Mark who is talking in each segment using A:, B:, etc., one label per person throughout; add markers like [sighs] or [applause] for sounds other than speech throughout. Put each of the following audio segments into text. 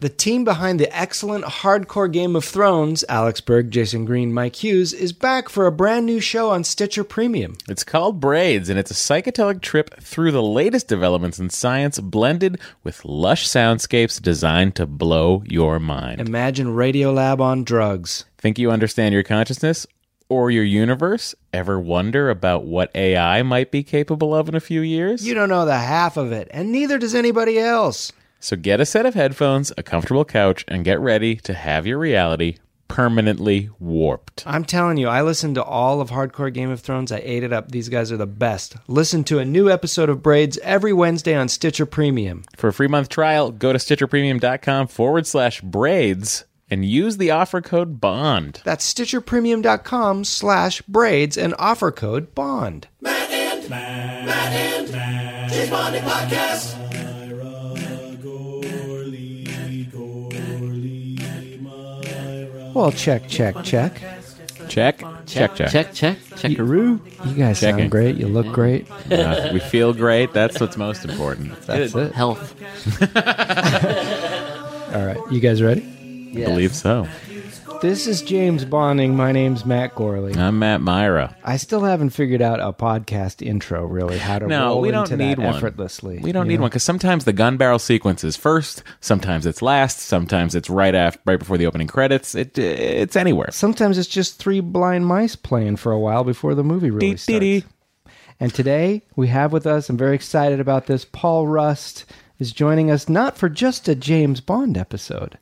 A: The team behind the excellent hardcore Game of Thrones, Alex Berg, Jason Green, Mike Hughes, is back for a brand new show on Stitcher Premium.
B: It's called Braids, and it's a psychedelic trip through the latest developments in science blended with lush soundscapes designed to blow your mind.
A: Imagine Radiolab on drugs.
B: Think you understand your consciousness or your universe? Ever wonder about what AI might be capable of in a few years?
A: You don't know the half of it, and neither does anybody else.
B: So get a set of headphones, a comfortable couch, and get ready to have your reality permanently warped.
A: I'm telling you, I listened to all of Hardcore Game of Thrones. I ate it up. These guys are the best. Listen to a new episode of Braids every Wednesday on Stitcher Premium.
B: For a free month trial, go to stitcherpremium.com forward slash braids and use the offer code BOND.
A: That's stitcherpremium.com slash braids and offer code BOND.
C: Matt and Matt, Matt and Matt, James Bonding Podcast.
A: Well, check, check, check.
B: Check, check, check.
D: Check, check, checkaroo.
A: You guys
B: Checking.
A: sound great. You look great.
B: Uh, we feel great. That's what's most important.
A: That's it.
D: Health.
A: All right. You guys ready?
B: I believe so.
A: This is James Bonding. My name's Matt Gorley.
B: I'm Matt Myra.
A: I still haven't figured out a podcast intro, really, how to
B: No,
A: roll
B: we don't
A: into
B: need
A: that
B: one.
A: effortlessly.
B: We don't
A: you
B: need
A: know?
B: one because sometimes the gun barrel sequence is first, sometimes it's last, sometimes it's right after, right before the opening credits. It it's anywhere.
A: Sometimes it's just three blind mice playing for a while before the movie really starts.
B: Dee-dee-dee.
A: And today we have with us, I'm very excited about this, Paul Rust is joining us not for just a James Bond episode,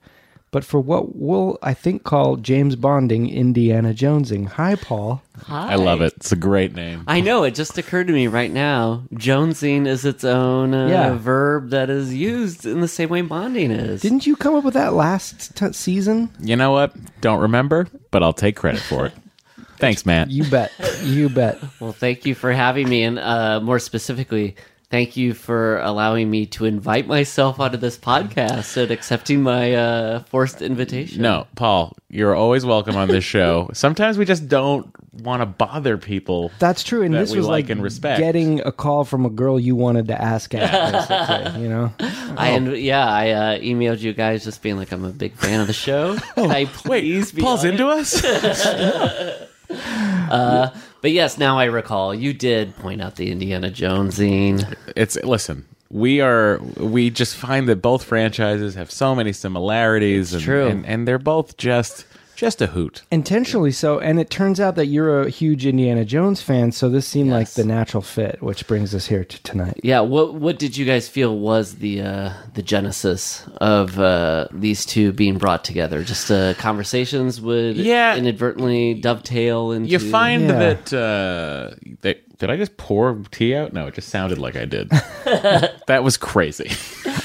A: but for what we'll, I think, call James Bonding Indiana Jonesing. Hi, Paul.
D: Hi.
B: I love it. It's a great name.
D: I know. It just occurred to me right now. Jonesing is its own uh,
A: Yeah.
D: verb that is used in the same way bonding is.
A: Didn't you come up with that last t- season?
B: You know what? Don't remember, but I'll take credit for [laughs] it. Thanks, Matt.
A: You bet. You bet.
D: well, thank you for having me, and uh, more specifically, thank you for allowing me to invite myself onto this podcast and accepting my uh, forced invitation.
B: No, Paul, you're always welcome on this show. Sometimes we just don't want to bother people.
A: That's true. And
B: That
A: this
B: we
A: was
B: like
A: like,
B: and respect.
A: getting a call from a girl you wanted to ask out,
B: [laughs]
A: basically, you know?
D: I and yeah, I uh, emailed you guys just being like, I'm a big fan of the show. Can I please be
B: Paul's
D: on it?
B: into [laughs] us.
D: But yes, now I recall you did point out the Indiana Jonesing.
B: it's listen we are we just find that both franchises have so many similarities and,
D: true.
B: and and they're both just just a hoot
A: Intentionally so. And it turns out that you're a huge Indiana Jones fan, so this seemed like
D: Yes.
A: the natural fit, which brings us here to tonight.
D: Yeah, what what did you guys feel was the uh, the genesis of uh, these two being brought together? Just uh, conversations would
B: Yeah.
D: inadvertently dovetail into
B: you find
A: Yeah.
B: that uh that did i just pour tea out no it just sounded like i did that was crazy [laughs]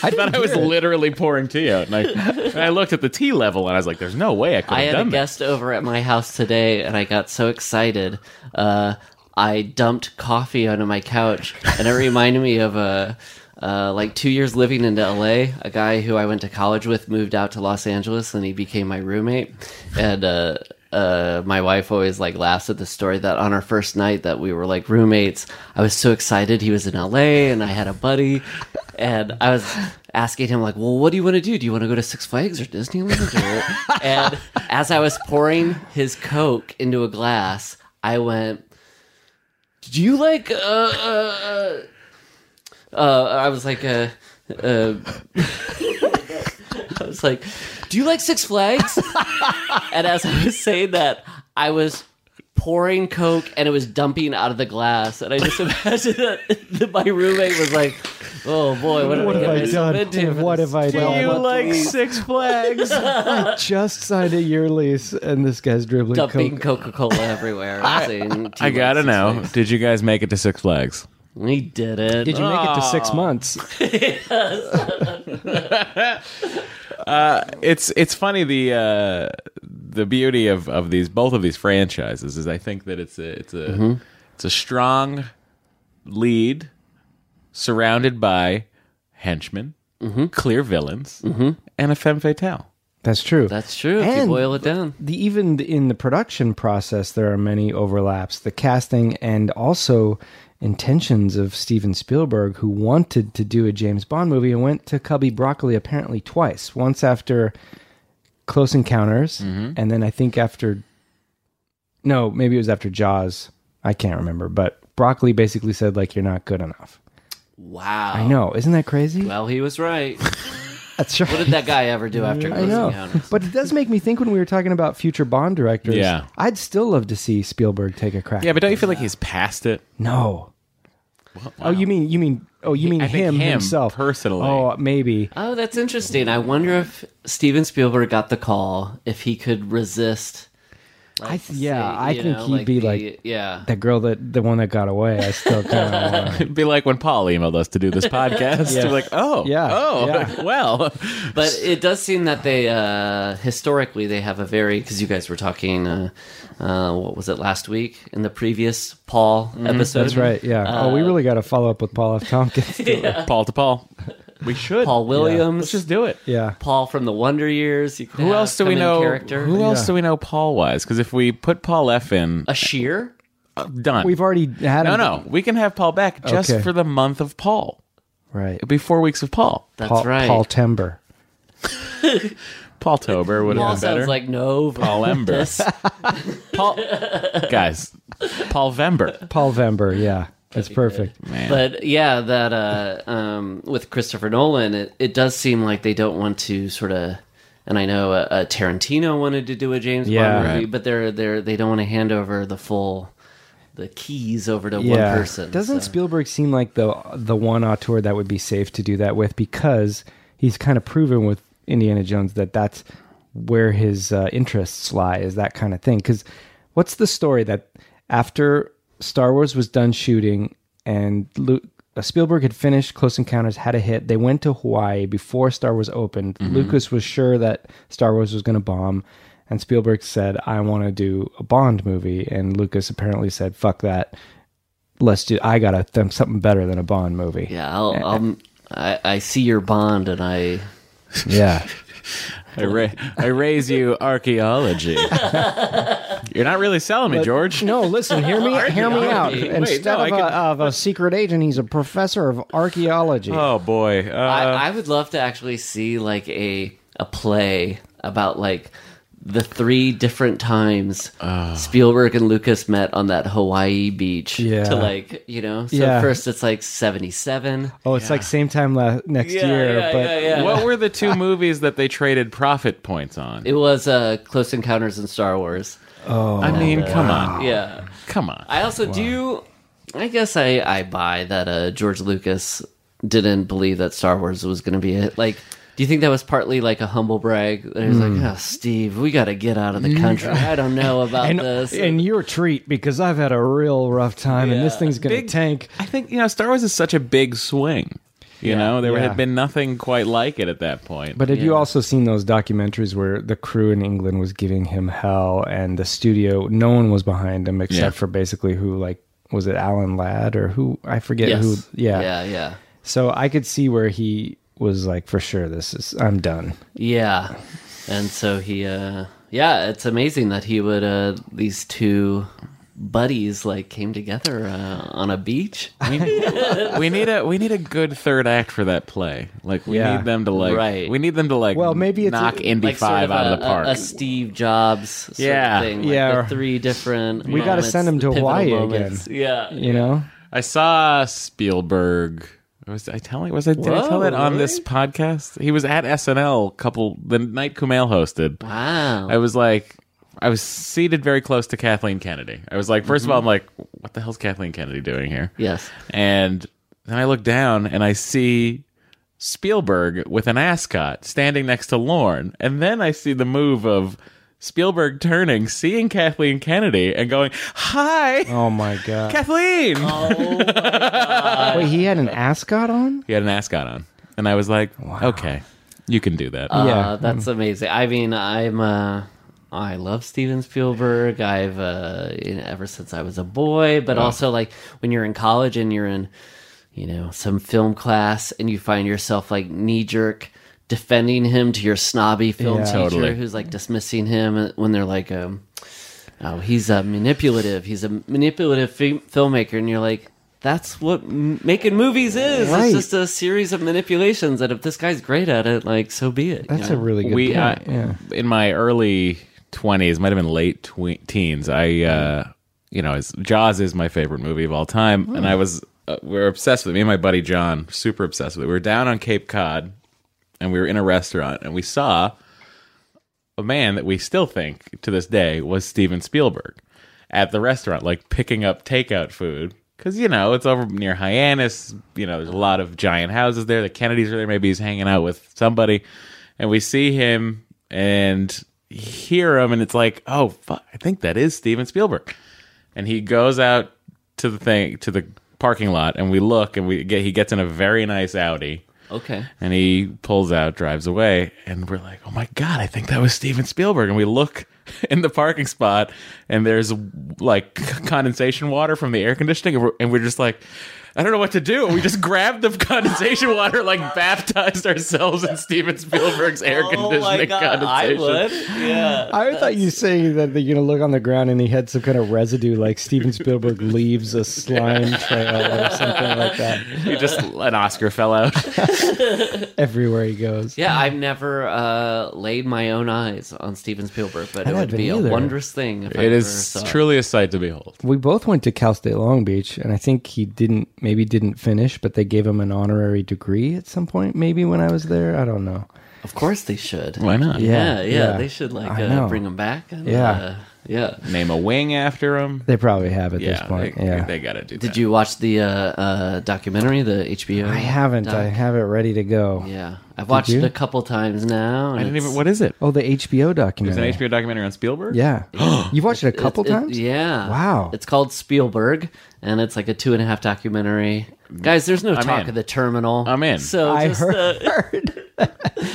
B: i thought i was literally pouring tea out and I, and I looked at the tea level and i was like there's no way i could have
D: I had
B: done that
D: a guest over at my house today, and I got so excited. Uh, I dumped coffee onto my couch, and it reminded me of a. Uh, like two years living in LA, a guy who I went to college with moved out to Los Angeles, and he became my roommate. And uh, uh, my wife always like laughs at the story that on our first night that we were like roommates, I was so excited he was in LA and I had a buddy, and I was asking him like, "Well, what do you want to do? Do you want to go to Six Flags or Disneyland?" Or? and as I was pouring his Coke into a glass, I went, "Do you like uh?" uh, uh, uh I was like, uh, uh, [laughs] I was like, "Do you like Six Flags?" and as I was saying that, I was pouring Coke and it was dumping out of the glass, and I just imagined that, that [laughs] my roommate was like, "Oh boy, what,
A: What
D: am
A: have
D: I
A: I done?
D: going to
A: What have I done?
B: like Six Flags?
A: I just signed a year lease, and this guy's dribbling
D: Dumping
A: Coke.
D: Coca Cola everywhere. I,
B: [laughs] I gotta know. Did you guys make it to Six Flags?
D: We did it. Oh,
A: Did you make it to six
B: Ah.
A: months?
B: It's it's funny the uh, the beauty of, of these both of these franchises is I think that it's a it's a it's a strong lead surrounded by henchmen, clear villains, and a femme fatale.
A: That's true.
D: That's true. If you
A: And-
D: boil it down.
A: the even in the production process there are many overlaps the casting and also intentions of steven spielberg who wanted to do a james bond movie and went to cubby broccoli apparently twice once after close encounters and then i think after no maybe it was after jaws i can't remember but broccoli basically said like you're not good enough
D: Wow.
A: i know isn't that crazy
D: Well, he was right.
A: that's right
D: What did that guy ever do after
A: I
D: Close
A: know,
D: Encounters?
A: but it does make me think when we were talking about future Bond directors.
B: Yeah.
A: I'd still love to see Spielberg take a crack.
B: Yeah, but don't you feel like he's past it?
A: No. Oh, you mean you mean oh you mean
B: I think
A: him,
B: him
A: himself
B: personally.
A: Oh, maybe.
D: Oh, that's interesting. I wonder if Steven Spielberg got the call if he could resist.
A: I th- yeah,
D: say,
A: I
D: you
A: think
D: know,
A: he'd be
D: the-
A: like
D: yeah.
A: the girl that the one that got away. I still kind of
B: [laughs]
A: want.
B: [laughs] It'd be like when Paul emailed us to do [laughs] this podcast. We're like, oh,
A: Yeah,
B: oh,
A: yeah.
B: [laughs] well,
D: But it does seem that they uh, historically they have a very because you guys were talking uh, uh, what was it last week in the previous Paul
B: Mm-hmm.
D: episode?
A: That's right. Yeah. oh, we really got to follow up with Paul F. Tompkins.
B: Paul to Paul. We should.
D: Paul Williams,
B: Let's just do it.
A: yeah.
D: Paul from the Wonder Years. You could
B: Who
D: have
B: else do
D: come
B: we
D: in
B: know?
D: Character
B: Who else do we know Paul wise? Because if we put Paul F in,
D: a sheer.
B: done.
A: We've already had
B: no,
A: him.
B: no. We can have Paul back just
A: Okay.
B: for the month of Paul.
A: Right.
B: It'd be four weeks of Paul.
D: That's
A: Paul,
D: right.
A: Paul Timber.
B: Paul Tober would
D: Paul
B: have been
D: sounds
B: better.
D: like no
B: Paul
D: [laughs]
B: Ember. Paul, [laughs] guys, Paul Vember.
A: Paul Vember. Yeah. That's perfect.
D: But yeah, that uh, um, with Christopher Nolan, it, it does seem like they don't want to sort of. And I know uh, uh, Tarantino wanted to do a James
A: Yeah.
D: Bond movie,
B: Right.
D: but they're they're they don't want to hand over the full the keys over to one person.
A: Doesn't
D: so.
A: Spielberg seem like the the one auteur that would be safe to do that with because he's kind of proven with Indiana Jones that that's where his uh, interests lie is that kind of thing. Because what's the story that after Star Wars was done shooting and Luke, uh, Spielberg had finished Close Encounters, had a hit. They went to Hawaii before Star Wars opened.
D: Mm-hmm.
A: Lucas was sure that Star Wars was going to bomb. And Spielberg said, I want to do a Bond movie. And Lucas apparently said, fuck that let's do i got a th- something better than a bond movie
D: yeah, I'll, I'll, I I see your Bond, and I
A: yeah
B: I, ra- I raise you archaeology. [laughs] You're not really selling me, George.
A: no listen hear me hear me out
D: Wait,
A: instead
B: no,
A: of,
B: I
A: a, of a secret agent he's a professor of archaeology
B: Oh boy.
D: I,
B: Uh,
D: I would love to actually see like a a play about like the three different times
A: Ah.
D: Spielberg and Lucas met on that Hawaii beach
A: Yeah.
D: to like you know so
A: Yeah.
D: first it's like 77
A: oh it's like same time la- next year but
B: Uh, what were the two movies that they traded profit points on?
D: it was uh Close Encounters and Star Wars
B: I mean, come on,
D: uh, yeah
B: come on.
D: I also do I guess I I buy that uh George Lucas didn't believe that Star Wars was going to be it like do you think that was partly like a humble brag? That he was
A: Hmm.
D: like, "Oh, Steve, we got to get out of the country. I
A: [laughs]
D: don't know about
A: Mm. and,
D: this."
A: and your treat because i've had a real rough time and this thing's gonna
B: Big-
A: tank
B: I think you know Star Wars is such a big swing. You know, there
A: yeah.
B: had been nothing quite like it at that point.
A: But have you also seen those documentaries where the crew in England was giving him hell and the studio, no one was behind him except
B: Yeah.
A: for basically who, like, was it Alan Ladd or who? I forget who. Yeah.
D: yeah, yeah,
A: So I could see where he was like, for sure, this is, I'm done.
D: yeah. And so he, uh, yeah, it's amazing that he would uh, these two buddies like came together uh, on a beach.
B: We need, we need a we need a good third act for that play. Like we
A: Yeah.
B: need them to like
D: Right.
B: we need them to like
A: Well, maybe it's a-
B: knock Indy
D: Like
B: Five
D: sort
B: out
D: a,
B: of the park.
D: A, a Steve Jobs sort
B: Yeah.
D: of thing. Like
A: Yeah,
D: The
A: or-
D: three different
A: We gotta
D: moments,
A: send him to
D: the pivotal
A: Hawaii
D: moments. Yeah.
A: You know,
B: I saw Spielberg. Was I telling? Was I did I tell
D: Whoa,
B: that on this
D: really?
B: podcast? He was at SNL couple the night Kumail hosted.
D: Wow.
B: I was like, I was seated very close to Kathleen Kennedy. I was like, 1st of all, I'm like, what the hell's Kathleen Kennedy doing here?
D: yes.
B: And then I look down and I see Spielberg with an ascot standing next to Lorne. And then I see the move of Spielberg turning, seeing Kathleen Kennedy, and going, Hi,
A: oh my god!
B: Kathleen.
A: Wait, he had an ascot on.
B: He had an ascot on. And I was like, Okay, you can do that.
D: Uh, that's amazing. I mean, I'm uh, I love Steven Spielberg. I've uh, you know, ever since I was a boy, but also like when you're in college and you're in, you know, some film class and you find yourself like knee jerk defending him to your snobby film
A: Yeah.
D: teacher
B: Totally.
D: who's like dismissing him when they're like, um, oh, he's a manipulative. He's a manipulative fi- filmmaker, and you're like. That's what m- making movies is.
A: Right.
D: It's just a series of manipulations, and if this guy's great at it, like so be it.
A: That's a really good
B: we
A: point.
B: uh,
A: yeah.
B: in my early 20s might have been late twe- teens i uh you know it's, jaws is my favorite movie of all time
A: Hmm.
B: and i was uh, we were obsessed with it me and my buddy john super obsessed with it we were down on cape cod and we were in a restaurant and we saw a man that we still think to this day was steven spielberg at the restaurant like picking up takeout food because you know it's over near hyannis you know there's a lot of giant houses there the kennedys are there maybe he's hanging out with somebody and we see him and hear him and it's like oh fuck, i think that is steven spielberg and he goes out to the thing to the parking lot and we look and we get he gets in a very nice audi
D: Okay.
B: and he pulls out, drives away, and we're like, "Oh my god, I think that was Steven Spielberg." And we look [laughs] in the parking spot, and there's like condensation water from the air conditioning, and we're, and we're just like, "I don't know what to do." And we just grabbed the [laughs] condensation water, like baptized ourselves in Steven Spielberg's air
D: [laughs] Oh
B: conditioning condensation.
D: Yeah.
A: I thought you saying that you're gonna look on the ground and he had some kind of residue, like Steven Spielberg leaves a slime trail or something like that
B: You just an Oscar fell
D: [laughs]
B: out.
A: everywhere he goes.
D: Yeah, I've never uh, laid my own eyes on Steven Spielberg, but it would
A: haven't
D: be
A: either.
D: a wondrous thing. If
B: [laughs]
D: I
B: it
D: ever
B: is
D: saw
B: truly a sight to behold.
A: We both went to Cal State Long Beach, and I think he didn't, maybe didn't finish, but they gave him an honorary degree at some point, maybe when I was there. I don't know.
D: Of course, they should.
B: Why not?
D: Yeah, yeah,
A: Yeah, yeah.
D: they should like
A: I
D: uh,
A: know.
D: bring him back. and,
A: Yeah.
D: uh, yeah.
B: Name a wing after him.
A: They probably have at this
B: Yeah,
A: point.
B: they,
A: yeah.
B: they got to do.
D: Did
B: that.
D: you watch the uh, uh, documentary, the HBO?
A: I haven't. I
D: doc?
A: have it ready to go.
D: Yeah, I've watched it
A: you?
D: a couple times now. and
B: I didn't
D: it's-
B: even. What is it?
A: Oh, the HBO
B: There's
A: documentary.
B: an HBO documentary on Spielberg.
A: Yeah. You've watched it a couple
D: [gasps] it- it-
A: times?
D: yeah.
A: Wow.
D: It's called Spielberg, and it's like a two and a half documentary. Guys, there's no
B: I'm
D: talk
B: in.
D: of the terminal.
B: I'm in.
D: So
A: I
D: just,
A: heard. [laughs]
D: uh, [laughs]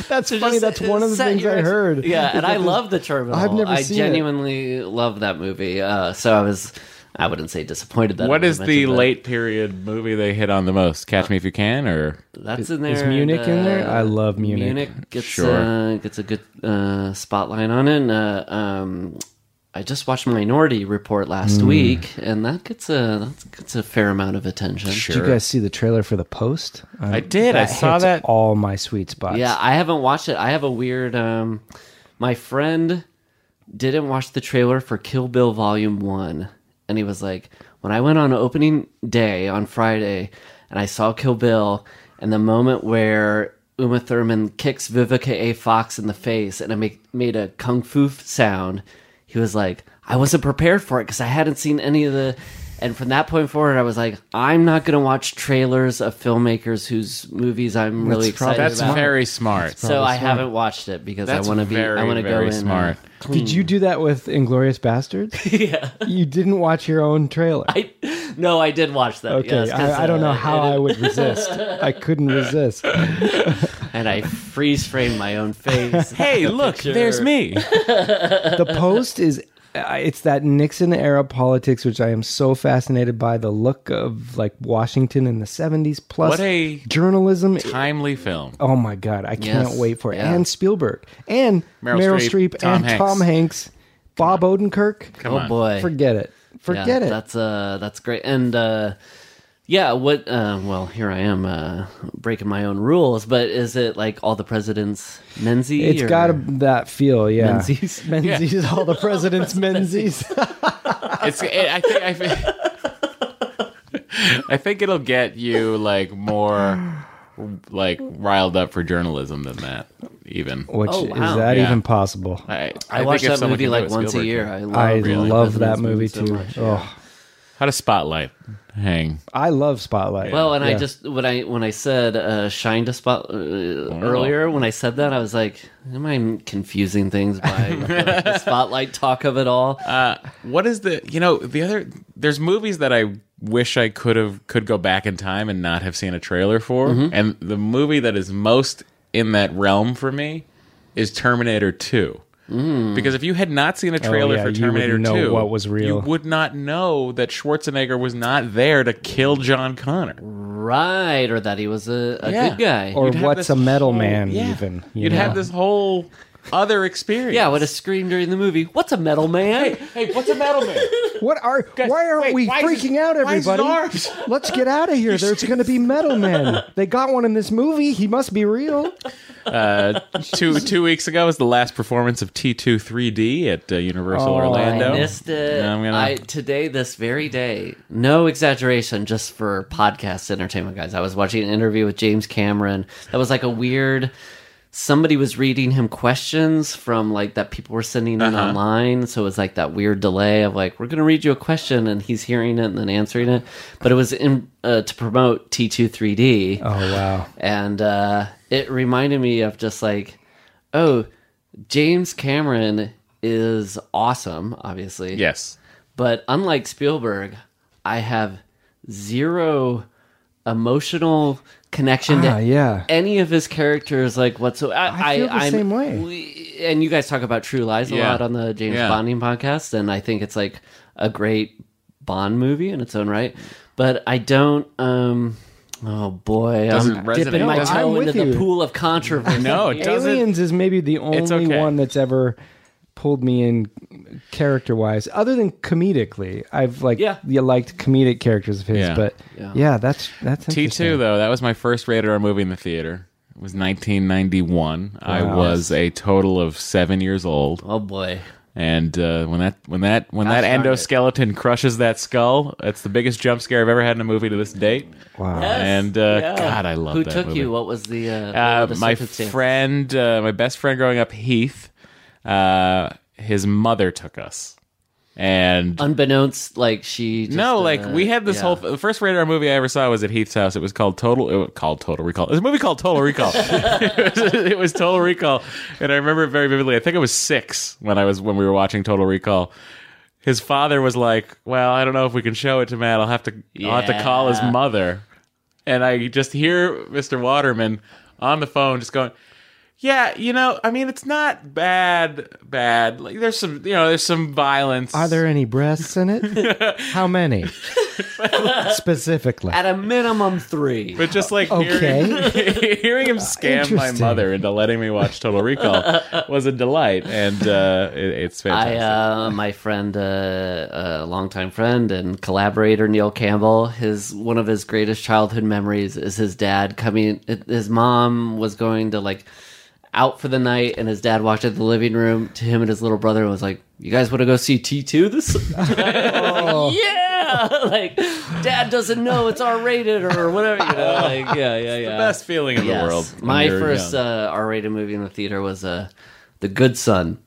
A: that's
D: to
A: funny.
D: just
A: that's one of the
D: set
A: things
D: your
A: I
D: ex-
A: heard.
D: [laughs] Yeah, and I
A: [laughs]
D: love the terminal.
A: I've never
D: I
A: seen it.
D: genuinely love that movie. Uh, so I was, I wouldn't say disappointed that. I
B: What
D: only
B: is the
D: mentioned that.
B: late period movie they hit on the most? Catch Me If You Can, or
D: That's in there.
A: Is Munich
D: and,
A: in there?
D: uh,
A: I love Munich.
D: Munich gets
B: Sure.
D: uh, gets a good uh, spotlight on it. And, uh, um, I just watched Minority Report last
A: Hmm.
D: week, and that gets a that gets a fair amount of attention.
A: Did you guys see the trailer for The Post? Uh,
B: I did. I saw
A: hits
B: that.
A: All my sweet spots.
D: Yeah, I haven't watched it. I have a weird. Um, my friend didn't watch the trailer for Kill Bill Volume One, and he was like, "When I went on opening day on Friday, and I saw Kill Bill, and the moment where Uma Thurman kicks Vivica A. Fox in the face, and I make, made a kung fu f- sound," he was like, "I wasn't prepared for it because I hadn't seen any of the." And from that point forward, I was like, I'm not going to watch trailers of filmmakers whose movies I'm really
A: That's prob-
D: excited
B: That's
D: about.
B: very smart.
D: So I haven't watched it because
B: That's
D: I want to be.
B: very,
D: I want to go
B: very
D: in. uh,
B: smart.
A: Did you do that with Inglorious Bastards?
D: [laughs] yeah.
A: you didn't watch your own trailer.
D: I, no, I did watch that.
A: okay.
D: yes, 'cause,
A: I, I don't know
D: uh,
A: how I would resist. I
D: [laughs]
A: couldn't resist.
D: And
A: [laughs]
D: I freeze framed my own face.
B: Hey, look,
D: [laughs] Picture.
B: there's me.
A: The Post is I- it's that Nixon era politics, which I am so fascinated by the look of like Washington in the 70s, plus
B: What a
A: journalism.
B: Timely film.
A: Oh my God, I can't
D: Yes,
A: wait for it.
D: yeah.
A: And Spielberg, and
B: Meryl
A: Meryl,
B: Streep,
A: Streep,
B: Tom
A: and
B: Hanks.
A: Tom Hanks, Bob Odenkirk.
B: Come
D: oh
B: on.
D: boy,
A: Forget it.
D: Yeah,
A: Forget it.
D: That's uh, that's great. And uh, yeah, what? Uh, well, here I am uh, breaking my own rules. But is it like all the presidents Menzies?
A: It's
D: or-
A: got a, that feel, yeah.
D: Menzies?
A: [laughs] Menzies, all the
B: [laughs]
A: president's Menzies.
B: It's. It, I think. I think, I think it'll get you like more like riled up for journalism than that. Even
A: Which
D: Oh, wow.
A: is that
B: Yeah.
A: even possible?
B: I,
D: I,
B: think
D: watch
B: if
D: that
B: someone
D: movie
B: can do
D: like
B: it,
D: once a
B: Spielberg
D: year.
B: can.
D: I love,
A: I
D: Really
A: love
D: President's
A: that movie
D: so
A: too.
D: much.
A: Oh,
B: How does Spotlight hang?
A: I love Spotlight.
D: Well, and I
A: Yeah.
D: just when I when I said uh, shine to spot uh, earlier, when I said that, I was like, am I confusing things by the, spotlight talk of it all?
B: What is the you know the other there's movies that I wish I could have could go back in time and not have seen a trailer for
A: Mm-hmm.
B: and the movie that is most in that realm for me is Terminator 2. Because if you had not seen a trailer
A: Mm. Oh, yeah,
B: for
A: you would
B: Terminator
A: know
B: 2,
A: what was real.
B: you would not know that Schwarzenegger was not there to kill John Connor.
D: right, or that he was a, a
B: Yeah.
D: good guy.
A: or
B: You'd have
A: what's
B: this
A: a metal
B: whole-
A: man?
B: yeah.
A: Even you
B: You'd
A: know?
B: have this whole other experience.
D: yeah, what a scream during the movie. What's a metal man?
B: Hey, what's a metal man?
D: [laughs]
A: What are? why are
B: wait,
A: we
B: why is
A: freaking
B: his-
A: out,
B: why is his
A: everybody?
B: arms?
A: [laughs] Let's get
B: [laughs]
A: out of here. There's going to be metal men. They got one in this movie. He must be real.
B: two two weeks ago was the last performance of T2 3D at uh, Universal
A: Oh, I
B: Orlando.
D: I missed it.
B: Yeah, I'm gonna-
D: I today, this very day, no exaggeration, just for podcast entertainment, guys. I was watching an interview with James Cameron that was like a weird. Somebody was reading him questions from like that people were sending in
B: Uh-huh.
D: online, so it was like that weird delay of like we're gonna read you a question and he's hearing it and then answering it, but it was in uh, to promote T two three D
A: Oh wow.
D: and uh, it reminded me of just like, oh, James Cameron is awesome, obviously.
B: Yes.
D: But unlike Spielberg, I have zero emotional connection
A: Ah,
D: to
A: yeah.
D: any of his characters, like whatsoever. I,
A: I feel the
D: I'm-
A: same way.
D: we- and you guys talk about True Lies a
B: Yeah.
D: lot on the James
B: Yeah.
D: Bonding podcast, and I think it's like a great Bond movie in its own right. But I don't. um Oh boy,
B: Doesn't
D: I'm
B: resonate.
D: dipping my
A: No, I'm
D: toe
A: with
D: into the
A: you.
D: pool
B: [laughs]
D: of controversy.
B: No, it doesn't.
A: Aliens is maybe the only
B: okay.
A: one that's ever pulled me in character wise, other than comedically. I've like
D: Yeah.
A: you liked comedic characters of his,
B: Yeah.
A: but
D: Yeah.
A: yeah. that's that's interesting.
B: T2 though, that was my first rated R movie in the theater. It was 1991. I
A: Wow.
B: was a total of 7 years old.
D: Oh boy,
B: And uh, when that when that when that
D: darn it.
B: endoskeleton crushes that skull, that's the biggest jump scare I've ever had in a movie to this date.
A: Wow.
B: And uh, god, I love
D: Who
B: that
D: took
B: movie.
D: you? What was the, uh,
B: Uh,
D: what were the
B: my
D: circumstances?
B: friend, uh, my best friend growing up, Heath, uh, his mother took us. And
D: Unbeknownst, like she. Just,
B: no,
D: uh,
B: like we had this
D: yeah.
B: whole the first radar movie I ever saw was at Heath's house. It was called Total. It was called Total Recall. It was a movie called Total
D: [laughs]
B: Recall. [laughs] it, was, it was Total Recall, and I remember it very vividly. I think I was six when I was when we were watching Total Recall. His father was like, "Well, I don't know if we can show it to Matt. I'll have to. I'll have to call his
D: Yeah.
B: mother." And I just hear Mr. Waterman on the phone, just going. Yeah, you know, I mean, it's not bad. Bad. Like, there's some, you know, there's some violence.
A: Are there any breasts in
B: [laughs]
A: it? How many? Specifically.
D: at a minimum three.
B: But just like hearing, [laughs] hearing him scam my
A: Interesting.
B: mother into letting me watch Total
D: [laughs]
B: Recall was a delight, and uh, it, it's
D: I,
B: fantastic.
D: uh, my friend, uh, a longtime friend and collaborator, Neil Campbell, his one of his greatest childhood memories is his dad coming. His mom was going to like out for the night, and his dad walked into the living room to him and his little brother and was like, "You guys want to go see T two this?" [laughs] yeah, [laughs] like dad doesn't know it's R rated or whatever. You know, like yeah, yeah, yeah.
B: Best feeling in
D: Yes.
B: the world. when
D: My
B: you're
D: first
B: young.
D: uh, R-rated movie in the theater was uh, The Good Son.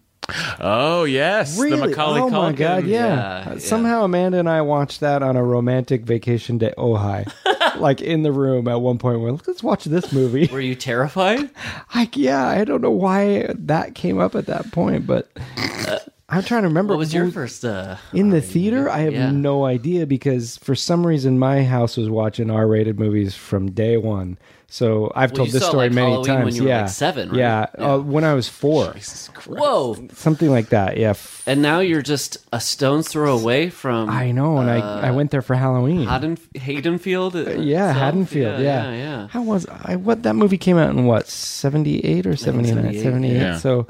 B: oh yes,
A: Really?
B: the Macaulay
A: oh my
B: Culkin.
A: god, yeah.
D: Yeah,
A: Uh,
D: yeah.
A: Somehow Amanda and I watched that on a romantic vacation to Ojai.
D: [laughs]
A: like in the room at one point we're like, let's watch this movie. [laughs]
D: Were you terrified? [laughs]
A: Like, yeah, I don't know why that came up at that point, but I'm trying to remember.
D: Uh, What was your
A: who-
D: first? Uh,
A: in the theater? I have
D: Yeah.
A: no idea because for some reason my house was watching R-rated movies from day one. So I've told
D: you
A: this
D: saw,
A: story
D: like,
A: many
D: Halloween when
A: times.
D: you were,
A: yeah,
D: like, seven, right?
A: Yeah,
D: Yeah.
A: Uh, when I was four,
D: whoa!
A: something like that. Yeah, F-
D: And now you're just a stone's throw away from.
A: I know. And I I went there for Halloween.
D: Uh, Haddon, Haydenfield.
A: yeah,
D: itself?
A: Haddonfield. Yeah,
D: yeah, yeah.
A: How was I? What that movie came out in what seventy eight or 79?
D: 78,
A: 78,
B: yeah.
A: So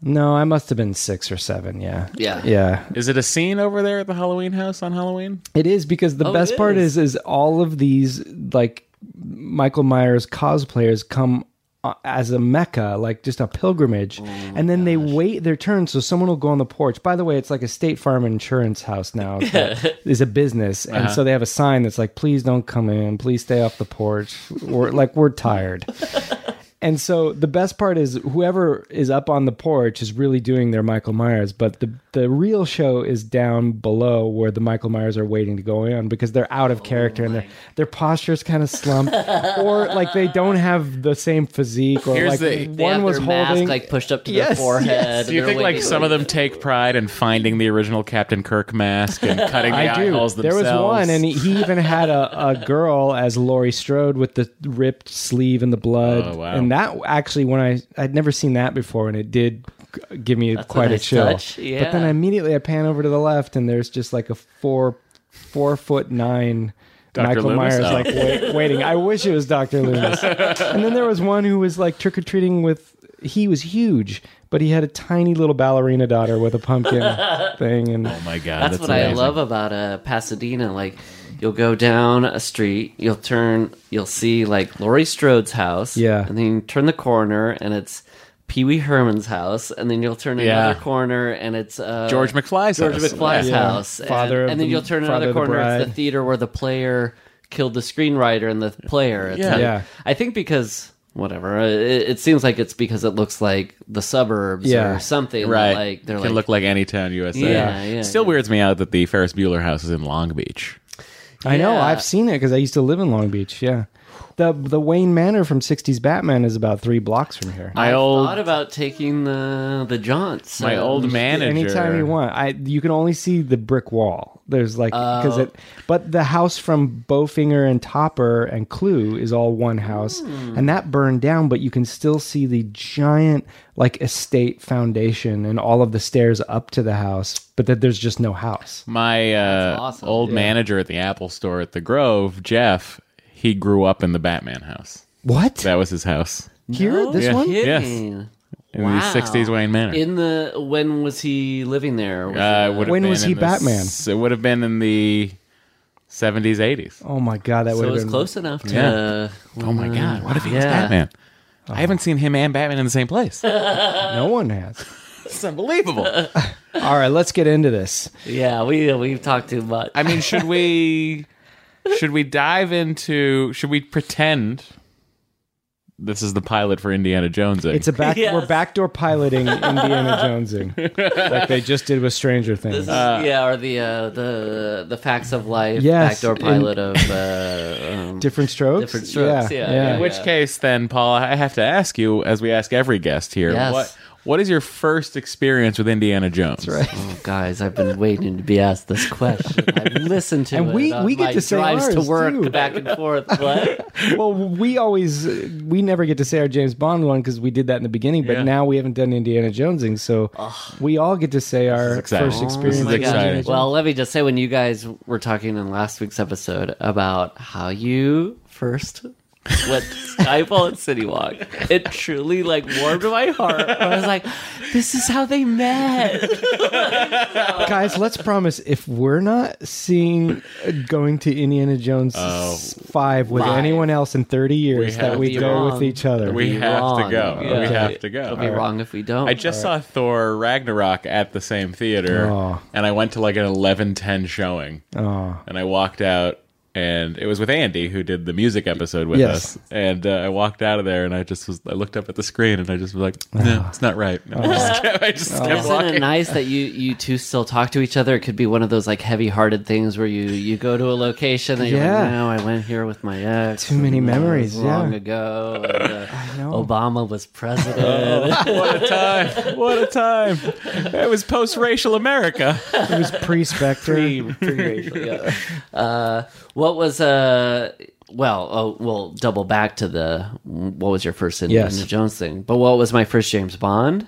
A: no, I must have been six or seven. Yeah,
D: Yeah.
A: yeah.
B: Is it a scene over there at the Halloween house on Halloween?
A: It is because the
D: Oh, it
A: best part
D: is.
A: is is all of these like Michael Myers cosplayers come uh, as a mecca, like just a pilgrimage,
D: Oh
A: and then they wait their turn. So someone will go on the porch. By the way, it's like a State Farm insurance house
D: [laughs]
A: now that is a business,
D: Uh-huh.
A: and so they have a sign that's like, "Please don't come in. Please stay off the porch. We're like we're
D: [laughs]
A: tired." And so the best part is whoever is up on the porch is really doing their Michael Myers, but the the real show is down below where the Michael Myers are waiting to go in because they're out
D: Oh
A: of character and their their posture is kind of slumped or like they don't have the same physique or
B: Here's
A: like
B: the-
D: They
A: one
D: have
A: was
D: their
A: holding
D: mask like pushed up to their
A: Yes,
D: forehead.
A: yes.
D: and
B: Do you
D: they're
B: think like
D: waiting.
B: some of them take pride in finding the original Captain Kirk mask
D: [laughs]
B: and cutting the
A: I
B: eye
A: do.
B: holes
A: There
B: themselves?
A: was one, and he even had a, a girl as Laurie Strode with the ripped sleeve and the blood.
B: Oh, wow.
A: And that actually, when I I'd never seen that before, and it did g- give me
D: That's a
A: quite a,
D: nice
A: chill.
D: touch,
A: But then
D: yeah.
A: immediately I pan over to the left, and there's just like a four four foot nine.
B: Dr.
A: Michael
B: Loomis?
A: Myers
B: Oh.
A: like wait, waiting. I wish it was Doctor
B: [laughs]
A: Loomis. and then there was one who was like trick or treating with. He was huge, but he had a tiny little ballerina daughter with a
D: [laughs]
A: pumpkin thing. And
B: oh my god,
D: That's,
B: that's
D: what I
B: amazing.
D: love about uh, Pasadena. Like, you'll go down a street, you'll turn, you'll see like Laurie Strode's house,
A: Yeah.
D: and then you turn the corner and it's Pee Wee Herman's house, and then you'll turn
B: Yeah.
D: another corner and it's uh,
B: George McFly's
D: George
B: house.
D: McFly's
A: Yeah.
D: house, and-
A: Father
D: and,
A: of
D: then
A: the-
D: you'll turn
A: father
D: another
A: of the
D: corner. It's the
A: bride.
D: theater where the player killed the screenwriter and the player. It's
B: Yeah.
D: like-
A: Yeah.
D: I think because. Whatever. It, it seems like it's because it looks like the suburbs
A: Yeah.
D: or something.
B: Right,
D: Like they're
B: can
D: like
B: look like any town USA.
D: Yeah, yeah,
B: Still
D: yeah.
B: weirds me out that the Ferris Bueller house is in Long Beach.
A: I know.
D: Yeah.
A: I've seen it because I used to live in Long Beach. Yeah. The the Wayne Manor from '60s Batman is about three blocks from here.
B: My
D: I
B: old
D: thought about taking the the jaunts.
B: my
D: uh,
B: old manager.
A: Anytime you want, I you can only see the brick wall. There's like
D: Oh.
A: because it, but the house from Bowfinger and Topper and Clue is all one house,
D: Hmm.
A: and that burned down. But you can still see the giant like estate foundation and all of the stairs up to the house. But that there's just no house.
B: My uh,
D: awesome.
B: old manager at the Apple store at the Grove, Jeff, he grew up in the Batman house.
A: What
B: That was his house
A: here? This
B: Yeah.
A: one?
D: Kidding.
B: in
D: Wow.
B: the 60s Wayne Manor.
D: In the when was he living there? Was
B: uh,
D: it-
B: would have
A: When
B: been
A: was he
B: in the s-
A: Batman?
B: it would have been in the 70s, 80s.
A: Oh my god, that
D: so
A: would
D: it
A: have
D: was
A: been
D: close enough to.
B: Yeah. Oh my God, what if he was
D: Yeah.
B: Batman?
A: Oh.
B: I haven't seen him and Batman in the same place.
A: No one has.
B: It's unbelievable.
A: All right, let's get into this.
D: Yeah, we we've talked too much.
B: I mean, should
D: [laughs]
B: we should we dive into should we pretend this is the pilot for Indiana Jones?
A: It's a back.
D: Yes.
A: We're backdoor
D: [laughs]
A: piloting Indiana Jonesing, like they just did with Stranger Things.
D: This is- yeah, or the uh, the the facts of life
A: Yes,
D: backdoor
A: in-
D: pilot of uh, um,
A: different strokes.
D: Different strokes, yeah,
B: in
D: yeah.
B: which case, then, Paul, I have to ask you, as we ask every guest here,
D: Yes.
B: what what is your first experience with Indiana Jones? right.
D: oh, guys. I've been waiting to be asked this question. I've listened to
A: And
D: it
A: we-
D: on
A: we get
D: my
A: to say
D: drives to
A: ours,
D: work
A: too.
D: back and forth. What?
A: [laughs] Well, we always uh, we never get to say our James Bond one because we did that in the beginning, but
B: Yeah.
A: now we haven't done Indiana Jonesing, so we all get to say our
B: exciting.
A: first
B: This is
A: experience.
B: It's
D: Oh my
A: with
D: gosh.
B: exciting.
A: Indiana Jones.
D: Well, let me just say, when you guys were talking in last week's episode about how you first went to Skyfall at City Walk, it truly like warmed my heart. I was like, this is how they met.
A: guys, let's promise if we're not seeing uh, going to Indiana Jones five with
D: live.
A: anyone else in thirty years,
B: Oh, have
A: that we
D: to be
A: go
D: wrong.
A: with each other.
B: We
D: Be
B: have to
D: wrong.
B: go.
D: Yeah.
B: We have to go.
D: It'll be wrong if we don't.
B: I just saw Thor Ragnarok at the same theater,
A: Oh.
B: and I went to like an eleven ten showing,
A: oh.
B: and I walked out. and it was with Andy who did the music episode with
A: Yes.
B: us. And uh, I walked out of there, and I just was I looked up at the screen, and I just was like,
A: Ah.
B: no, it's not right. And I just kept, I just kept
D: Isn't it
B: walking.
D: nice that you you two still talk to each other? It could be one of those like heavy-hearted things where you you go to a location and you're
A: Yeah.
D: like, no, I went here with my ex.
A: Too many
D: and that
A: memories,
D: was long
A: yeah.
D: ago. and, uh,
A: know.
D: Obama
B: [laughs]
D: was president.
B: what a time! What a time! That was post-racial America.
A: It was pre Spectre.
D: Yeah. Uh, what was uh well oh we'll double back to the what was your first Indiana
A: Yes.
D: Jones thing? But what was my first James Bond?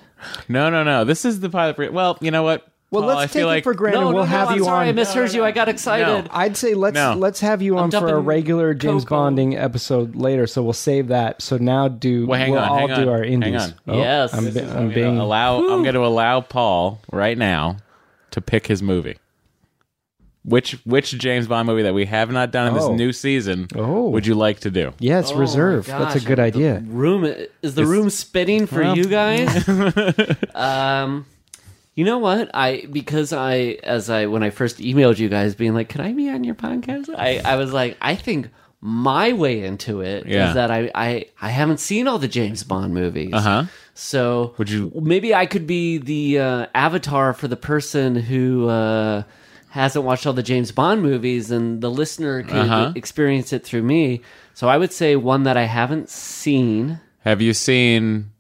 B: No, no, no. This is the pilot. For, well, you know what?
A: Well,
B: Paul,
A: let's
B: Uh, I
A: take it
B: feel like
A: for granted.
D: no,
A: we'll
D: no,
A: have
D: no, I'm
A: you
D: sorry, I
A: on.
D: misheard you. I got excited.
B: No.
A: I'd say let's
B: No.
A: let's have you on for a
D: dumping
A: regular James
D: Coco.
A: Bonding episode later, so we'll save that. So now do
B: Well, hang
A: will
B: on,
A: all
B: hang
A: do
B: on,
A: our
B: hang
A: indies. Oh,
B: on.
D: Yes.
A: I'm,
D: This
A: be-
D: is
A: I'm being
B: allow. I'm going to allow Paul right now to pick his movie. Which which James Bond movie that we have not done in
A: Oh.
B: this new season
A: Oh.
B: would you like to do?
A: yes,
D: Oh my
A: reserve. That's a
D: gosh,
A: good
D: the
A: idea.
D: Room is the room spinning for
B: Well.
D: you [laughs] guys. um, you know what? I because I as I when I first emailed you guys, being like, "Can I be on your podcast?" I I was like, I think my way into it is
B: Yeah.
D: that I I I haven't seen all the James Bond movies.
B: Uh huh.
D: So
B: Would you-
D: maybe I could be the uh, avatar for the person who uh, hasn't watched all the James Bond movies, and the listener could
B: Uh-huh.
D: experience it through me. So I would say one that I haven't seen.
B: Have you seen?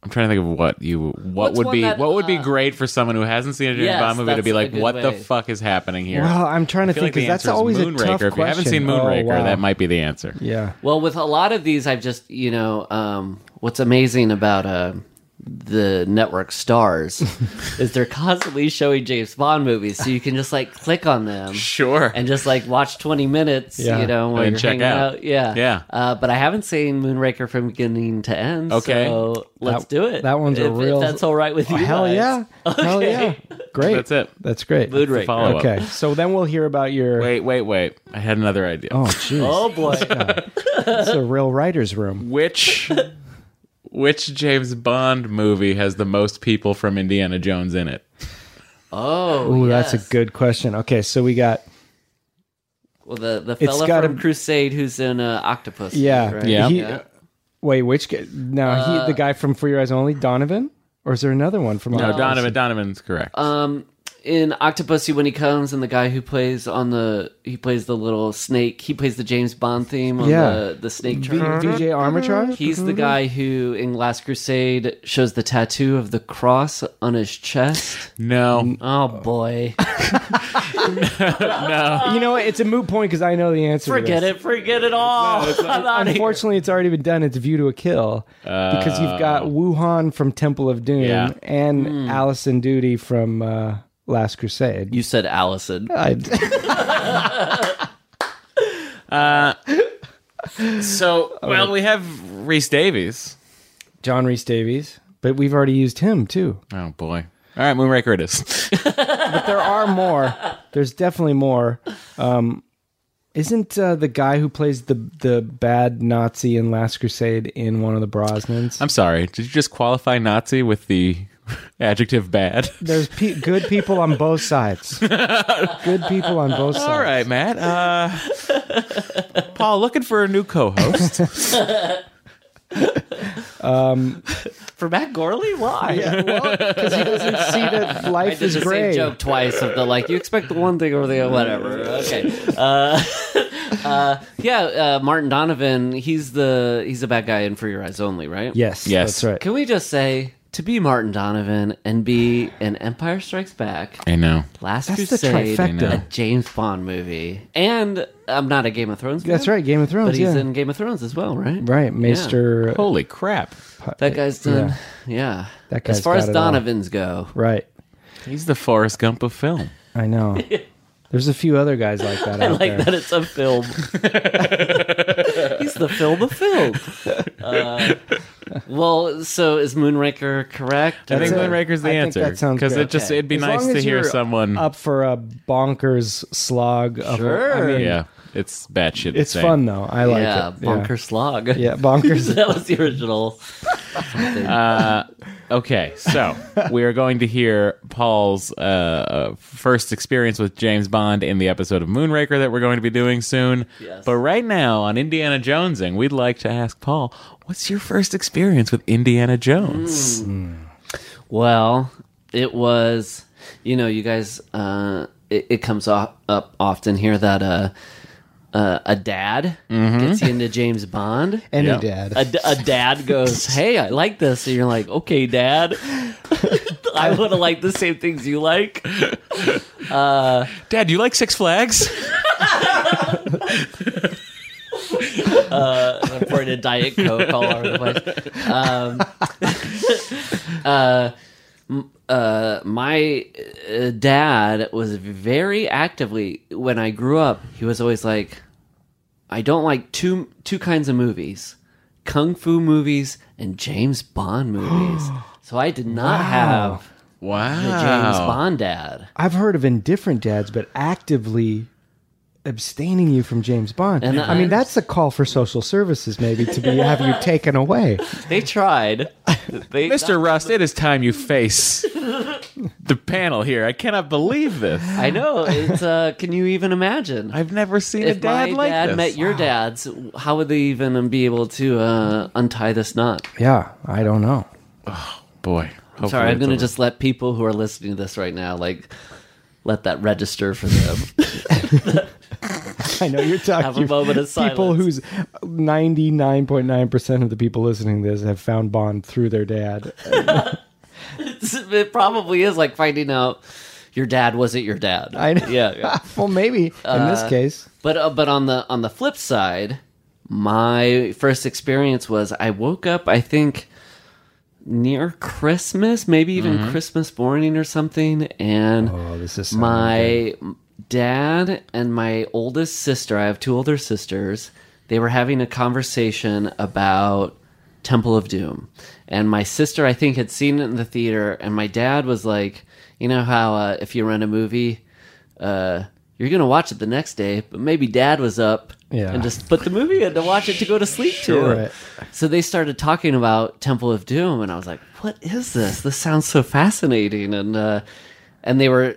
B: I'm trying to think of what you what
D: What's
B: would
D: one
B: be
D: that,
B: what would be
D: uh,
B: great for someone who hasn't seen a James
D: Yes,
B: Bond movie to be
D: that's
B: like,
D: a good
B: what the
D: way.
B: fuck is happening here?
A: Well, I'm trying to
B: I feel
A: think
B: like the
A: because that's
B: answer is
A: always a
B: Moonraker.
A: tough
B: If you
A: question.
B: haven't seen Moonraker,
A: oh, wow.
B: that might be the answer.
A: yeah.
D: Well, with a lot of these, I've just you know um, what's amazing about uh, the
B: [laughs]
D: network stars is they're constantly showing James Bond movies, so you can just like click on them.
B: Sure.
D: and just like watch 20 minutes,
A: Yeah.
D: you know, while
B: And
D: you're
B: check
D: hanging out.
B: out.
D: Yeah.
B: Yeah.
D: Uh, but I haven't seen Moonraker from beginning to end.
B: Okay.
D: So let's
A: That-
D: do it.
A: that one's a
D: If- if
A: real- Oh,
D: that's all right with you.
A: Hell
D: guys. [laughs]
A: yeah. Hell yeah. Great.
B: That's it.
A: That's great.
D: Moonraker.
B: Follow up.
A: Okay. So then we'll hear about your.
B: Wait, wait, wait. I had another idea.
A: Oh, jeez. [laughs]
D: Oh, boy.
A: It's
D: [laughs]
A: a real writer's room.
B: Which which James Bond movie has the most people from Indiana Jones in it?
D: Oh.
A: Ooh, that's
D: yes.
A: a good question. Okay, so we got
D: Well, the, the
A: It's
D: fella
A: gotta-
D: from Crusade who's in uh, Octopus.
A: yeah,
D: Right?
B: Yeah.
A: He, Wait, which guy? No,
D: Uh,
A: he the guy from For Your Eyes Only, Donovan, or is there another one from?
B: No,
A: Octopus?
B: Donovan. Donovan's correct.
D: Um, in Octopus, he- when he comes, and the guy who plays on the he plays the little snake. He plays the James Bond theme on
A: Yeah.
D: the, the snake.
A: V-
D: charm.
A: VJ Armitage.
D: He's the guy who, in Last Crusade, shows the tattoo of the cross on his chest.
B: no.
D: Oh boy!
A: you know, what? it's a moot point because I know the answer.
D: Forget
A: to this.
D: it! Forget it all! I'm out of here.
A: Unfortunately, it's already been done. It's View to a Kill because you've got Wuhan from Temple of Doom
B: Yeah.
A: and
D: Hmm.
A: Allison Duty from uh, Last Crusade.
D: You said Allison.
A: I,
B: So, well, we have Reese Davies.
A: John Reese Davies, but we've already used him too.
B: Oh boy. All right, Moonraker it is.
A: But there are more. There's definitely more. Um, isn't uh, the guy who plays the the bad Nazi in Last Crusade in one of the Brosnans?
B: I'm sorry. Did you just qualify Nazi with the [laughs] adjective bad?
A: There's pe- good people on both sides. good people on both sides.
B: All right, Matt. Uh, Paul, looking for a new co-host.
A: Um,
D: For Matt Gorley? Why? [laughs]
A: because he doesn't see [laughs] that
D: I
A: life
D: did
A: is
D: the
A: gray.
D: same joke twice of the like. You expect the one thing over the other, whatever. Okay. Uh, uh, [laughs] yeah, uh, Martin Donovan. He's the he's the bad guy in For Your Eyes Only, right?
A: Yes,
B: Yes.
A: that's right.
D: Can we just say to be Martin Donovan and be an Empire Strikes Back?
B: I know.
D: Last
A: That's the
D: Crusade,
A: trifecta.
D: a James Bond movie, and I'm not a Game of Thrones. fan,
A: That's right, Game of
D: but
A: Thrones.
D: he's
A: yeah,
D: in Game of Thrones as well, right?
A: right, Maester.
B: Holy crap!
D: That guy's done. Yeah,
A: That guy's
D: as far
A: got
D: as
A: it all.
D: Donovan's go, [laughs]
A: Right,
B: He's the Forrest Gump of film.
A: [laughs] I know. There's a few other guys like that.
D: I
A: out
D: like
A: there.
D: that it's a
B: [laughs]
D: film. he's the film of
A: [laughs]
D: film. Uh, well, so is Moonraker correct?
B: I think
A: it.
B: Moonraker's the
A: I think
B: answer.
A: that sounds
B: because
A: good.
B: it just
D: Okay.
B: it'd be
A: As
B: nice
A: long
B: to
A: as
B: hear
A: you're
B: someone.
A: up for a bonkers slog. Of,
D: Sure.
A: I mean,
B: yeah, It's batshit.
A: It's
B: insane.
A: fun though. I like
D: yeah,
A: it.
D: bonker slog. [laughs]
A: Yeah, bonkers.
D: that was the original.
B: Okay,
A: [laughs]
B: so we are going to hear Paul's uh, uh, first experience with James Bond in the episode of Moonraker that we're going to be doing soon.
D: Yes.
B: But right now on Indiana Jonesing, we'd like to ask Paul, what's your first experience with Indiana Jones?
D: Hmm. Well, it was, you know, you guys, uh, it, it comes off, up often here that uh, uh, a dad gets you into James Bond.
A: Any
B: Yeah.
A: dad.
D: A, d- a dad goes, "Hey, I like this," and you're like, "Okay, dad, [laughs] I want to like the same things you like."
B: Dad, do you like Six Flags?
D: I'm pouring a diet coke all over the place. [laughs] Um, uh, m- uh, my uh, dad was very actively when I grew up. He was always like, "I don't like two two kinds of movies: kung fu movies and James Bond
B: [gasps]
D: movies." so I did not have
B: wow.
D: the James Bond dad.
A: I've heard of indifferent dads, but actively abstaining you from James Bond.
D: And
A: I mean,
D: I-
A: that's a call for social services, maybe, to be have you taken away.
B: [laughs]
D: They tried. They
B: Mr. Rust, it is time you
D: [laughs]
B: face the panel here. I cannot believe this.
D: I know. It's uh, can you even imagine?
B: I've never seen
D: if
B: a dad
D: my
B: like
D: dad
B: this.
D: met your dad's, how would they even be able to uh, untie this knot?
A: Yeah, I don't know.
B: Boy. hopefully
D: Sorry, I'm
B: it's
D: going to
B: over.
D: just let people who are listening to this right now, like, let that register for them. [laughs]
A: I know you're talking
D: Have a moment of
A: people
D: silence.
A: whose 99.9% of the people listening to this have found Bond through their dad.
D: it probably is like finding out your dad wasn't your dad.
A: I know. [laughs]
D: Yeah. yeah.
A: well, maybe in this case.
D: But uh, but on the on the flip side, my first experience was I woke up I think near Christmas, maybe even Christmas morning or something, and
A: Mm-hmm. Oh, this is
D: my dad and my oldest sister. I have two older sisters. They were having a conversation about Temple of Doom, and my sister I think had seen it in the theater, and my dad was like, you know how uh, if you rent a movie uh, you're gonna watch it the next day, but maybe dad was up
A: Yeah.
D: and just put the movie in to watch it to go to sleep to.
A: Sure.
D: So they started talking about Temple of Doom, and I was like, "What is this? This sounds so fascinating." And uh, and they were,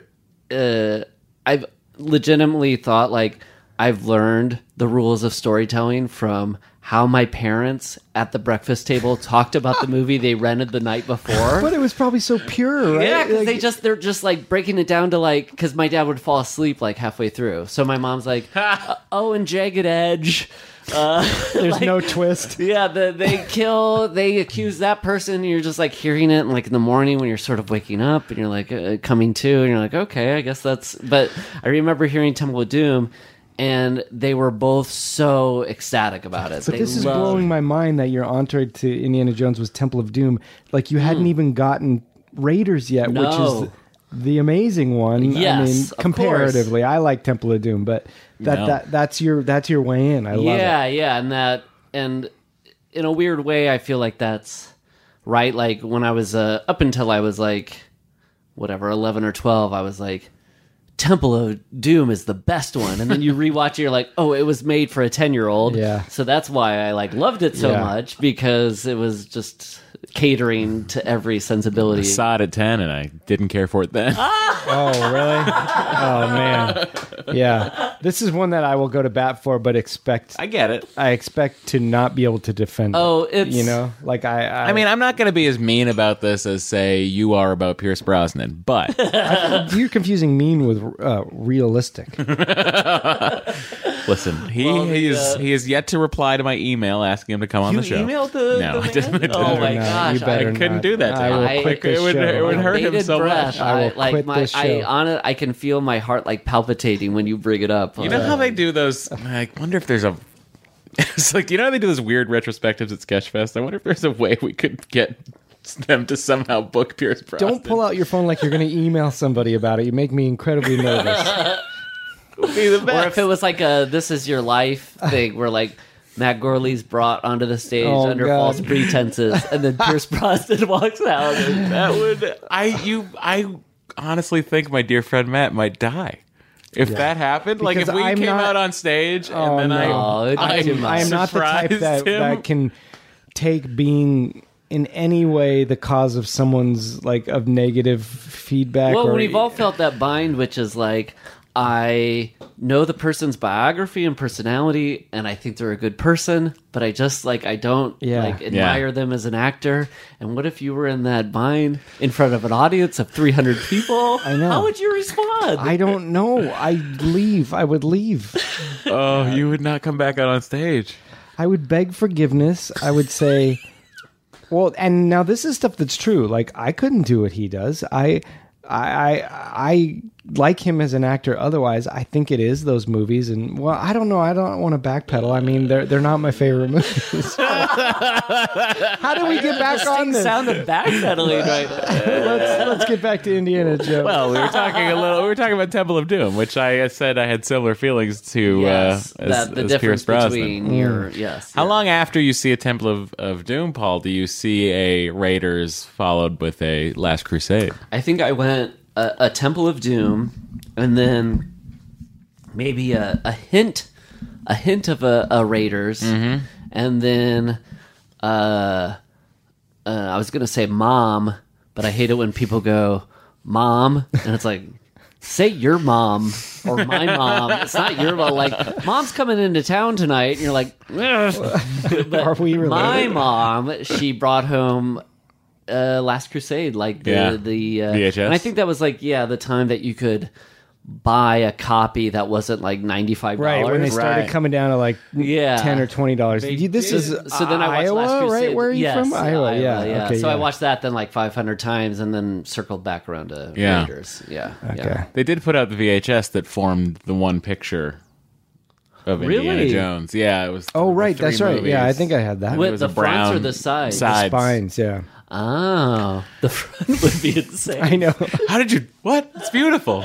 D: uh, I've legitimately thought like I've learned the rules of storytelling from how my parents at the breakfast table [laughs] talked about the movie they rented the night before.
A: But it was probably so pure, right?
D: Yeah, because
A: Like,
D: they just they're just like breaking it down to like because my dad would fall asleep like halfway through, so my
A: [laughs]
D: mom's like, uh, "Oh, and Jagged Edge." Uh, [laughs]
A: there's
D: like,
A: no twist.
D: [laughs] Yeah, the, they kill. They accuse that person. And you're just like hearing it, and like in the morning when you're sort of waking up, and you're like uh, coming to, and you're like, "Okay, I guess that's." But I remember hearing Temple of Doom, and they were both so ecstatic about it.
A: But
D: They
A: this is
D: loved-
A: blowing my mind that your entree to Indiana Jones was Temple of Doom. Like you hadn't even gotten Raiders yet, which is
D: Hmm. No.
A: the amazing one. I
D: Yes,
A: mean,
D: of course.
A: comparatively, I like Temple of Doom, but that,
B: No.
A: that that's your that's your way in. I love
D: yeah
A: it.
D: yeah and that and in a weird way i feel like that's right like when i was uh, up until i was like whatever 11 or 12 i was like temple of doom is the best one
A: [laughs]
D: and then you rewatch it you're like oh it was made for a 10 year old
A: Yeah.
D: so that's why i like loved it so
A: Yeah.
D: much because it was just catering to every sensibility
B: saw it at 10 and I didn't care for it then.
A: Oh really?
D: [laughs]
A: oh man. Yeah. This is one that I will go to bat for, but expect I,
B: get it.
A: expect to not be able to defend. it.
D: oh it's
A: you know, like I I,
B: I mean, I'm not going to be as mean about this as, say, you are about Pierce Brosnan, [laughs] but
A: you're confusing mean with uh, realistic.
B: [laughs] listen, he, he, is,
A: uh,
B: he is yet to reply to my email asking him to come on
D: you
B: the show.
D: emailed the,
B: No,
D: the
B: I didn't-
D: man?
B: I didn't.
D: oh my
A: You better not.
D: gosh
A: You
D: I-
A: better
B: I couldn't
A: not.
B: do that to
A: I
B: him.
A: will
D: I-
A: quit
B: it
A: this
B: would-
A: show.
B: it would
D: On
B: hurt him
D: bated
B: so much.
D: breath,
A: I will
D: I, like
A: quit
D: my,
A: this
D: I
A: show.
D: on it, I can feel my heart like palpitating when you bring it up.
B: You know how
A: Uh,
B: they do those? I wonder if there's a. [laughs] It's like you know how they do those weird retrospectives at Sketchfest. I wonder if there's a way we could get them to somehow book Pierce Brosnan.
A: Don't pull out your phone like you're going to email somebody about it. You make me
B: [laughs]
A: incredibly nervous.
B: Be the
D: or
B: best.
D: if it was like a "This Is Your Life" thing, where like Matt Gorley's brought onto the stage
A: Oh,
D: under
A: God.
D: false pretenses, and then Pierce [laughs] Brosnan walks out.
B: [laughs]
D: And,
B: that would I you I honestly think my dear friend Matt might die. If that happened, like if
A: Because
B: we
A: I'm
B: came
A: not-
B: out on stage and
A: Oh,
B: then
D: no,
B: I,
D: it's
B: I,
D: too much.
A: I am not the type
B: surprised
A: that,
B: him.
A: that can take being in any way the cause of someone's like of negative feedback.
D: Well,
A: or,
D: we've all felt that bind, which is like, I know the person's biography and personality, and I think they're a good person, but I just like I don't
A: Yeah.
D: like
A: Yeah.
D: admire them as an actor. And what if you were in that bind in front of an audience of three hundred
A: [laughs]
D: people? I
A: know.
D: How would you respond?
A: I don't know. I leave. I would leave.
B: oh, you would not come back out on [laughs] stage.
A: I would beg forgiveness. I would say, well, and now this is stuff that's true. Like I couldn't do what he does. I, I, I, I like him as an actor. Otherwise, I think it is those movies. And well, I don't know. I don't want to backpedal. I mean, they're they're not my favorite [laughs] movies. How do we
D: [laughs]
A: get back on
D: Distinct
A: this?
D: [laughs] sound of backpedaling right now.
A: Let's let's get back to Indiana Jones.
B: Well, Oh, we were talking a little. We were talking about Temple of Doom, which I said I had similar feelings to
D: Yes,
B: uh, as,
D: that, the
B: as Pierce
D: difference
B: Brosnan.
D: between your yes.
B: How long after you see a Temple of, of Doom, Paul, do you see a Raiders followed with a Last Crusade?
D: I think I went a, a Temple of Doom, and then maybe a, a hint, a hint of a, a Raiders, and then uh, uh, I was gonna say Mom, but I hate it when people go Mom, and it's like. Say your mom or my mom. It's not your mom. Like mom's coming into town tonight, and you're like, "Ugh." But
A: Are [laughs] we related?
D: my mom, she brought home uh, Last Crusade, like the
B: Yeah.
D: the uh,
B: VHS.
D: And I think that was like yeah, the time that you could buy a copy that wasn't like ninety five
A: Right
D: dollars.
A: when they started
B: Right.
A: coming down to like
D: Yeah. Uh,
A: ten or twenty dollars. This is
D: so then I watched
A: Iowa,
D: Last Crusade.
A: right? Where are you
D: Yes,
A: from? Iowa. Yeah. Okay,
D: so I
A: yeah.
D: watched that then like five hundred times, and then circled back around to
B: Yeah.
D: Raiders. Yeah.
A: Okay.
D: Yeah.
B: They did put out the VHS that formed the one picture of Indiana
D: Really?
B: Jones. Yeah, it was. th-
A: Oh
B: the
A: right,
B: three
A: that's right. Yeah, I
B: movies.
A: think I had that.
B: It
D: With
B: was
D: the
B: a
D: fronts or
B: brown
D: the sides?
B: sides.
A: Spines, yeah.
D: Oh, [laughs] the front would be
A: [laughs]
D: insane.
A: I know.
B: How did you? What? It's beautiful.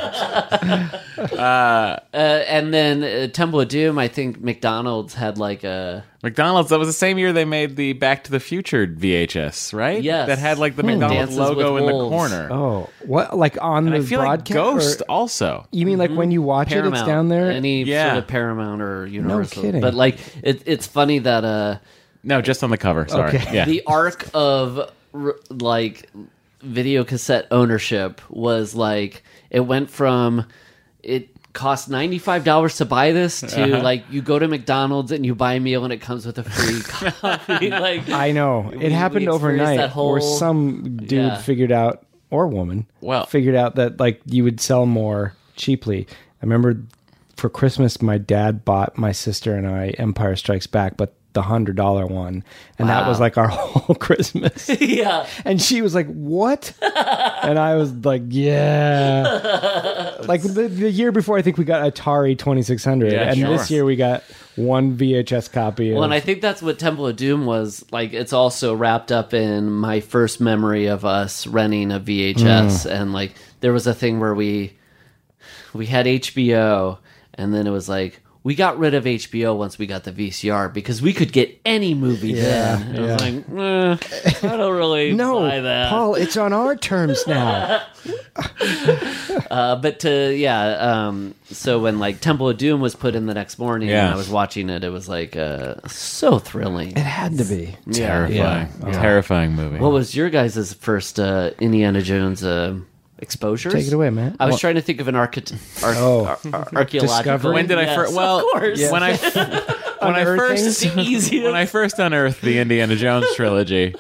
D: Uh, and then uh, Temple of Doom. I think McDonald's had like a
B: McDonald's. That was the same year they made the Back to the Future VHS, right?
D: Yes.
B: That had like the McDonald's
D: Dances with
B: logo in the
D: Wolves.
B: corner.
A: Hmm. Oh, what? Like on
B: and
A: the
B: I feel like
A: broadcast?
B: Ghost Mm-hmm.
A: or-
B: also.
A: you mean like when you watch it, it's
D: Paramount,
A: down there?
D: Any
B: Yeah.
D: sort of Paramount or Universal.
A: kidding.
D: But like, it, it's funny that uh,
B: No, just on the cover. Sorry.
A: Okay.
B: Yeah.
D: the arc of r- like video cassette ownership was like it went from it cost ninety five dollars to buy this to
B: Uh-huh.
D: like you go to McDonald's and you buy a meal and it comes with a free
B: [laughs]
D: [laughs] coffee. like
A: I know.
D: We-
A: It happened
D: we experienced
A: overnight
D: that
A: where
D: whole-
A: some dude
D: Yeah.
A: figured out, or woman,
B: Well-
A: figured out that like you would sell more cheaply. I remember for Christmas, my dad bought my sister and I Empire Strikes Back, but the $100 one. And that was like our [laughs] whole Christmas.
B: [laughs]
D: yeah,
A: And she was like, "What?" and I was like, "Yeah."
B: [laughs]
A: like the, the year before, I think we got Atari Twenty Six Hundred,
B: Yeah,
A: and
B: sure.
A: this year we got one VHS copy. Of,
D: Well, and I think that's what Temple of Doom was like. It's also wrapped up in my first memory of us renting a VHS,
A: Mm.
D: and like there was a thing where we we had HBO, and then it was like we got rid of HBO once we got the VCR because we could get any movie then. And I was like, eh, I don't
A: [laughs]
D: really
A: no,
D: buy that.
A: Paul, it's on our terms
B: [laughs]
A: now.
D: Uh, but to yeah, um, so when like Temple of Doom was put in the next morning, and
B: Yeah.
D: I was watching it. It was like uh, so thrilling.
A: it had to be.
B: Terrifying. Terrifying movie.
D: What was your guys' first uh, Indiana Jones uh, exposures?
A: Take it away, man.
D: I was trying to think of an architect. Ar-
A: Oh.
D: ar- ar- archaeological.
A: Discovery?
B: when did I
D: Yes,
B: first? Well,
D: of course.
B: when
D: [laughs]
B: I [laughs] when I first
A: Unearthing?
B: when I first unearthed the Indiana Jones trilogy.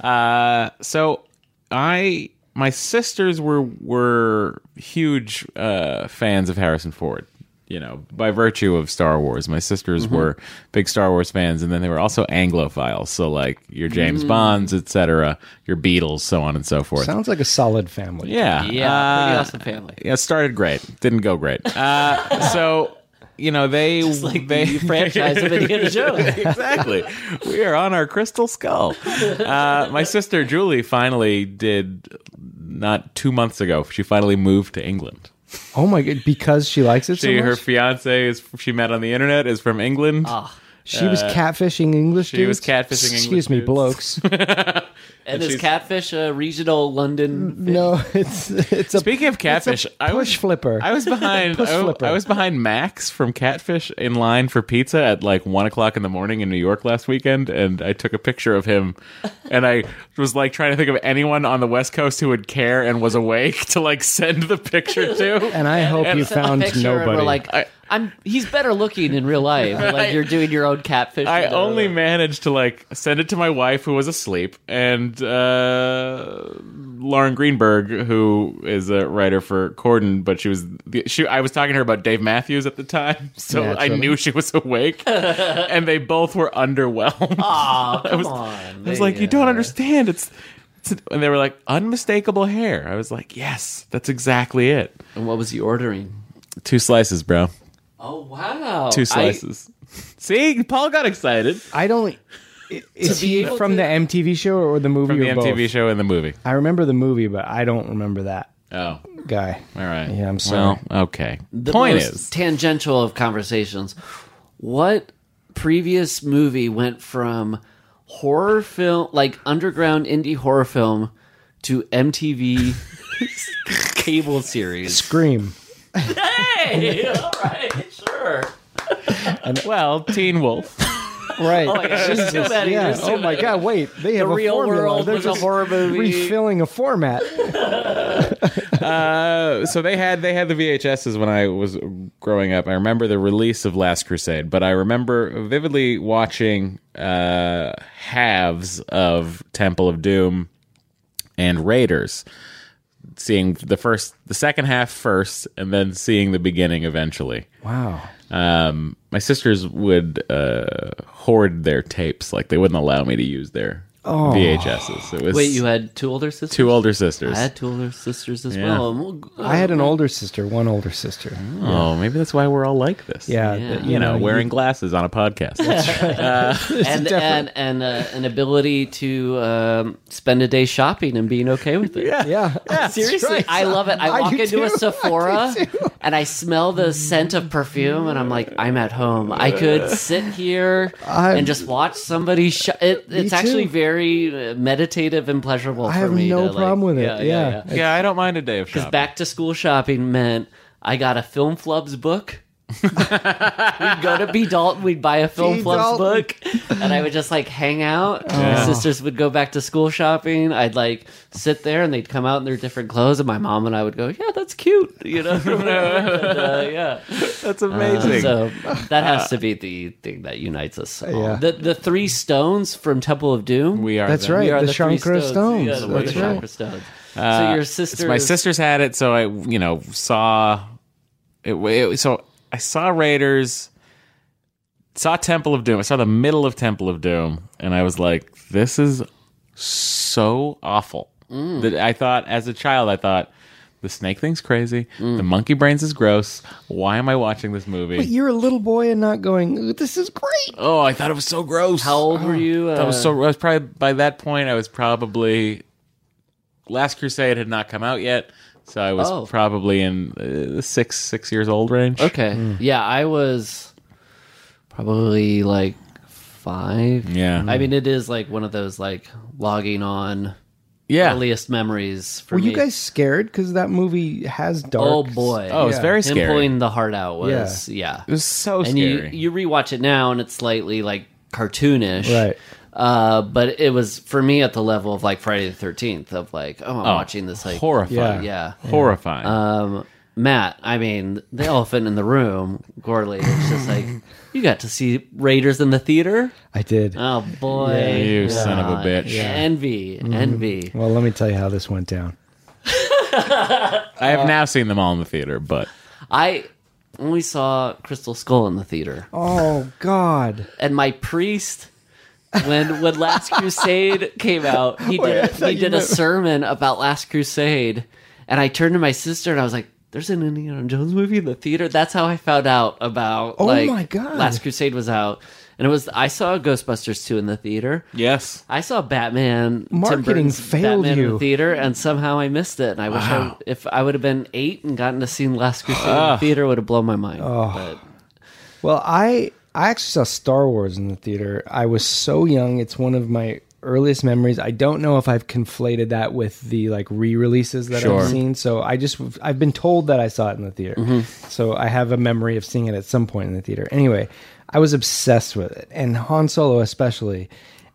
B: Uh, so I my sisters were were huge uh, fans of Harrison Ford. You know, by virtue of Star Wars, my sisters
D: Mm-hmm.
B: were big Star Wars fans, and then they were also Anglophiles. So like your James
D: Mm.
B: Bonds, etc., your Beatles, so on and so forth.
A: Sounds like a solid family.
B: yeah,
D: yeah,
B: Uh,
D: pretty awesome family.
B: yeah, it started great. Didn't go great. Uh, so, you know,
D: [laughs]
B: they
D: Like
B: they
D: the
B: [laughs]
D: franchise of Indiana Jones.
B: exactly. We are on our crystal skull. Uh, my sister Julie finally did not two months ago. She finally moved to England.
A: Oh my god, because she likes it
B: She,
A: so
B: her
A: much. Ah.
B: fiance is she met on the internet is from England.
A: she was catfishing English.
B: uh, she was
A: dudes?
B: catfishing English [laughs]
A: Excuse me,
B: dudes.
A: blokes.
D: And,
B: And
D: is
B: she's-
D: catfish a regional London?
A: No, it's it's a
B: Speaking of catfish, I was
A: push flipper.
B: I was
A: [laughs]
B: behind.
A: Push
B: I, w-
A: flipper.
B: I was behind Max from Catfish in line for pizza at like one o'clock in the morning in New York last weekend, and I took a picture of him, and I was like trying to think of anyone on the West Coast who would care and was awake [laughs] to like send the picture
A: [laughs]
B: to.
A: and I hope
B: and
A: you
B: a
A: found
D: picture
A: nobody.
D: And we're like, I,
B: I-
D: am He's better looking in real
B: [laughs]
D: life. Like you're doing your own catfish.
B: I
D: and uh, they're
B: only
D: like,
B: managed to like send it to my wife who was asleep and uh, Lauren Greenberg who is a writer for Corden, but she was the, she I was talking to her about Dave Matthews at the time, [laughs] so I
A: Naturally.
B: knew she was
D: [laughs]
B: awake, and they both were underwhelmed.
D: Aw,
B: [laughs]
D: come
B: I was,
D: on.
B: I was like, you don't understand. It's, it's and they were like unmistakable hair. I was like, yes, that's exactly it.
D: And what was he ordering?
B: Two slices, bro.
D: Oh wow!
B: Two slices. See, Paul got excited
A: I don't. i- Is
D: be
A: he
D: able
A: from
D: to-
A: the MTV show or the movie
B: from the
A: or both?
B: MTV show and the movie.
A: I remember the movie, but I don't remember that
B: Oh.
A: guy.
B: All right.
A: Yeah, I'm sorry.
B: Well, okay.
D: the
B: Point
D: most
B: is,
D: tangential of conversations. What previous movie went from horror film, like underground indie horror film, to MTV cable series?
A: Scream.
D: Hey, all right, sure.
B: well, Teen Wolf. [laughs]
A: Right.
D: Oh, There's too many.
A: yeah.
D: There's too
A: Oh my
D: many.
A: God! Wait, they have a
D: Real
A: formula.
D: World
A: They're
D: was a
A: just
D: horror movie.
A: refilling a format.
B: Uh, so they had they had the VHSs when I was growing up. I remember the release of Last Crusade, but I remember vividly watching uh, halves of Temple of Doom and Raiders, seeing the first, the second half first, and then seeing the beginning eventually.
A: Wow.
B: Um, my sisters would uh, hoard their tapes; like they wouldn't allow me to use their VHSs. It was
D: Oh. Wait, you had two older sisters.
B: two older sisters.
D: I had two older sisters as
B: Yeah.
D: well. and we'll-
A: I had an older sister, one older sister.
B: Oh, maybe that's why we're all like this.
A: Yeah,
D: Yeah.
A: th-
B: you know, wearing glasses on a podcast.
A: [laughs]
D: and and and uh, an ability to um, spend a day shopping and being okay with it. [laughs]
A: yeah,
D: Seriously,
A: Right.
D: I love it. I,
A: I
D: walk
A: do
D: into a
A: too. [laughs]
D: Sephora
A: I do too.
D: and I smell the scent of perfume, and I'm like, I'm at home. I could sit here
A: I'm-
D: and just watch somebody. Sh- it, it's
A: too.
D: actually very uh, meditative and pleasurable.
A: I
D: for
A: have
D: me
A: no
D: to, like-
A: problem with it. Yeah.
B: yeah, I don't mind a day of shopping.
D: Back to school shopping meant I got a film
B: [laughs]
D: flubs book. we'd go to B Dalton, we'd buy a film
A: B. Dalton.
D: flubs book, and I would just like
B: [laughs]
D: hang out. My sisters would go back to school shopping. I'd like sit there, and they'd come out in their different clothes, and my mom and I would go, "Yeah, that's cute,"
B: [laughs]
D: you know. And, uh, yeah,
B: That's
A: [laughs]
B: amazing.
D: so that has to be the thing that unites us. all.
A: Yeah.
D: The the three stones from Temple of Doom.
B: we are.
A: That's
B: them.
A: right.
D: are
A: the
D: three
A: Shankara Stones.
D: Yeah, the
A: That's
D: three
A: right.
D: Shankara stones. so your
B: Uh, It's-
D: sister,
B: My sisters had it, so I, you know, saw it, it. So I saw Raiders, saw Temple of Doom. I saw the middle of Temple of Doom, and I was like, "This is so awful." That I thought as a child, I thought. The snake thing's crazy. The monkey brains is gross. Why am I watching this movie?
A: But you're a little boy and not going. "Ooh, This is great.
B: oh, I thought it was so gross.
D: How old were you?
B: Oh, That
D: uh,
B: was so. I was probably by that point. I was probably Last Crusade had not come out yet, so I was
D: Oh.
B: probably in uh, the six six years old range.
D: Okay.
B: Hmm.
D: Yeah, I was probably like five.
B: Yeah.
D: I mean, it is like one of those like logging on
B: yeah.
D: earliest memories for
A: Were
D: me.
A: you guys scared? Because that movie has dark.
D: oh boy!
B: Oh, it's
A: Yeah.
B: very
D: him
B: scary.
D: pulling the heart out was yeah.
B: it was so
D: and
B: scary.
D: you you rewatch it now and it's slightly like cartoonish,
A: Right.
D: Uh, but it was for me at the level of like Friday the Thirteenth of like oh I'm
B: Oh,
D: watching this like
B: horrifying.
D: yeah.
B: Horrifying.
D: Um, Matt, I mean, the elephant in the room, Gorley, it's just
A: [laughs]
D: like, you got to see Raiders in the theater?
A: I did.
D: Oh, boy.
B: you son of a bitch.
D: Envy,
A: Mm-hmm.
D: envy.
A: well, let me tell you how this went down.
B: I
D: uh,
B: have now seen them all in the theater, but
D: I only saw Crystal Skull in the theater.
A: Oh God.
D: And my priest, when,
A: [laughs]
D: when Last Crusade came out, he
A: Wait, I
D: did,
A: thought
D: he
A: Oh, you
D: did a
A: meant-
D: sermon about Last Crusade. And I turned to my sister and I was like, there's an Indiana Jones movie in the theater. That's how I found out about
A: Oh
D: like
A: my God.
D: Last Crusade was out. And it was I saw Ghostbusters 2 in the theater.
B: yes,
D: I saw Batman. Tim
A: Marketing
D: Burton's
A: failed
D: Batman in
A: you.
D: the theater, and somehow I missed it. And I wish I, if I would have been eight and gotten to see Last Crusade in
B: Ah.
D: the theater, it would have blown my mind.
B: Oh.
A: Well, I I actually saw Star Wars in the theater. I was so young. It's one of my earliest memories. I don't know if I've conflated that with the like re-releases that
B: Sure.
A: I've seen. So I just I've been told that I saw it in the theater. So I have a memory of seeing it at some point in the theater. Anyway, I was obsessed with it and Han Solo especially.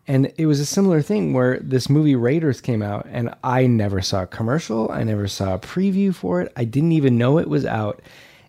A: And it was a similar thing where this movie Raiders came out and I never saw a commercial, I never saw a preview for it. I didn't even know it was out.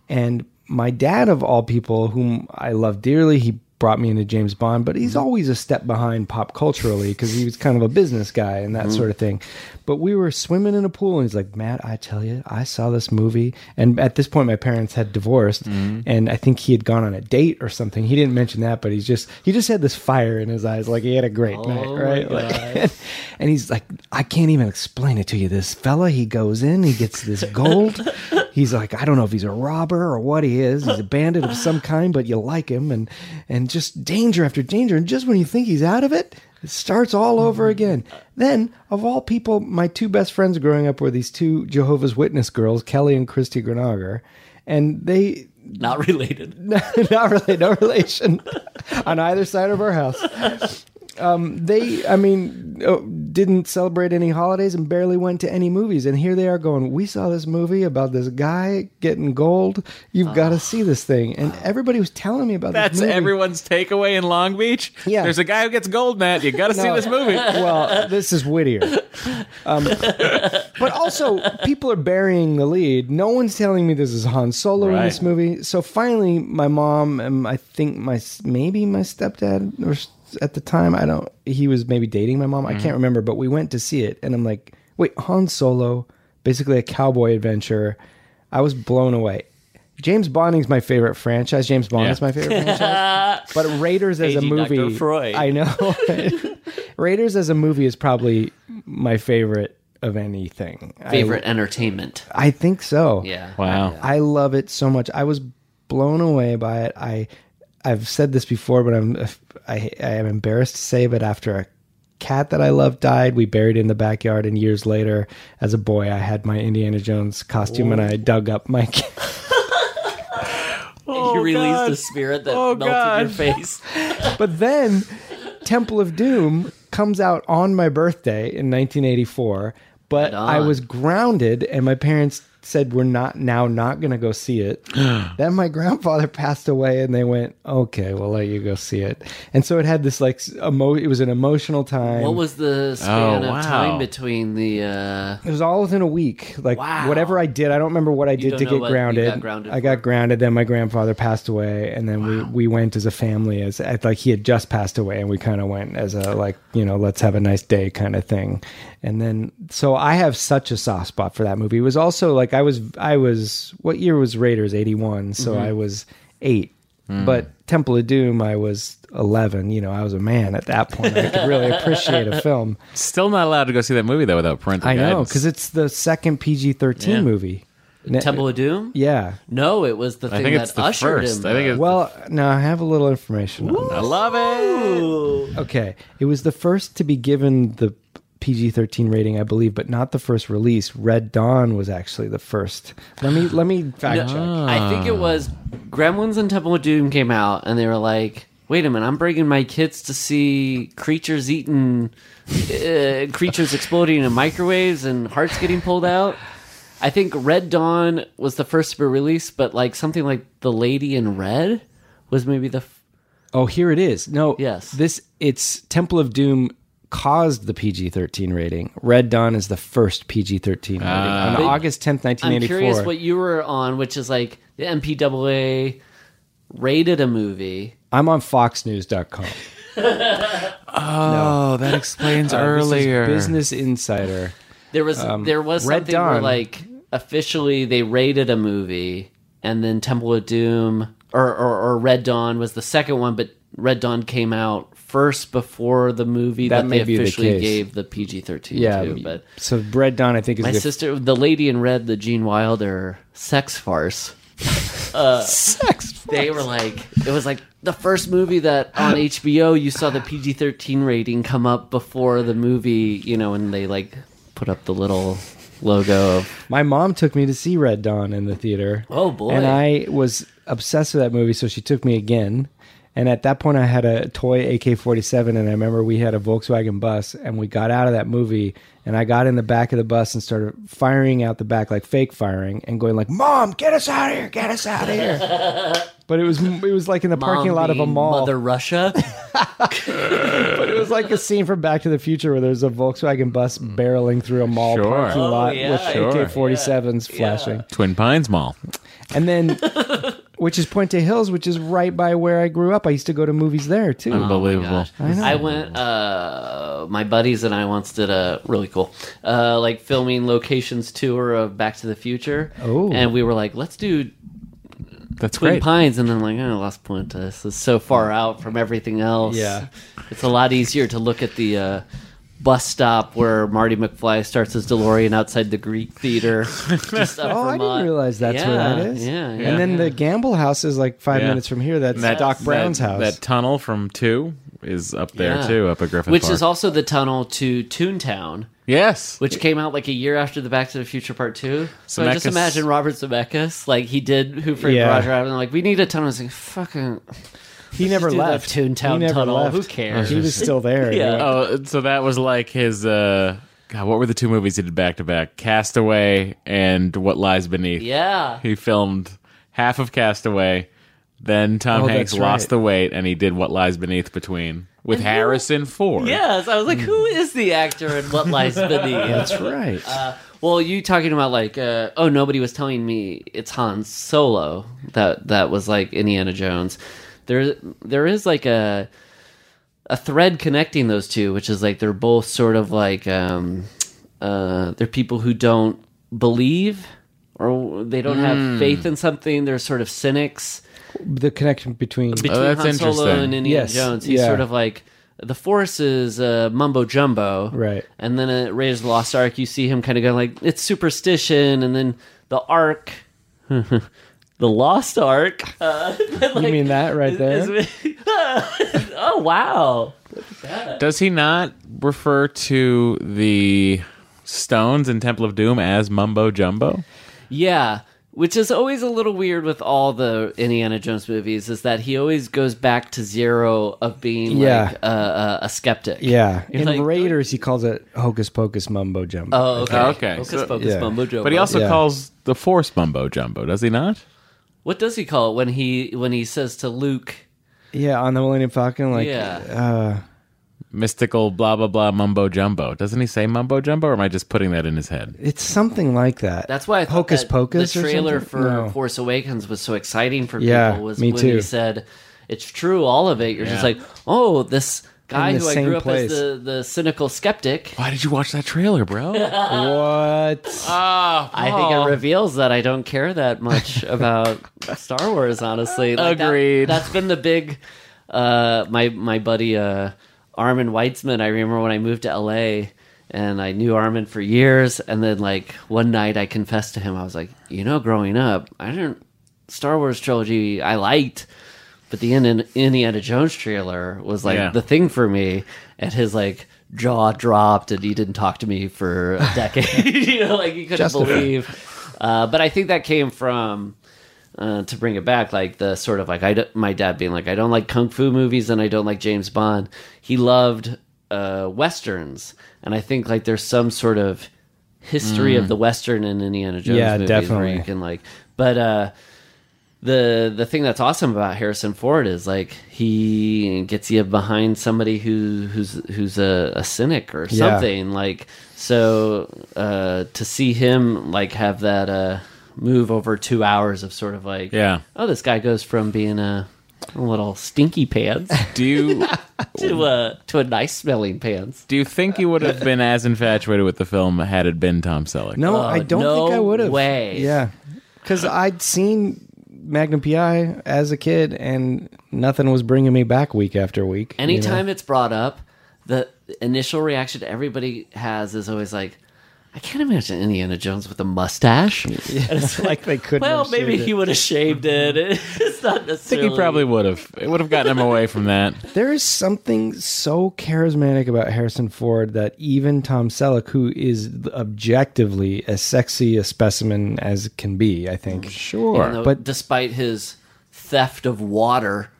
A: And my dad, of all people, whom I love dearly, he brought me into James Bond, but he's always a step behind pop culturally because he was kind of a business guy and that sort of thing. But we were swimming in a pool, and he's like, Matt, I tell you, I saw this movie. And at this point, my parents had divorced, and I think he had gone on a date or something. He didn't mention that, but he's just, he just had this fire in his eyes, like he had a great night, right? [laughs] Like, and he's like, I can't even explain it to you. This fella, he goes in, he gets this gold. [laughs] he's like, I don't know if he's a robber or what he is. He's a bandit of some kind, but you like him, and and just danger after danger. And just when you think he's out of it, it starts all over again. Then, of all people, my two best friends growing up were these two Jehovah's Witness girls, Kelly and Christy Granager, and they
D: Not related.
A: [laughs] not really no relation [laughs] on either side of our house um, they i mean oh, didn't celebrate any holidays and barely went to any movies and here they are going we saw this movie about this guy getting gold you've got to see this thing and everybody was telling me about
B: That's
A: this movie.
B: everyone's takeaway in Long Beach.
A: Yeah.
B: There's a guy who gets gold, Matt. You got
D: [laughs]
B: to see
A: No.
B: this movie.
A: well, this is Whittier. Um, but also, people are burying the lead. No one's telling me this is Han Solo in this
B: Right.
A: movie. So finally, my mom and I think my maybe my stepdad or s- at the time I don't. He was maybe dating my mom. I can't remember. But we went to see it, and I'm like, wait, Han Solo, basically a cowboy adventure. I was blown away. James Bonding's my favorite franchise. James Bond
B: Yeah.
A: is my favorite franchise. But Raiders as a
D: Paging Dr.
A: movie,
D: Freud.
A: I know. Raiders as a movie is probably my favorite of anything. I-
D: Favorite entertainment.
A: I, think so.
D: Yeah.
B: Wow.
A: I love it so much. I was blown away by it. I I've said this before, but I'm I, I am embarrassed to say, but after a cat that I love died, we buried in the backyard, and years later, as a boy, I had my Indiana Jones costume, and I dug up my. cat.
D: [laughs] you released a spirit that melted your face.
A: [laughs] But then Temple of Doom comes out on my birthday in 1984, but I was grounded and my parents said we're not now not going to go see it. then my grandfather passed away and they went, "Okay, we'll let you go see it." And so it had this like emo- it was an emotional time.
D: What was the span
B: Oh,
D: of
B: wow.
D: time between the? Uh,
A: it was all within a week. Like
D: Wow.
A: whatever I did, I don't remember what I did
D: don't
A: to
D: know
A: get
D: what you
A: grounded.
D: got grounded
A: I got grounded. Then my grandfather passed away, and then we, we went as a family. As at, like he had just passed away, and we kind of went as a like you know let's have a nice day kind of thing. And then so I have such a soft spot for that movie. It was also like I was I was what year was Raiders eighty one?
D: Mm-hmm.
A: So I was eight.
D: Mm.
A: But Temple of Doom, I was eleven. You know, I was a man at that point. I could really appreciate a film.
B: [laughs] Still not allowed to go see that movie though without parental
A: I know
B: guidance.
A: because it's the second PG thirteen
B: Yeah.
A: movie. Ne-
D: Temple of Doom?
A: yeah.
D: No, it was the
B: Eh, I
D: thing
B: think
D: that
B: it's the
D: ushered
B: first.
D: him.
B: I think it's
A: Well, now I have a little information. On
B: I love it.
D: Ooh.
A: that. Okay, it was the first to be given the PG thirteen rating, I believe, but not the first release. Red Dawn was actually the first. Let me let
D: [gasps]
A: me fact check.
D: I think it was Gremlins and Temple of Doom came out, and they were like, "Wait a minute, I'm bringing my kids to see creatures eating, uh, creatures exploding in microwaves, and hearts getting pulled out." I think Red Dawn was the first to be released, but like something like The Lady in Red was maybe the. F-
A: Oh, here it is. No,
D: Yes.
A: this it's Temple of Doom caused the PG thirteen rating. Red Dawn is the first PG thirteen rating on
D: Ah. But
A: August tenth, nineteen
D: I'm
A: eighty
D: curious
A: four.
D: what you were on, which is like the MPAA rated a movie.
A: I'm on FoxNews.com.
B: Oh, that explains earlier.
A: This is Business Insider.
D: There was there was
A: Um, Red
D: something where
A: Dawn.
D: like officially they rated a movie, and then Temple of Doom or, or or Red Dawn was the second one, but Red Dawn came out first before the movie
A: That
D: that,
A: may
D: they
A: be the
D: officially
A: case.
D: gave the PG thirteen
A: Yeah,
D: to. But
A: so Red Dawn, I think, is
D: my
A: the
D: sister, the lady in red, the Gene Wilder sex farce. [laughs]
A: sex.
D: They were like, it was like the first movie that on HBO you saw the PG thirteen rating come up before the movie, you know, and they like put up the little logo of
A: My mom took me to see Red Dawn in the theater.
D: Oh, boy.
A: And I was obsessed with that movie, so she took me again. And at that point, I had a toy AK 47, and I remember we had a Volkswagen bus, and we got out of that movie, and I got in the back of the bus and started firing out the back, like fake firing, and going like, "Mom, get us out of here! Get us out of here!"
D: [laughs]
A: but it was it was like in the parking
D: Mom
A: lot of a
D: being
A: mall.
D: Mother Russia.
A: It was like a scene from Back to the Future where there's a Volkswagen bus barreling through a mall
B: Mm. Sure.
A: parking
B: Oh,
A: lot
D: yeah,
A: with
D: Sure.
A: AK-47s flashing.
B: Twin Pines Mall.
D: Oh
A: And
D: [laughs]
A: then, which is Puente Hills, which is right by where I grew up. I used to go to movies there too.
B: Unbelievable.
D: I, went. Uh, my buddies and I once did a really cool, uh, like filming locations tour of Back to the Future.
A: Oh.
D: and we were like, let's do
B: That's
D: Twin
B: great.
D: Pines, and then like, oh, Las Puentes This is so far out from everything else.
A: Yeah.
D: it's a lot easier to look at the. Uh, Bus stop where Marty McFly starts his DeLorean outside the
A: [laughs]
D: Greek Theater. Just up
A: Oh, I
D: Vermont.
A: didn't realize that's where
D: Yeah,
A: that is.
D: Yeah, yeah.
A: And then the Gamble house is like five
B: Yeah.
A: minutes from here. That's
B: That-
A: Doc
B: that-
A: Brown's house.
B: That tunnel from two is up there
D: Yeah.
B: too, up at Griffin
D: which
B: Park.
D: is also the tunnel to Toontown,
B: yes.
D: which came out like a year after the Back to the Future Part Two. So I just
B: Zemeckis-
D: imagine Robert Zemeckis, like he did Who Framed
A: Yeah.
D: Roger Rabbit, and like we need a tunnel. It's like fucking
A: he never
D: do that
A: left.
D: Toontown
A: he never
D: tunnel.
A: Left.
D: Who cares?
A: He was still there.
D: [laughs] Yeah.
A: anyway.
B: Oh, so that was like his. uh God, what were the two movies he did back to back? Castaway and What Lies Beneath.
D: yeah.
B: He filmed half of Castaway, then Tom
A: Oh,
B: Hanks
A: that's
B: lost
A: right.
B: the weight, and he did What Lies Beneath between with Harrison Ford.
D: Yes, I was like, who is the actor and what lies beneath?
A: That's right.
D: Uh, well, you talking about like, uh, oh, nobody was telling me it's Han Solo that that was like Indiana Jones. There, there is like a a thread connecting those two, which is like they're both sort of like um, uh, they're people who don't believe or they don't have faith in something. They're sort of cynics
A: the connection
D: [laughs]
A: between.
D: between
B: Oh, that's
D: Han Solo
B: interesting.
D: and Indiana
A: Yes,
D: Jones. He's
A: yeah.
D: sort of like the Force is uh, mumbo jumbo,
A: Right.
D: And then at Raiders of the Lost Ark, you see him kind of going like it's superstition, and then the Ark, [laughs] the Lost Ark. [laughs] Uh,
A: you mean that right there?
D: is- [laughs] oh wow!
B: Does he not refer to the stones in Temple of Doom as mumbo jumbo?
D: Yeah. Which is always a little weird with all the Indiana Jones movies is that he always goes back to zero of being
A: Yeah.
D: like a, a, a skeptic.
A: yeah. In
D: like-
A: Raiders, he calls it hocus pocus mumbo jumbo.
D: Oh, okay.
B: Okay,
D: Hocus
B: so-
D: pocus
A: Yeah.
D: mumbo jumbo.
B: But he also
A: Yeah.
B: calls the Force mumbo jumbo, does he not?
D: What does he call it when he when he says to Luke?
A: Yeah, on the Millennium Falcon, like uh,
D: Yeah.
B: Mystical blah blah blah mumbo jumbo. Doesn't he say mumbo jumbo, or am I just putting that in his head?
A: it's something like that.
D: That's why I thought
A: Hocus
D: that
A: Pocus
D: the
A: or
D: trailer
A: something?
D: for
A: No.
D: [laughs] Force Awakens was so exciting for
A: Yeah,
D: people was
A: me
D: when
A: too.
D: he said it's true all of it. You're just
B: Yeah.
D: like, "Oh, this guy
A: In the
D: who I
A: same
D: grew up
A: place.
D: as the the cynical skeptic."
B: Why did you watch that trailer, bro?
A: what?
D: Uh,
B: Ah,
D: I think it reveals that I don't care
B: [laughs]
D: that much about Star Wars, honestly. Like, that-
B: Agreed.
D: that's been the big. Uh, my my buddy uh, Armin Weitzman. I remember when I moved to L.A. and I knew Armin for years, and then like one night I confessed to him. I was like, you know, growing up, I didn't Star Wars trilogy. I liked. But the Ind- Indiana Jones trailer was like
B: Yeah.
D: the thing for me, and his like jaw dropped, and he didn't talk to me for
A: [laughs]
D: a decade. [laughs] you know, like he couldn't
A: Justified.
D: believe. Uh, but I think that came from uh, to bring it back, like the sort of like I d- my dad being like I don't like kung fu movies and I don't like James Bond. He loved uh, westerns, and I think like there's some sort of history of the western in Indiana Jones
A: Mm. Yeah,
D: movies where
A: definitely.
D: you can like, but. uh the the thing that's awesome about Harrison Ford is like he gets you behind somebody who who's who's a, a cynic or
A: Yeah.
D: something like so uh, to see him like have that uh, move over two hours of sort of like
B: Yeah.
D: oh this guy goes from being a, a little stinky pants
B: Do you
D: [laughs] to a to a nice smelling pants
B: do you think you would have been as infatuated with the film had it been Tom Selleck?
A: No, I don't
D: no
A: think I would have.
D: way.
A: Yeah, because I'd seen Magnum PI as a kid, and nothing was bringing me back week after week. you know?
D: anytime it's brought up, the initial reaction everybody has is always like, I can't imagine Indiana Jones with a mustache. And it's like,
A: [laughs] like they couldn't.
D: [laughs] well,
A: have
D: maybe
A: saved
D: he
A: it.
D: would have shaved it. [laughs] It's not
B: I think
D: necessarily.
B: he probably would have. It would have gotten him away from that.
A: There is something so charismatic about Harrison Ford that even Tom Selleck, who is objectively as sexy a specimen as can be, I think.
B: Sure.
D: Even though
A: but-
D: despite his theft of water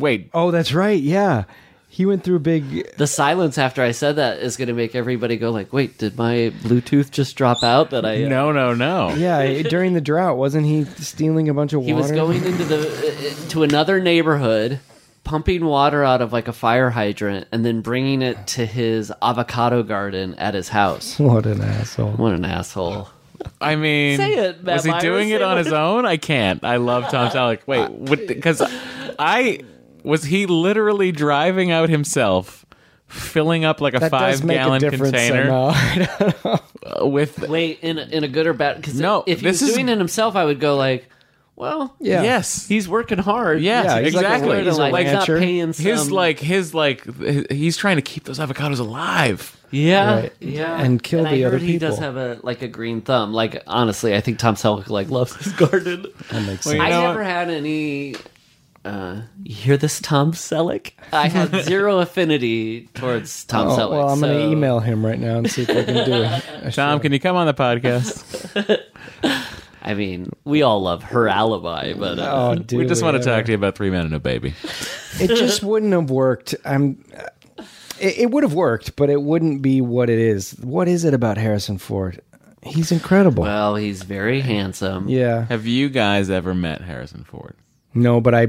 B: Wait,
A: Oh, that's right. Yeah. He went through big.
D: The silence after I said that is going to make everybody go like, "Wait, did my Bluetooth just drop out?" That I uh,
B: no, no, no.
D: [laughs]
A: Yeah, during the drought, wasn't he stealing a bunch of
D: He
A: water?
D: was going into the to another neighborhood, pumping water out of like a fire hydrant, and then bringing it to his avocado garden at his
A: [laughs]
D: house.
A: What an asshole.
D: What an asshole!
B: I mean,
D: Say it, Matt
B: was he
D: Myra,
B: doing
D: say
B: it on
D: what-
B: his own? I can't. I love Tom Selleck. Wait, what? Because I was he literally driving out himself, filling up like a
A: That does make a
B: five-gallon
A: difference
B: container
A: somehow. [laughs]
B: uh, with.
D: Wait, in a, in a good or bad? Because
B: No,
D: if he was
B: this is-
D: doing it himself, I would go like, "Well,
A: yeah.
B: Yes,
D: he's working hard.
B: Yes,
A: Yeah, he's like a
B: exactly.
A: lawyer,
D: he's
A: he's a
D: like he's not
A: rancher.
D: paying some,
B: his like his like th- he's trying to keep those avocados alive.
D: Yeah,
A: Right.
D: yeah,
A: And kill
D: I
A: the other
D: heard He does
A: people.
D: have a like a green thumb. Like honestly, I think Tom Selleck like loves his garden.
B: Well, you
D: I
B: know
D: never
B: what?
D: had any. Uh, you hear this, Tom Selleck? I
A: [laughs]
D: had zero affinity towards Tom
A: Oh,
D: Selleck.
A: well, I'm going
D: so-
A: to email him right now and see if we can do
D: [laughs]
A: it.
B: Tom, can you come on the podcast?
D: I mean, we all love her alibi, but uh,
A: Oh, dude.
B: we just want to talk to you about Three Men and a Baby.
A: It just wouldn't have worked. I'm. It, it would have worked, but it wouldn't be what it is. What is it about Harrison Ford? He's incredible.
D: well, he's very handsome.
A: yeah.
B: Have you guys ever met Harrison Ford?
A: No, but I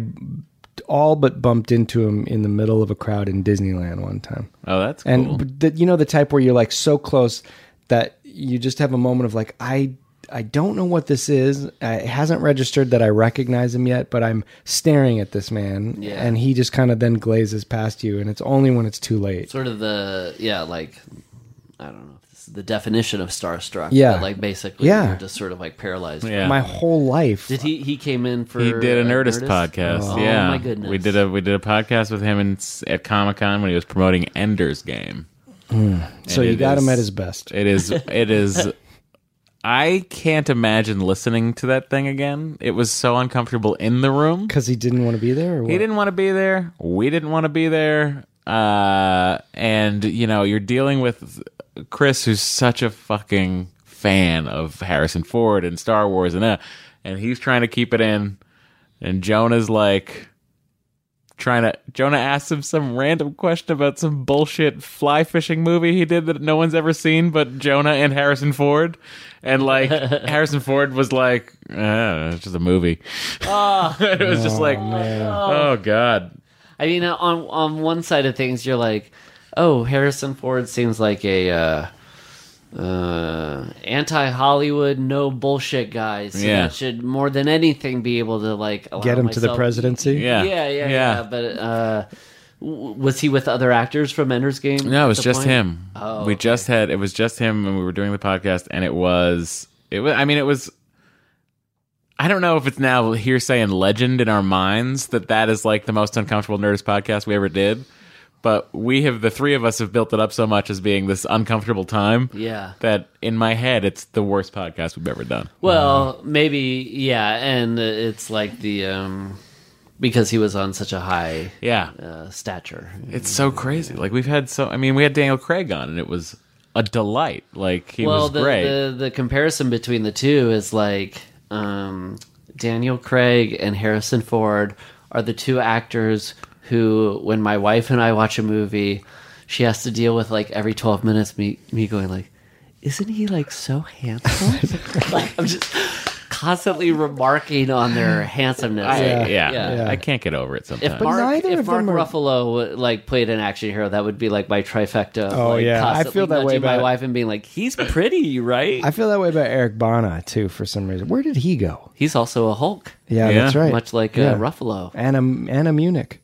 A: all but bumped into him in the middle of a crowd in Disneyland one time.
B: Oh, that's cool.
A: And the, you know the type where you're like so close that you just have a moment of like I I don't know what this is. I, it hasn't registered that I recognize him yet, but I'm staring at this man,
D: Yeah.
A: and he just kind of then glazes past you, and it's only when it's too late.
D: Sort of the yeah, like I don't know. if this is The definition of starstruck,
A: Yeah.
D: but, like basically,
A: Yeah.
D: you're just sort of like paralyzed.
B: yeah.
A: My whole life,
D: Did he? He came in for.
B: He did an
D: uh,
B: Nerdist, podcast.
D: Oh,
B: yeah,
D: my goodness.
B: we did a we did a podcast with him in, at Comic Con when he was promoting Ender's Game.
A: so
B: and
A: you
B: it
A: got him
B: is-
A: at his best.
B: It is [laughs] it is. I can't imagine listening to that thing again. It was so uncomfortable in the room.
A: Because he didn't want to be there, or what?
B: He didn't want to be there. We didn't want to be there. Uh, and you know, you're dealing with Chris, who's such a fucking fan of Harrison Ford and Star Wars, and uh, and he's trying to keep it in. And Jonah's like trying to. Jonah asks him some random question about some bullshit fly fishing movie he did that no one's ever seen, but Jonah and Harrison Ford, and like Harrison Ford was like, "I don't know, "It's just a movie." [laughs] it was just like, oh god.
D: I mean, on on one side of things, you're like, oh, Harrison Ford seems like a uh, uh, anti Hollywood, no bullshit guy. So
B: Yeah.
D: that should more than anything be able to like allow
A: Get him to the
D: myself-
A: presidency.
B: Yeah.
D: Yeah, yeah, yeah.
B: Yeah.
D: But uh, w- was he with other actors from Ender's Game?
B: No,
D: at
B: it was
D: the
B: just
D: point?
B: him.
D: Oh,
B: we
D: okay.
B: just had it was just him and we were doing the podcast and it was it was I mean it was I don't know if it's now hearsay and legend in our minds that that is like the most uncomfortable nerdist podcast we ever did, but we have the three of us have built it up so much as being this uncomfortable time
D: Yeah.
B: that in my head it's the worst podcast we've ever done.
D: Well, maybe, yeah, and it's like the um, because he was on such a high
B: Yeah.
D: uh, stature.
B: It's so crazy. Like we've had so I mean we had Daniel Craig on and it was a delight. Like he was
D: the,
B: great.
D: The, the comparison between the two is like um, Daniel Craig and Harrison Ford are the two actors who, when my wife and I watch a movie, she has to deal with like every 12 minutes me, me going like, isn't he like
A: [laughs]
D: so handsome? like, I'm just constantly remarking on their handsomeness.
B: I,
D: Like,
B: yeah.
D: Yeah.
B: I can't get over it sometimes.
D: If Mark,
A: neither
D: if
A: of
D: Mark
A: them are-
D: Ruffalo like played an action hero, that would be like my trifecta.
A: Oh,
D: like,
A: yeah. I
D: constantly
A: feel that way
D: nudging my
A: about-
D: wife and being like, "He's pretty, right?
A: I feel that way about Eric Bana too, for some reason. Where did he go?
D: He's also a Hulk,
A: Yeah,
B: Yeah.
A: that's right.
D: much like uh,
A: Yeah.
D: Ruffalo."
A: Anna Anna Munich.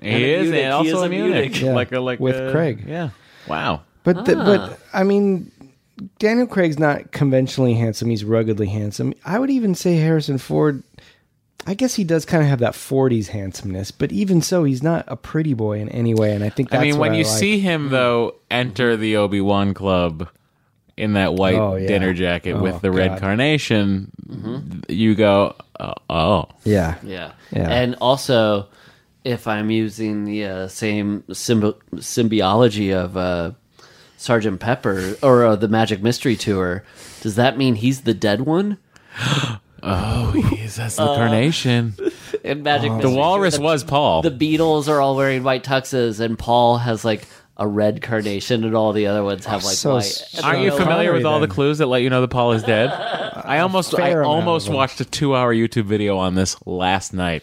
B: he is,
D: Munich.
B: and also
D: He is
B: a
D: a
B: Munich,
D: Munich.
A: Yeah.
B: like a like
A: With
B: a-
A: Craig.
B: Yeah. Wow.
A: But the,
D: Ah.
A: but I mean, Daniel Craig's not conventionally handsome. He's ruggedly handsome. I would even say Harrison Ford. I guess he does kind of have that '40s handsomeness, but even so, he's not a pretty boy in any way. And I think that's
B: I mean,
A: what
B: when you
A: like.
B: see him though enter the Obi Wan Club in that white
A: Oh, yeah.
B: dinner jacket
A: Oh,
B: with the red
A: God.
B: carnation, you go, oh, oh.
A: yeah,
D: Yeah.
A: Yeah.
D: And also, if I'm using the uh, same symb- symbiology of uh, Sergeant Pepper or uh, the Magic Mystery Tour, does that mean he's the dead one?
B: he's that's the carnation.
D: in Magic
B: Oh. The
D: Mystery Tour.
B: walrus was Paul.
D: The Beatles are all wearing white tuxes, and Paul has like a red carnation, and all the other ones have like
A: Oh, so
D: white.
A: s-
D: I
B: Aren't
D: don't
B: you
D: know-
B: familiar with all the
A: then.
B: clues that let you know that Paul is dead? I almost, I
A: fair amount
B: almost
A: of them.
B: watched a two-hour YouTube video on this last night.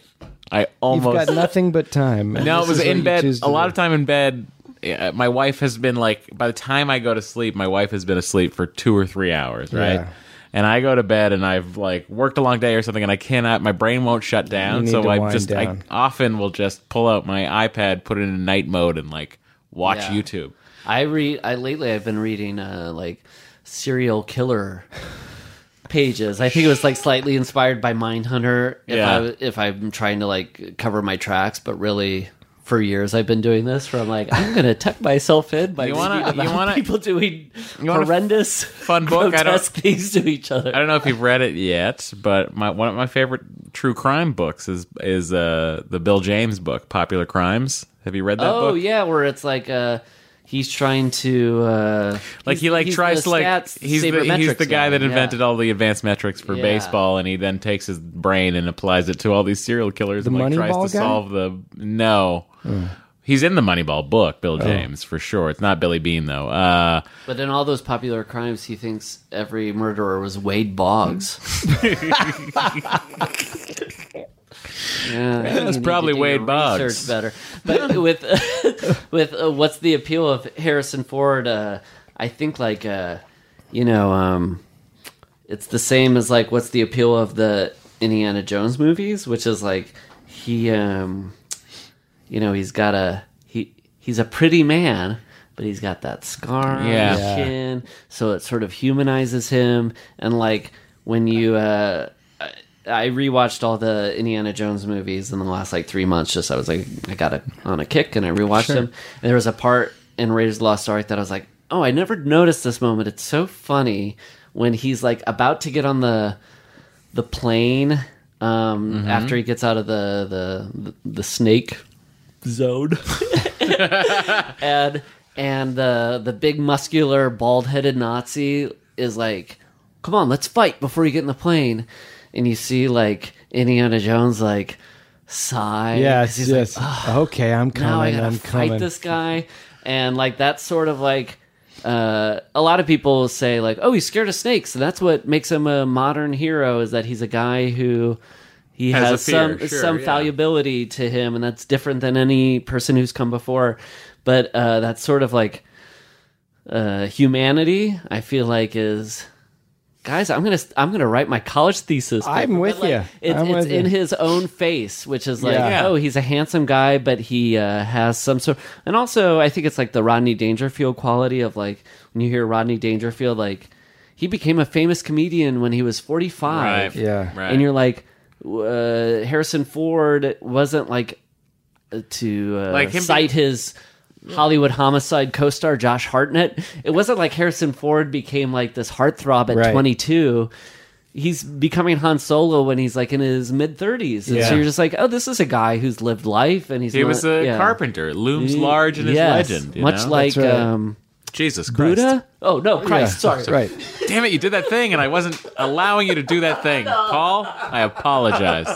B: I
A: You've
B: almost
A: got nothing but time. and
B: No,
A: this
B: it was
A: is what
B: in
A: you
B: bed.
A: choose to
B: A lot
A: do.
B: of time in bed. Yeah, my wife has been like, by the time I go to sleep, my wife has been asleep for two or three hours, right?
A: Yeah.
B: And I go to bed and I've like worked a long day or something, and I cannot. My brain won't shut down,
A: need
B: so
A: to
B: I
A: wind
B: just I
A: down.
B: often will just pull out my iPad, put it in night mode, and like watch
D: Yeah.
B: YouTube.
D: I read. I lately I've been reading uh, like serial killer pages. I think it was like slightly inspired by Mindhunter. If
B: Yeah.
D: I, if I'm trying to like cover my tracks, but really. For years, I've been doing this. Where I'm like, I'm gonna tuck myself in by
B: You wanna-
D: reading
B: you
D: about
B: wanna-
D: people doing
B: wanna-
D: horrendous,
B: fun book? I don't-
D: grotesque things to each other.
B: I don't know if you've read it yet, but my one of my favorite true crime books is is uh, the Bill James book, Popular Crimes. Have you read that
D: Oh
B: book?
D: yeah, where it's like uh he's trying to uh
B: like he
D: he's-
B: like
D: he's
B: tries
D: the
B: to like
D: stats
B: he's the, he's
D: sabermetrics
B: the guy that
D: yeah.
B: invented all the advanced metrics for
D: Yeah.
B: baseball and he then takes his brain and applies it to all these serial killers and like tries to
A: Moneyball guy?
B: solve the no
D: Hmm.
B: he's in the moneyball book
D: Oh.
B: bill james for sure it's not billy bean though uh
D: But in all those popular crimes, he thinks every murderer was
B: [laughs]
D: Wade Boggs. yeah, you need to
B: probably
D: do
B: Wade
D: your
B: Boggs.
D: Research better, but [laughs] with with [laughs] uh, what's the appeal of Harrison Ford? Uh, I think like uh, you know, um, it's the same as like what's the appeal of the Indiana Jones movies, which is like he, um, you know, he's got a he he's a pretty man. But he's got that scar on
B: Yeah.
D: his
B: Yeah.
D: chin, so it sort of humanizes him. And like when you, uh, I- I rewatched all the Indiana Jones movies in the last like three months. Just I was like, I got a, on a kick, and I rewatched them. And there was a part in Raiders of the Lost Ark that I was like, oh, I never noticed this moment. It's so funny when he's like about to get on the the plane um, after he gets out of the the the snake [laughs] zone and and the the big muscular bald headed Nazi is like, "Come on, let's fight before you get in the plane." And you see like Indiana Jones like sigh. 'cause
A: Yes,
D: he's
A: yes.
D: Like,
A: okay, I'm
D: oh, now I
A: coming.
D: gotta
A: I'm
D: fight
A: coming.
D: this guy, and like that's sort of like. Uh, a lot of people say like, "Oh, he's scared of snakes," and that's what makes him a modern hero. Is that he's a guy who he
B: Has
D: has,
B: a fear,
D: some
B: sure,
D: some
B: yeah.
D: fallibility to him, and that's different than any person who's come before. But uh, that's sort of like uh, humanity. I feel like is guys. I'm gonna I'm gonna write my college thesis.
A: I'm
D: paper," but,
A: with
D: like,
A: ya.
D: It's,
A: I'm
D: it's
A: with
D: in
A: ya.
D: his own face, which is like,
A: Yeah.
D: oh, he's a handsome guy, but he uh, has some sort. And also, I think it's like the Rodney Dangerfield quality of like when you hear Rodney Dangerfield, like he became a famous comedian when he was 45
A: Yeah.
B: right.
D: and you're like uh, Harrison Ford wasn't like uh, to uh,
B: Like
D: like
B: him
D: cite his Hollywood homicide co-star Josh Hartnett. It wasn't like Harrison Ford became like this heartthrob at
A: Right.
D: 22. He's becoming Han Solo when he's like in his mid 30s, and
A: Yeah.
D: so you're just like, oh, this is a guy who's lived life, and he's
B: he
D: not-
B: was a
D: yeah.
B: carpenter looms large in his
D: Yes.
B: legend you
D: much
B: know?
D: like
A: That's right.
D: um,
B: jesus christ
D: Buddha. Oh no, Christ! Sorry,
A: Right.
B: damn it you did that thing and i wasn't allowing you to do that
D: [laughs]
B: thing paul i apologize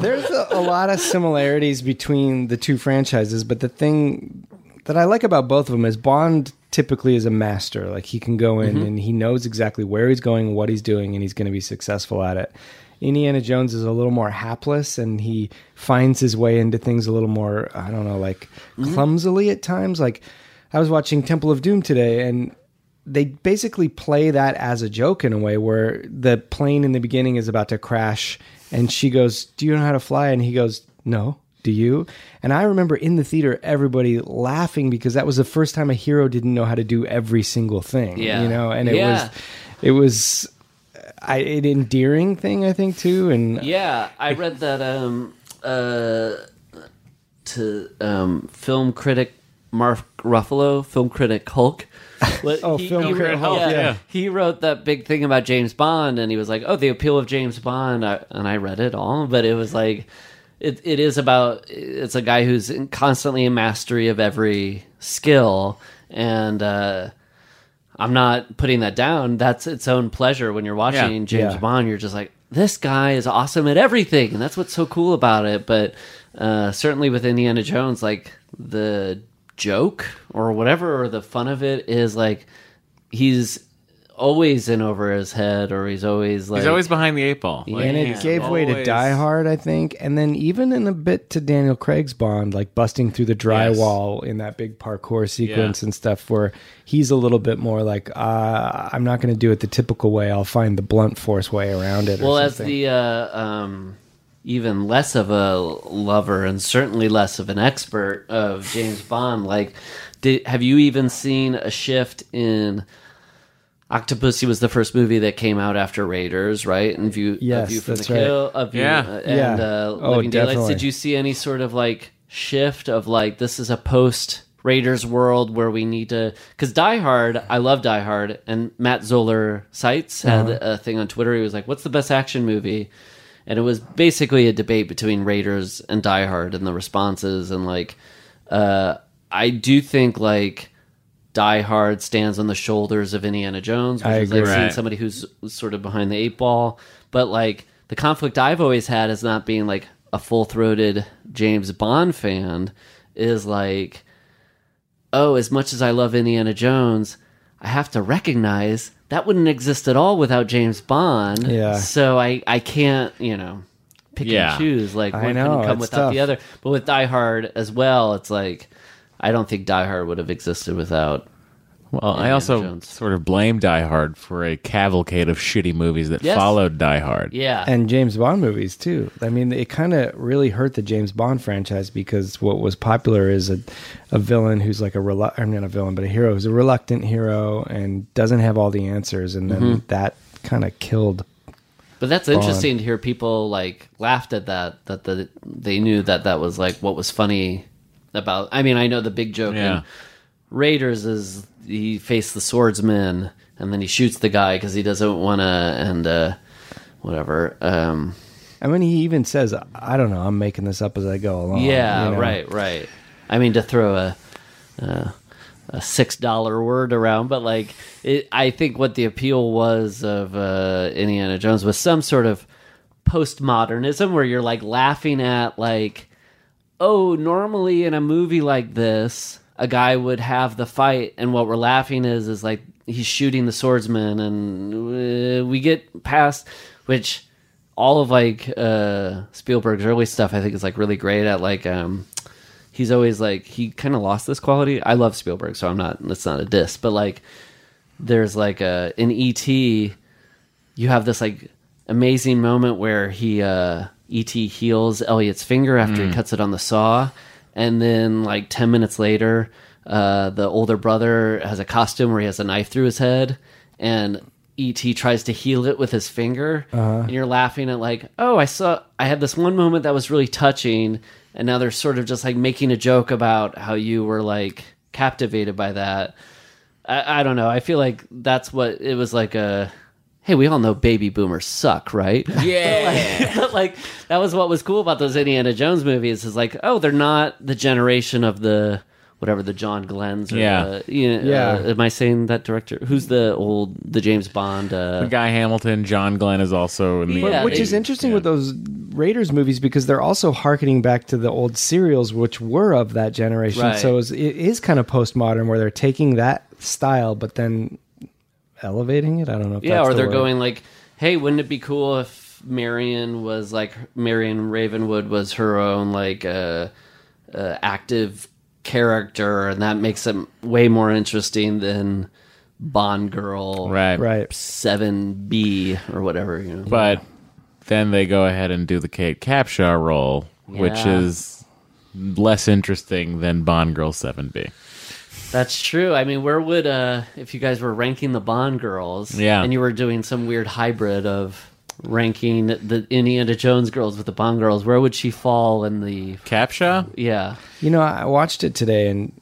A: There's a, a lot of similarities between the two franchises, but the thing that I like about both of them is Bond typically is a master. Like he can go in and he knows exactly where he's going, what he's doing, and he's going to be successful at it. Indiana Jones is a little more hapless and he finds his way into things a little more, I don't know, like clumsily at times. Like I was watching Temple of Doom today and they basically play that as a joke in a way where the plane in the beginning is about to crash and she goes, Do you know how to fly? And he goes, No, do you? And I remember in the theater everybody laughing because that was the first time a hero didn't know how to do every single thing.
D: Yeah.
A: You know, and it
D: Yeah.
A: was it was uh, I, an endearing thing, I think, too. And
D: Yeah, I read that um uh to um film critic Mark Ruffalo, film
A: [laughs]
D: critic Hulk. What-
A: Oh, film critic Hulk, yeah.
D: He wrote that big thing about James Bond and he was like, "Oh, the appeal of James Bond." I, and I read it all, but it was like it it is about it's a guy who's in- constantly in mastery of every skill and uh I'm not putting that down. That's its own pleasure when you're watching
B: Yeah.
D: James
A: Yeah.
D: Bond. You're just like, this guy is awesome at everything, and that's what's so cool about it. But uh, certainly with Indiana Jones, like the joke or whatever, or the fun of it is like he's always in over his head, or he's always like
B: He's always behind the eight ball. Like,
A: and it
B: he's
A: gave way to
B: always-
A: Die Hard, I think, and then even in a bit to Daniel Craig's Bond, like busting through the drywall in that big parkour sequence
B: Yeah.
A: and stuff, where he's a little bit more like, uh, "I'm not going to do it the typical way. I'll find the blunt force way around it." or
D: well as
A: something.
D: the uh, um, even less of a lover and certainly less of an expert of James Bond. Like, did, have you even seen a shift in? Octopussy was the first movie that came out after Raiders, right? And View, A
A: Yes,
D: View from
A: that's
D: the
A: right.
D: Kill, A View-
B: Yeah.
D: uh, and
A: Yeah.
D: Uh,
A: Oh,
D: Living Daylights.
A: definitely.
D: Did you see any sort of like shift of like this is a post Raiders world where we need to because Die Hard, I love Die Hard, and Matt Zoller Seitz had a thing on Twitter. He was like, "What's the best action movie?" And it was basically a debate between Raiders and Die Hard and the responses and like uh, I do think like Die Hard stands on the shoulders of Indiana Jones, which
A: I
D: is like
B: agree.
D: seeing
B: Right.
D: somebody who's sort of behind the eight ball. But like the conflict I've always had is not being like a full throated James Bond fan is like, oh, as much as I love Indiana Jones, I have to recognize that wouldn't exist at all without James Bond.
A: Yeah.
D: So I, I can't, you know, pick
B: Yeah.
D: and choose. Like
A: I
D: one
A: know,
D: couldn't come
A: it's
D: without
A: tough.
D: the other. But with Die Hard as well, it's like I don't think Die Hard would have existed without
B: Well, I
D: Indiana
B: also
D: Jones.
B: sort of blame Die Hard for a cavalcade of shitty movies that
D: Yes.
B: followed Die Hard.
D: Yeah.
A: and James Bond movies too. I mean, it kind of really hurt the James Bond franchise because what was popular is a, a villain who's like a relu- I'm not a villain, but a hero who's a reluctant hero and doesn't have all the answers, and then
D: Mm-hmm.
A: that kind of killed.
D: but that's interesting to hear people like laughed at that that the, they knew that that was like what was funny about I mean, I know the big joke
B: Yeah.
D: in Raiders is he faced the swordsman and then he shoots the guy cuz he doesn't want to and uh whatever. Um
A: I mean, he even says, "I don't know, I'm making this up as I go along."
D: Yeah,
A: you know?
D: right, right. I mean, to throw a a, a six dollar word around, but like, it, I think what the appeal was of uh, Indiana Jones was some sort of postmodernism where you're like laughing at like, oh, normally in a movie like this, a guy would have the fight, and what we're laughing is is like he's shooting the swordsman, and uh, we get past which all of like uh Spielberg's early stuff I think is like really great at like um he's always like he kind of lost this quality. I love Spielberg, so I'm not that's not a diss, but like there's like a in E ET you have this like amazing moment where he uh ET heals Elliot's finger after he cuts it on the saw and then like 10 minutes later uh the older brother has a costume where he has a knife through his head and ET tries to heal it with his finger and you're laughing at like oh I saw I had this one moment that was really touching and now they're sort of just like making a joke about how you were like captivated by that I, I don't know. I feel like that's what it was like a hey, we all know baby boomers suck, right? Yeah. but [laughs] like that was what was cool about those Indiana Jones movies is like, oh, they're not the generation of the whatever the John Glenn's or
B: Yeah.
D: the, you know,
A: Yeah.
D: uh, am I saying that director? Who's the old the James Bond uh
B: Guy Hamilton, John Glenn is also in the.
D: Yeah,
A: Which
D: they-
A: is interesting with those Raiders movies because they're also harkening back to the old serials, which were of that generation.
D: Right.
A: So it's- it is kind of postmodern where they're taking that style, but then elevating it. I don't know. If
D: Yeah,
A: that's
D: or
A: the
D: they're
A: word.
D: going like, "Hey, wouldn't it be cool if Marion was like Marion Ravenwood was her own like uh, uh, active character, and that makes it way more interesting than Bond Girl
B: Right.
A: right.
D: Seven B or whatever." You know,
B: But then they go ahead and do the Kate Capshaw role, which
D: Yeah.
B: is less interesting than Bond Girl 7B.
D: that's true. I mean, where would uh if you guys were ranking the Bond girls,
B: Yeah.
D: and you were doing some weird hybrid of ranking the Indiana Jones girls with the Bond girls, where would she fall in the
B: Capshaw?
D: yeah?
A: You know, I watched it today and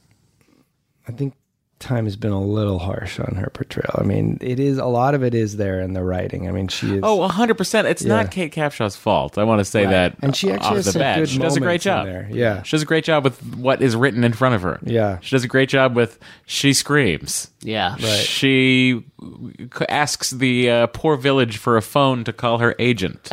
A: I think time has been a little harsh on her portrayal. I mean, it is a lot of it is there in the writing. I mean, she is.
D: [laughs]
B: Oh, 100%. It's
A: Yeah.
B: not Kate Capshaw's fault. I want to say that.
A: And she
B: off
A: actually has
B: the
A: some
B: bat.
A: good
B: She does a great
A: moments in
B: job.
A: there. Yeah.
B: She does a great job with what is written in front of her.
A: Yeah.
B: She does a great job with she screams.
D: Yeah.
B: She asks the uh, poor village for a phone to call her agent.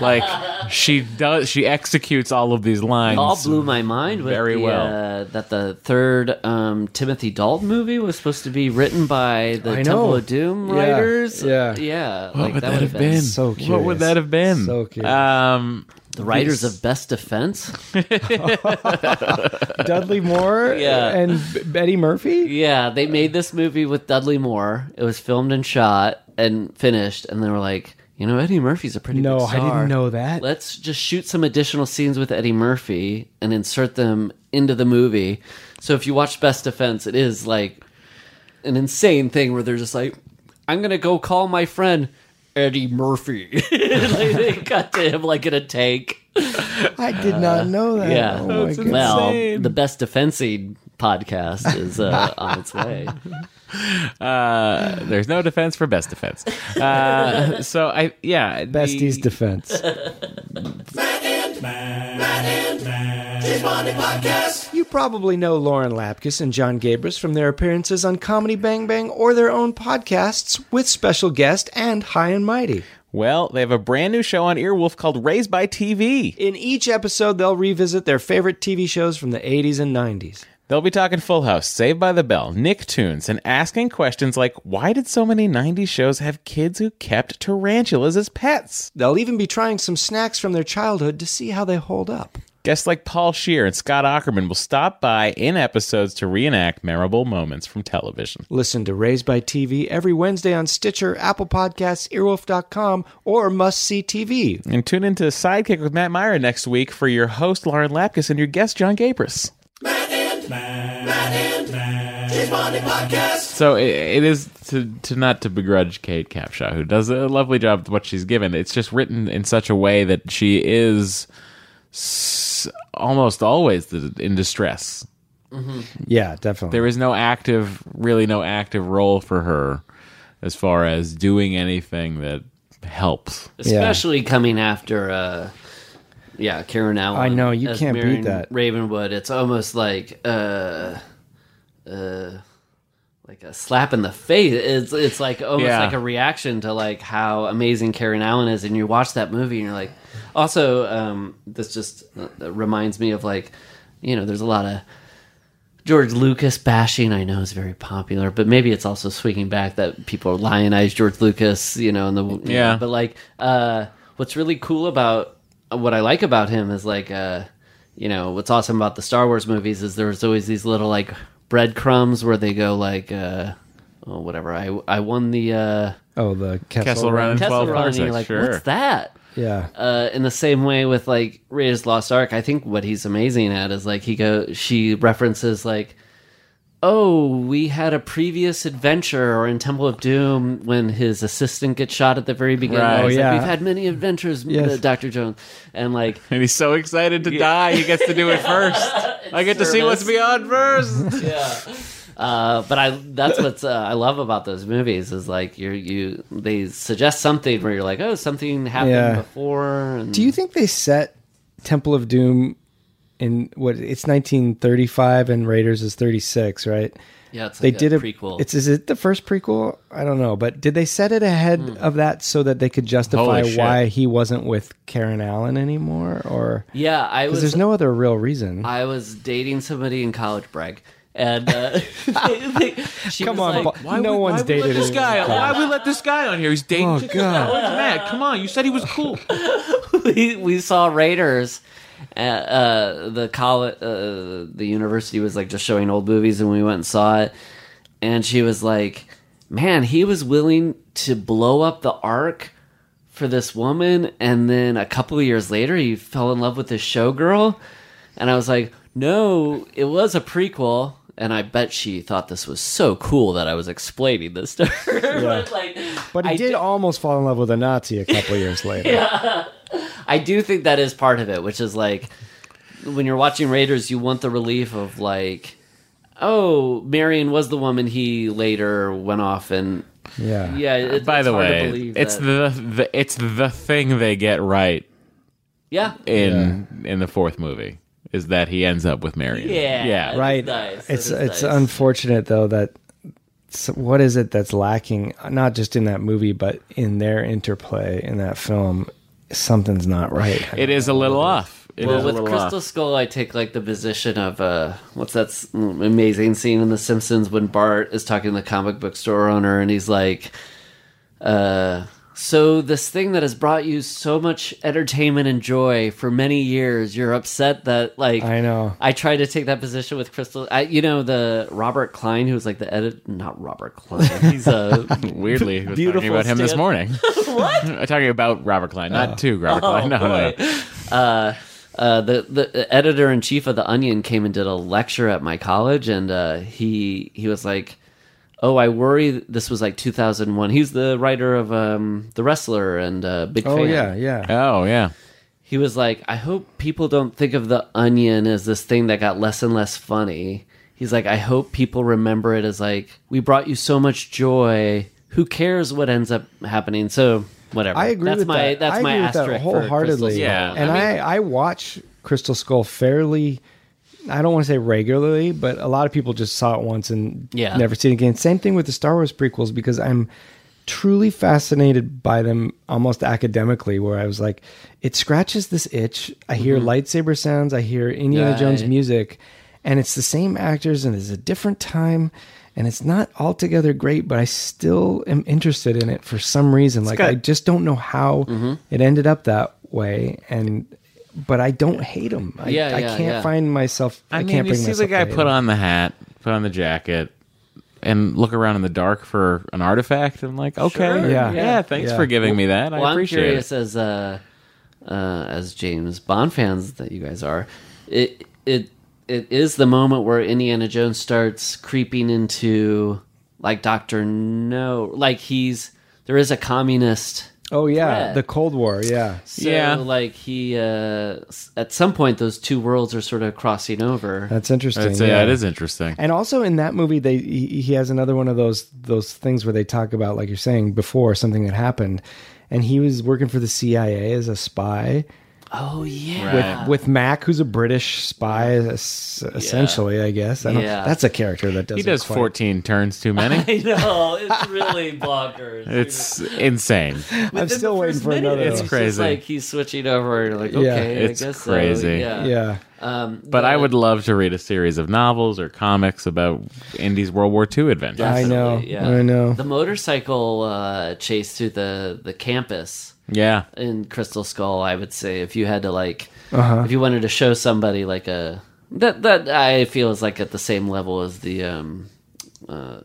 B: like she does she executes all of these lines.
D: all blew my mind with
B: Very
D: the,
B: well.
D: uh, that the third um, Timothy Dalton movie was supposed to be written by the
A: I know.
D: Temple of Doom
A: Yeah,
D: writers.
A: yeah.
D: yeah.
B: what would that, have been?
A: so
B: What would
A: curious.
B: that have been?
A: So curious.
B: Um,
D: The writers of Best Defense.
A: Dudley Moore
D: Yeah.
A: and B- Betty Murphy.
D: Yeah, they made this movie with Dudley Moore. It was filmed and shot and finished, and they were like, you know, Eddie Murphy's a pretty
A: No,
D: good
A: I didn't
D: star.
A: know that.
D: Let's just shoot some additional scenes with Eddie Murphy and insert them into the movie. So if you watch Best Defense, it is like an insane thing where they're just like, I'm gonna go call my friend Eddie Murphy. [laughs]
A: [laughs]
D: like they cut to him like in a tank.
A: I did not know that.
D: Yeah.
A: Oh my
B: That's
A: God.
B: insane.
D: well, the Best Defense podcast is uh, on its way.
B: uh, there's no defense for best defense. Uh, so I yeah, the-
A: Bestie's defense.
C: Cheese Bonding Podcast.
A: [laughs] You probably know Lauren Lapkus and John Gabris from their appearances on Comedy Bang Bang or their own podcasts with special guest and High and Mighty.
B: Well, they have a brand new show on Earwolf called Raised by TV.
A: In each episode, they'll revisit their favorite TV shows from the 80s and 90s.
B: They'll be talking Full House, Saved by the Bell, Nicktoons, and asking questions like why did so many 90s shows have kids who kept tarantulas as pets?
A: They'll even be trying some snacks from their childhood to see how they hold up.
B: Guests like Paul Shear and Scott Ackerman will stop by in episodes to reenact memorable moments from television.
A: Listen to Raised by TV every Wednesday on Stitcher, Apple Podcasts, Earwolf.com, or Must See TV.
B: And tune into Sidekick with Matt Myra next week for your host, Lauren Lapkus, and your guest, John Gabris.
C: Cheese Bonding Podcast.
B: So i it is to, to not to begrudge Kate Capshaw, who does a lovely job with what she's given. It's just written in such a way that she is s- almost always th- in distress.
A: Yeah, definitely.
B: There is no active, really no active role for her as far as doing anything that helps.
D: especially coming after uh yeah karen allen
A: I know, you
D: as
A: can't beat
D: Marion
A: that.
D: ravenwood it's almost like uh uh like a slap in the face it's it's like almost
B: Yeah.
D: like a reaction to like how amazing karen allen is and you watch that movie and you're like also um this just uh, reminds me of like you know there's a lot of George Lucas bashing, I know, is very popular, but maybe it's also swinging back that people lionize George Lucas, you know, and the you know,
B: Yeah.
D: but like, uh, what's really cool about uh, what I like about him is like, uh, you know, what's awesome about the Star Wars movies is there's always these little like breadcrumbs where they go like, uh, oh, whatever. I I won the uh,
A: Oh, the Kessel,
B: Kessel Run.
A: Run.
D: Tesla
B: 12
D: run, and you're
B: parsecs,
D: like,
B: sure.
D: what's that?
A: Yeah.
D: uh, in the same way with like Raiders of the Lost Ark, I think what he's amazing at is like he go she references like, oh, we had a previous adventure or in Temple of Doom when his assistant gets shot at the very beginning.
B: Right.
D: He's
A: Oh, yeah.
D: like, we've had many adventures, uh,
A: Yes.
D: Doctor Jones, and like
B: And he's so excited to die, he gets to do [laughs] it first. I get to see what's
D: service.
A: [laughs]
B: beyond first.
D: Uh, but I that's what's uh, I love about those movies is like you you they suggest something where you're like oh something happened
A: Yeah.
D: before and
A: Do you think they set Temple of Doom in what it's 1935 and Raiders is 36, right?
D: yeah it's
A: They
D: like
A: did
D: a
A: a
D: prequel
A: It's is it the first prequel? I don't know, but did they set it ahead
D: Hmm.
A: of that so that they could justify
B: Holy shit.
A: why he wasn't with Karen Allen anymore, or
D: yeah I
A: because
D: was
A: there's no other real reason?
D: I was dating somebody in college, brag, and uh, [laughs] they- they- she
A: Come
D: was
A: on,
D: like,
A: Paul. no one's dated
B: this
A: it.
B: guy. Why we let this guy on here? He's dating.
A: Oh, God.
B: Matt, come on. You said he was cool.
D: [laughs] we, we saw Raiders. Uh, uh, the college, uh, the university was like just showing old movies, and we went and saw it. And she was like, "Man, he was willing to blow up the arc for this woman." And then a couple of years later, he fell in love with this showgirl. And I was like, "No, it was a prequel." And I bet she thought this was so cool that I was explaining this to her. [laughs] but like,
A: But he
D: I
A: did
D: did-
A: almost fall in love with a Nazi a couple years
D: [laughs]
A: later.
D: I do think that is part of it, which is like when you're watching Raiders, you want the relief of like, oh, Marion was the woman he later went off and
A: Yeah.
D: yeah.
B: [laughs]
D: It,
B: By
D: it's
B: the
D: hard to
B: way,
D: believe
B: it's
D: that-
B: the, the it's the thing they get right
D: yeah.
B: in in the fourth movie is that he ends up with Marion.
D: Yeah.
B: yeah,
D: That
A: right
D: is nice. That
A: it's
D: is
A: it's
D: nice.
A: unfortunate though that so what is it that's lacking not just in that movie but in their interplay in that film something's not right
B: It is a little off. It is
D: Well,
B: a
D: with
B: little
D: Crystal
B: off.
D: Skull, I take like the position of uh, what's that s- mm, amazing scene in The Simpsons when Bart is talking to the comic book store owner and he's like, uh, "So this thing that has brought you so much entertainment and joy for many years, you're upset that like
A: I know.
D: I tried to take that position with Crystal. I, you know the Robert Klein who was like the edit, not Robert Klein. He's uh, a
A: [laughs]
B: Weirdly, I was talking
D: Beautiful
B: about him this
D: stand-
B: morning. [laughs] what? Oh. talking about Robert Klein, not to Robert Klein. No, no, no.
D: uh, uh, the the editor in chief of the Onion came and did a lecture at my college, and uh, he he was like, "Oh, I worry." This was like 2001. He's the writer of um, the Wrestler and uh, Big
A: oh
D: Fan.
A: yeah yeah
B: Oh yeah.
D: He was like, "I hope people don't think of the Onion as this thing that got less and less funny." He's like, "I hope people remember it as like we brought you so much joy. Who cares what ends up happening?" So. Whatever.
A: I agree
D: that's
A: with
D: my,
A: that.
D: That's
A: I
D: my
A: agree with
D: asterisk
A: that
D: for Crystal
A: wholeheartedly.
D: Skull.
B: Yeah.
A: and
D: I
A: I,
D: mean-
A: I watch Crystal Skull fairly. I don't want to say regularly, but a lot of people just saw it once and
D: Yeah.
A: never seen it again. Same thing with the Star Wars prequels because I'm truly fascinated by them almost academically. Where I was like, it scratches this itch. I hear
D: Mm-hmm.
A: lightsaber sounds. I hear Indiana
D: Right.
A: Jones music, and it's the same actors and it's a different time. And it's not altogether great, but I still am interested in it for some reason. Like I
B: got-
A: just don't know how
B: Mm-hmm.
A: it ended up that way, and but I don't hate him. I,
D: Yeah,
A: I
D: yeah,
A: can't
D: yeah.
A: find myself. I,
B: I mean,
A: can't
B: you
A: bring
B: see
A: myself.
B: the guy
A: to hate
B: put
A: him.
B: on the hat, put on the jacket, and look around in the dark for an artifact. I'm like, okay,
D: Sure,
B: yeah,
A: yeah.
B: thanks
A: yeah.
B: for giving me that.
D: Well,
B: I
D: I'm
B: appreciate
D: curious
B: it.
D: as uh, uh, as James Bond fans that you guys are. It it it is the moment where Indiana Jones starts creeping into like Doctor No, like he's there is a communist.
A: Oh yeah,
D: thread.
A: the Cold War. Yeah,
D: So,
B: Yeah.
D: like he uh, s- at some point those two worlds are sort of crossing over.
A: that's interesting.
B: That's, yeah. uh, it is interesting.
A: And also in that movie, they he, he has another one of those those things where they talk about, like you're saying before, something that happened, and he was working for the CIA as a spy.
D: oh yeah.
B: Right.
A: With Mac, who's a British spy, es- essentially, I guess. I don't,
D: Yeah.
A: That's a character that doesn't.
B: He does
A: quite-
B: 14 turns too many.
D: [laughs] [laughs] I know it's
A: [laughs]
D: really bonkers.
B: it's insane.
A: I'm still waiting for another.
B: It's
A: one.
B: crazy.
D: It's like he's switching over. and you're like,
A: Yeah.
D: okay,
B: It's
D: I guess So.
B: crazy.
D: Yeah.
A: Yeah.
D: Um,
B: But I would love to read a series of novels or comics about Indy's World War II adventures.
A: I know.
D: Definitely, yeah.
A: I know.
D: The motorcycle uh, chase through the the campus
B: yeah.
D: in Crystal Skull, I would say, if you had to like,
A: Uh-huh.
D: if you wanted to show somebody like a that that I feel is like at the same level as the um, uh,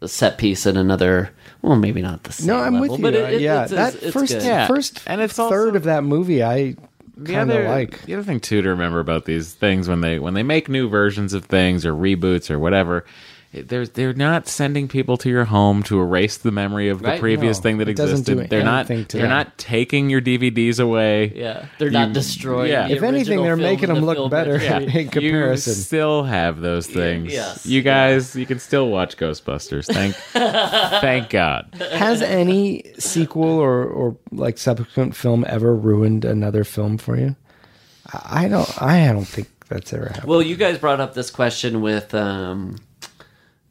D: the set piece in another. Well, maybe not the same.
A: No, I'm
D: level,
A: with you. Uh,
D: But it, it-
A: yeah,
D: it's,
A: that
D: it's, it's
A: first
D: good.
B: Yeah.
A: first
B: And it's also-
A: third of that movie I
B: the
A: kind of
B: other
A: like.
B: the other thing too to remember about these things when they when they make new versions of things or reboots or whatever it- they're they're not sending people to your home to erase the memory of the
D: Right,
B: previous
A: no.
B: thing that
A: It doesn't
B: existed
A: do
B: they're not
A: anything to
B: they're
A: that.
B: not taking your DVDs away
D: Yeah, they're not destroying.
B: yeah.
D: the
B: If
A: If anything,
D: original
A: they're
D: film
A: making
D: and
A: them
D: the
A: look
D: film
A: better
D: that-
A: [laughs] in comparison.
D: [laughs]
B: you still have those things.
D: yes,
B: you guys, you can still watch Ghostbusters. Thank, thank God.
A: Has any sequel or or like subsequent film ever ruined another film for you? I I don't. I don't think that's ever happened.
D: Well, you guys brought up this question with, um,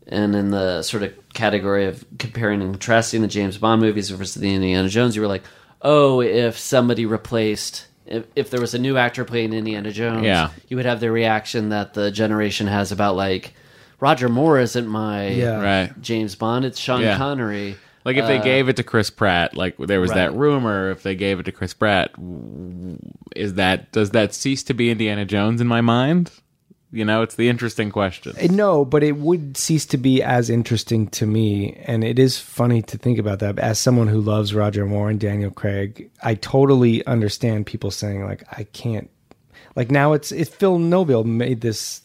D: and in the sort of category of comparing and contrasting the James Bond movies versus the Indiana Jones, you were like, oh, if somebody replaced, if, if there was a new actor playing Indiana Jones,
B: Yeah.
D: you would have the reaction that the generation has about, like, Roger Moore isn't my
A: Yeah.
B: Right.
D: James Bond, it's Sean
B: Yeah.
D: Connery.
B: Like if they gave it to Chris Pratt, like there was that
D: Uh, Right.
B: rumor. If they gave it to Chris Pratt, w- is that does that cease to be Indiana Jones in my mind? You know, it's the interesting question.
A: No, but it would cease to be as interesting to me, and it is funny to think about that. As someone who loves Roger Moore and Daniel Craig, I totally understand people saying like, "I can't." Like now, it's it's Phil Nobile made this.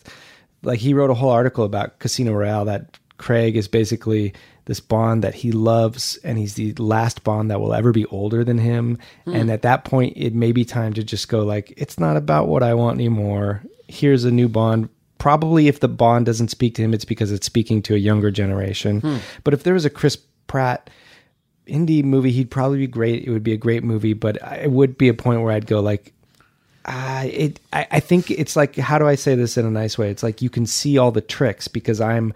A: Like he wrote a whole article about Casino Royale that Craig is basically this Bond that he loves, and he's the last Bond that will ever be older than him. And at that point, it may be time to just go like, "It's not about what I want anymore." Here's a new Bond probably if the Bond doesn't speak to him, it's because it's speaking to a younger generation. But if there was a Chris Pratt indie movie, he'd probably be great. It would be a great movie, but I- it would be a point where I'd go like, uh, it. I, I think it's like, how do I say this in a nice way? It's like you can see all the tricks because I'm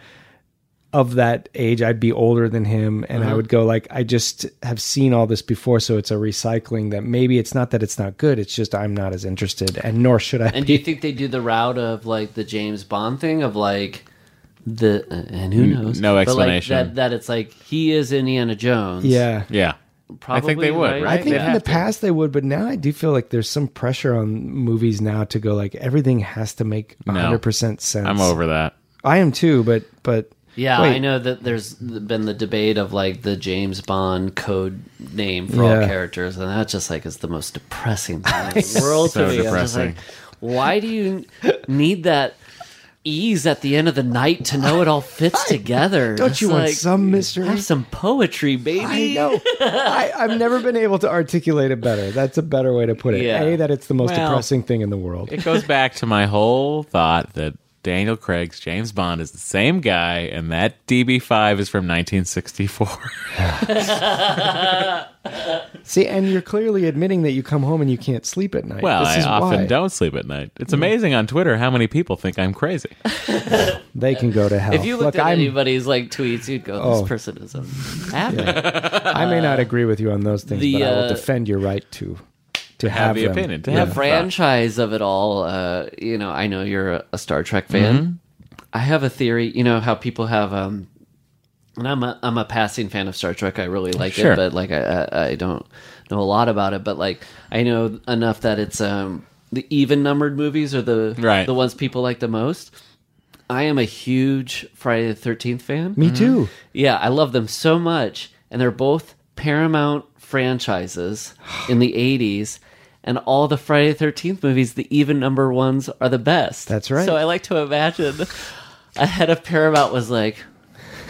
A: of that age. I'd be older than him, and
B: Uh-huh.
A: I would go like, I just have seen all this before, so it's a recycling that maybe it's not that it's not good. It's just I'm not as interested, and nor should I.
D: And do you think they do the route of like the James Bond thing of like the uh, and who knows?
B: no
D: But, like,
B: explanation.
D: that, that it's like he is Indiana Jones.
A: yeah.
B: Yeah. I think
D: Probably,
B: they would,
D: right?
B: right?
A: I think
B: They'd
A: in
B: have
A: the
B: to.
A: past they would, but now I do feel like there's some pressure on movies now to go like everything has to make 100% sense.
B: I'm over that.
A: I am too, but but
D: Yeah,
A: Wait.
D: I know that there's been the debate of like the James Bond code name for all
A: Yeah.
D: characters, and that just like is the most depressing thing
A: [laughs]
D: in the world
B: So
D: to me. I'm just
B: depressing.
D: like, why do you need that ease at the end of the night to know it
A: [laughs]
D: all fits together?
A: don't
D: It's
A: you want
D: like,
A: some mystery?
D: Have some poetry, baby.
A: I know. I, I've never been able to articulate it better. That's a better way to put it.
D: Yeah.
A: A, that it's the most
B: Well-
A: depressing thing in the world.
B: It goes back to my whole thought that Daniel Craig's James Bond is the same guy, and that DB5 is from 1964.
A: See, and you're clearly admitting that you come home and you can't sleep at night.
B: [laughs] well,
A: this
B: I
A: is
B: often
A: why
B: don't sleep at night. It's amazing on Twitter how many people think I'm crazy.
A: They can go to hell.
D: If you looked
A: Oh. Look,
D: at
A: I'm-
D: anybody's like tweets, you'd go, "This
A: Oh.
D: person is a mad
A: I may not agree with you on those things,
D: the,
A: but I will
D: uh,
A: defend your right to to have,
B: Have the
A: them.
B: opinion. To
A: Yeah.
B: have
D: the
B: thought.
D: franchise of it all. Uh, you know, I know you're a, a Star Trek fan.
A: Mm-hmm.
D: I have a theory. You know how people have, um, and I'm a I'm a passing fan of Star Trek. I really like it,
B: Sure.
D: but like I, I I don't know a lot about it. But like I know enough that it's um the even numbered movies are the
B: Right.
D: the ones people like the most. I am a huge Friday the Thirteenth fan.
A: Me too.
D: Yeah, I love them so much. And they're both Paramount franchises in the 80s. And all the Friday the 13th movies, the even number ones are the best.
A: That's right.
D: So I like to imagine a head of Paramount was like,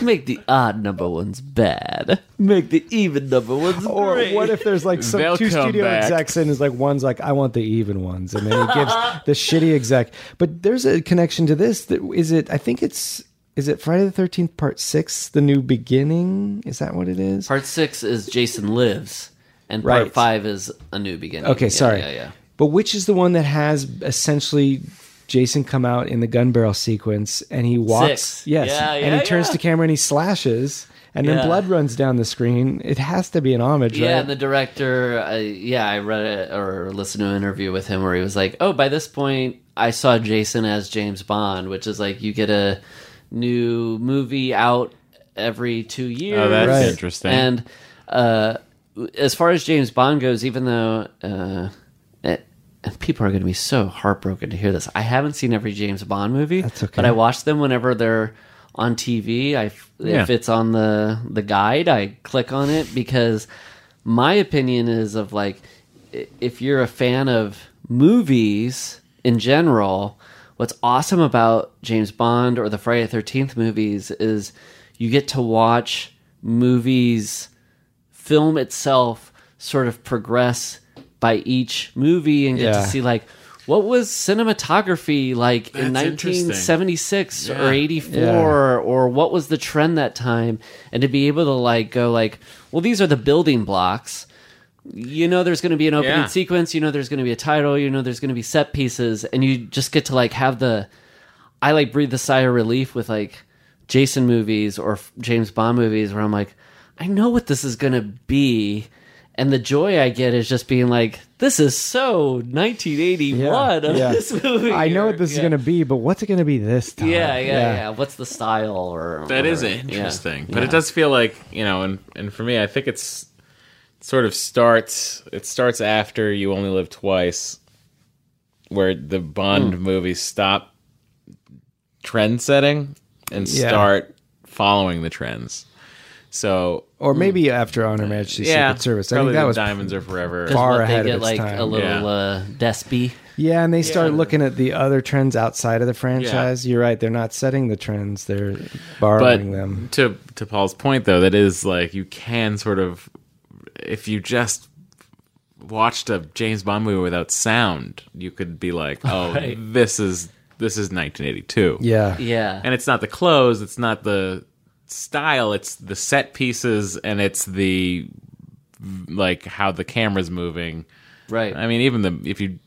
D: make the odd number ones bad, make the even number ones
A: Or
D: great.
A: what if there's like some
B: They'll
A: two
B: come
A: studio
B: back.
A: execs and is like one's like I want the even ones and then he gives the shitty exec. But there's a connection to this. That is it. I think it's is it Friday the Thirteenth Part Six, the new beginning. Is that what it is?
D: part six is Jason Lives, and part
A: Right.
D: five is A New Beginning.
A: okay,
D: Yeah,
A: sorry.
D: Yeah, yeah.
A: But which is the one that has essentially Jason come out in the gun barrel sequence and he walks?
D: Six.
A: Yes,
D: Yeah,
A: and
D: yeah,
A: he turns
D: yeah.
A: to camera and he slashes. And then
D: Yeah.
A: blood runs down the screen. It has to be an homage,
D: Yeah,
A: right?
D: and the director, uh, yeah, I read it or listened to an interview with him where he was like, "Oh, by this point, I saw Jason as James Bond, which is like you get a new movie out every two years."
B: Oh, that's
A: Right.
B: interesting.
D: And uh, as far as James Bond goes, even though uh, eh, and people are going to be so heartbroken to hear this, I haven't seen every James Bond movie,
A: That's okay.
D: but I watch them whenever they're on TV. I f
B: Yeah.
D: if it's on the the guide, I click on it because my opinion is of like i- if you're a fan of movies in general. What's awesome about James Bond or the Friday the 13th movies is you get to watch movies film itself sort of progress by each movie and get
A: Yeah.
D: to see like what was cinematography like in
B: That's interesting.
D: 1976
B: Yeah.
D: or 84
A: Yeah.
D: or what was the trend that time and to be able to like go like well these are the building blocks you know there's going to be an opening
B: Yeah.
D: sequence you know there's going to be a title you know there's going to be set pieces and you just get to like have the I like breathe a sigh of relief with like Jason movies or f- James Bond movies where I'm like, I know what this is gonna be, and the joy I get is just being like, this is so 1981 of
A: yeah.
D: this movie.
A: I know
D: or-
A: what this is
D: yeah.
A: going to be, but what's it going to be this time?
D: Yeah, yeah, yeah, What's the style or
B: That is
D: whatever. Yeah.
B: interesting, but
D: Yeah.
B: it does feel like you know, and and for me, I think it's it sort of starts. It starts after you only live twice, where the Bond
A: Hmm.
B: movies stop trend setting and
A: Yeah.
B: start following the trends. So
A: Or maybe after Honor Majesty's
B: yeah,
A: Secret Service. I
B: probably
A: think that
B: the
A: was.
B: Diamonds Are Forever.
D: Just
A: far
D: what,
A: ahead
D: they
A: of
D: get
A: its
D: like a
A: time.
D: little
B: Yeah.
D: uh, despy.
A: Yeah, and they start looking at the other trends outside of the franchise. You're right. They're not setting the trends, they're borrowing them.
B: to to Paul's point though, that is like you can sort of if you just
A: [laughs]
B: watched a James Bond movie without sound, you could be like, oh, this is this is 1982.
A: Yeah.
D: Yeah.
B: and it's not the clothes, it's not the style, it's the set pieces, and it's the like how the camera's moving.
D: right.
B: I mean, even the if you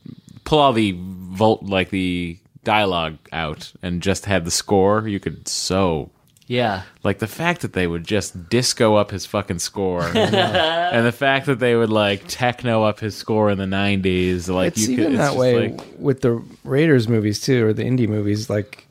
B: pull all the volt like the dialogue out and just had the score, you could so
D: yeah.
B: like the fact that they would just disco up his fucking score, and the fact that they would like techno up his score in the '90s, like
A: it's
B: you
A: even
B: could, it's
A: that
B: just
A: way
B: like-
A: with the Raiders movies too, or the indie movies. Like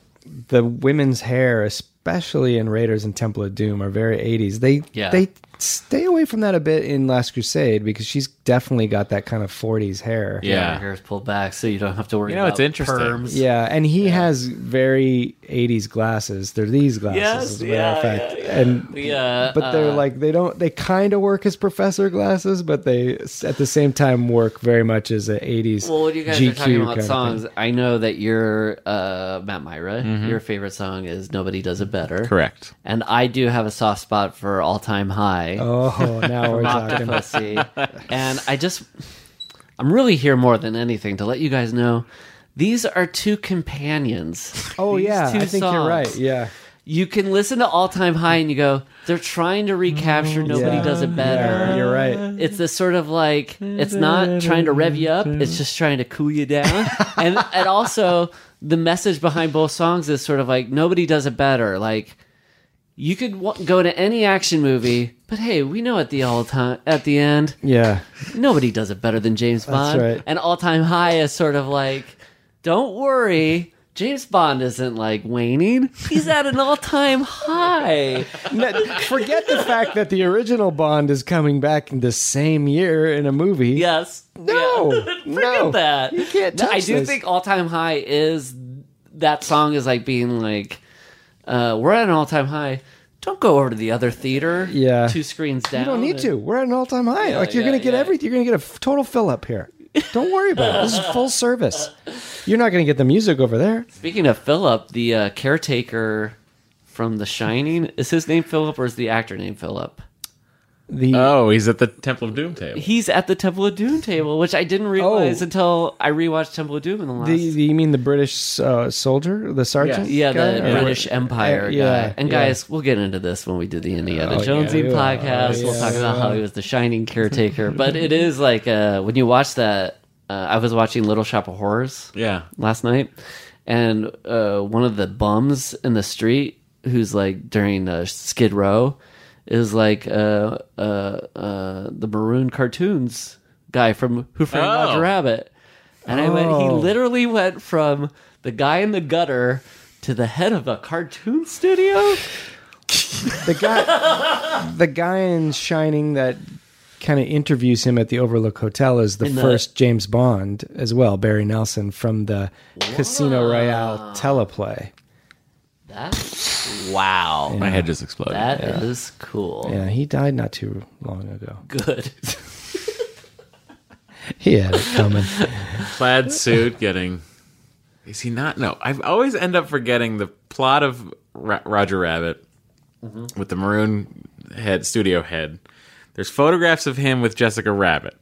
A: the women's hair, especially in Raiders and Temple of Doom, are very eighties. They
D: Yeah.
A: they stay away from that a bit in Last Crusade because she's definitely got that kind of forties hair.
D: Yeah. Her
B: yeah.
D: hair's pulled back, so you don't have to worry.
B: You know,
D: about
B: it's interesting.
D: Perms.
A: Yeah, and he has very '80s glasses. They're these glasses,
D: Yes,
A: as a matter of
D: yeah,
A: fact.
D: yeah, Uh,
A: And
D: Yeah.
A: but they're like they don't. They kind of work as professor glasses, but they s- at the same time work very much as a '80s.
D: Well, when you guys
A: GQ
D: are talking about
A: kind of
D: songs,
A: thing.
D: I know that your uh, Matt Myra, your favorite song is "Nobody Does It Better."
B: correct.
D: And I do have a soft spot for "All Time High" [laughs]
A: Oh, now we're
D: from
A: talking.
D: Octopussy, and I just, I'm really here more than anything to let you guys know. These are two companions.
A: Oh
D: These
A: yeah,
D: two
A: I think you're
D: songs.
A: right. Yeah,
D: You can listen to All Time High and you go, they're trying to recapture Nobody
A: Oh, Yeah.
D: Does It Better.
A: Yeah, you're right.
D: It's this sort of like it's not trying to rev you up, it's just trying to cool you down. and and also the message behind both songs is sort of like nobody does it better. Like you could wa go to any action movie, but hey, we know at the all time at the end
A: Yeah,
D: nobody does it better than James Bond.
A: right.
D: And all time high is sort of like, don't worry. James Bond isn't like waning. He's at an all time high.
A: No, forget the fact that the original Bond is coming back in the same year in a movie.
D: Yes.
A: No,
D: Yeah. [laughs] Forget
A: no.
D: that.
A: You can't
D: No, I
A: touch
D: do
A: this.
D: think all time high is that song is like being like, uh, we're at an all time high. Don't go over to the other theater.
A: Yeah.
D: Two screens down.
A: you don't need to. We're at an all-time high. like you're
D: yeah,
A: gonna get
D: yeah.
A: everything. You're gonna get a f- total fill up here. Don't worry about it. This is full service. You're not gonna get the music over there.
D: Speaking of Philip, the uh, caretaker from The Shining, is his name Philip or is the actor named Philip?
A: The
B: Oh, he's at the Temple of Doom table.
D: he's at the Temple of Doom table, which I didn't realize
A: Oh.
D: until I rewatched Temple of Doom in the last.
A: The, the you mean the British uh, soldier, the sergeant?
D: yeah,
A: guy?
D: the
A: Or-
D: British Empire
A: Uh, yeah,
D: guy. And
A: yeah.
D: guys, we'll get into this when we do the Indiana
A: Oh,
D: Jones
A: yeah.
D: podcast.
A: Oh,
D: We'll talk about
A: yeah.
D: how he was the shining caretaker. but it is like uh, when you watch that. Uh, I was watching Little Shop of Horrors
B: Yeah.
D: last night, and uh, one of the bums in the street who's like during uh, Skid Row is like uh, uh, uh, the maroon cartoons guy from Who Framed
B: Oh.
D: Roger Rabbit, and I went. He
A: Oh.
D: literally went from the guy in the gutter to the head of a cartoon studio.
A: the guy, the guy in Shining that kind of interviews him at the Overlook Hotel is the
D: In the-
A: first James Bond as well, Barry Nelson from the Casino Royale teleplay.
D: That wow.
B: My head just exploded.
D: that is cool.
A: Yeah, he died not too long ago.
D: Good. [laughs]
A: He had it
D: [laughs]
A: coming.
B: plaid suit getting is he not no i always end up forgetting the plot of Ra- roger rabbit with the maroon head studio head there's photographs of him with jessica rabbit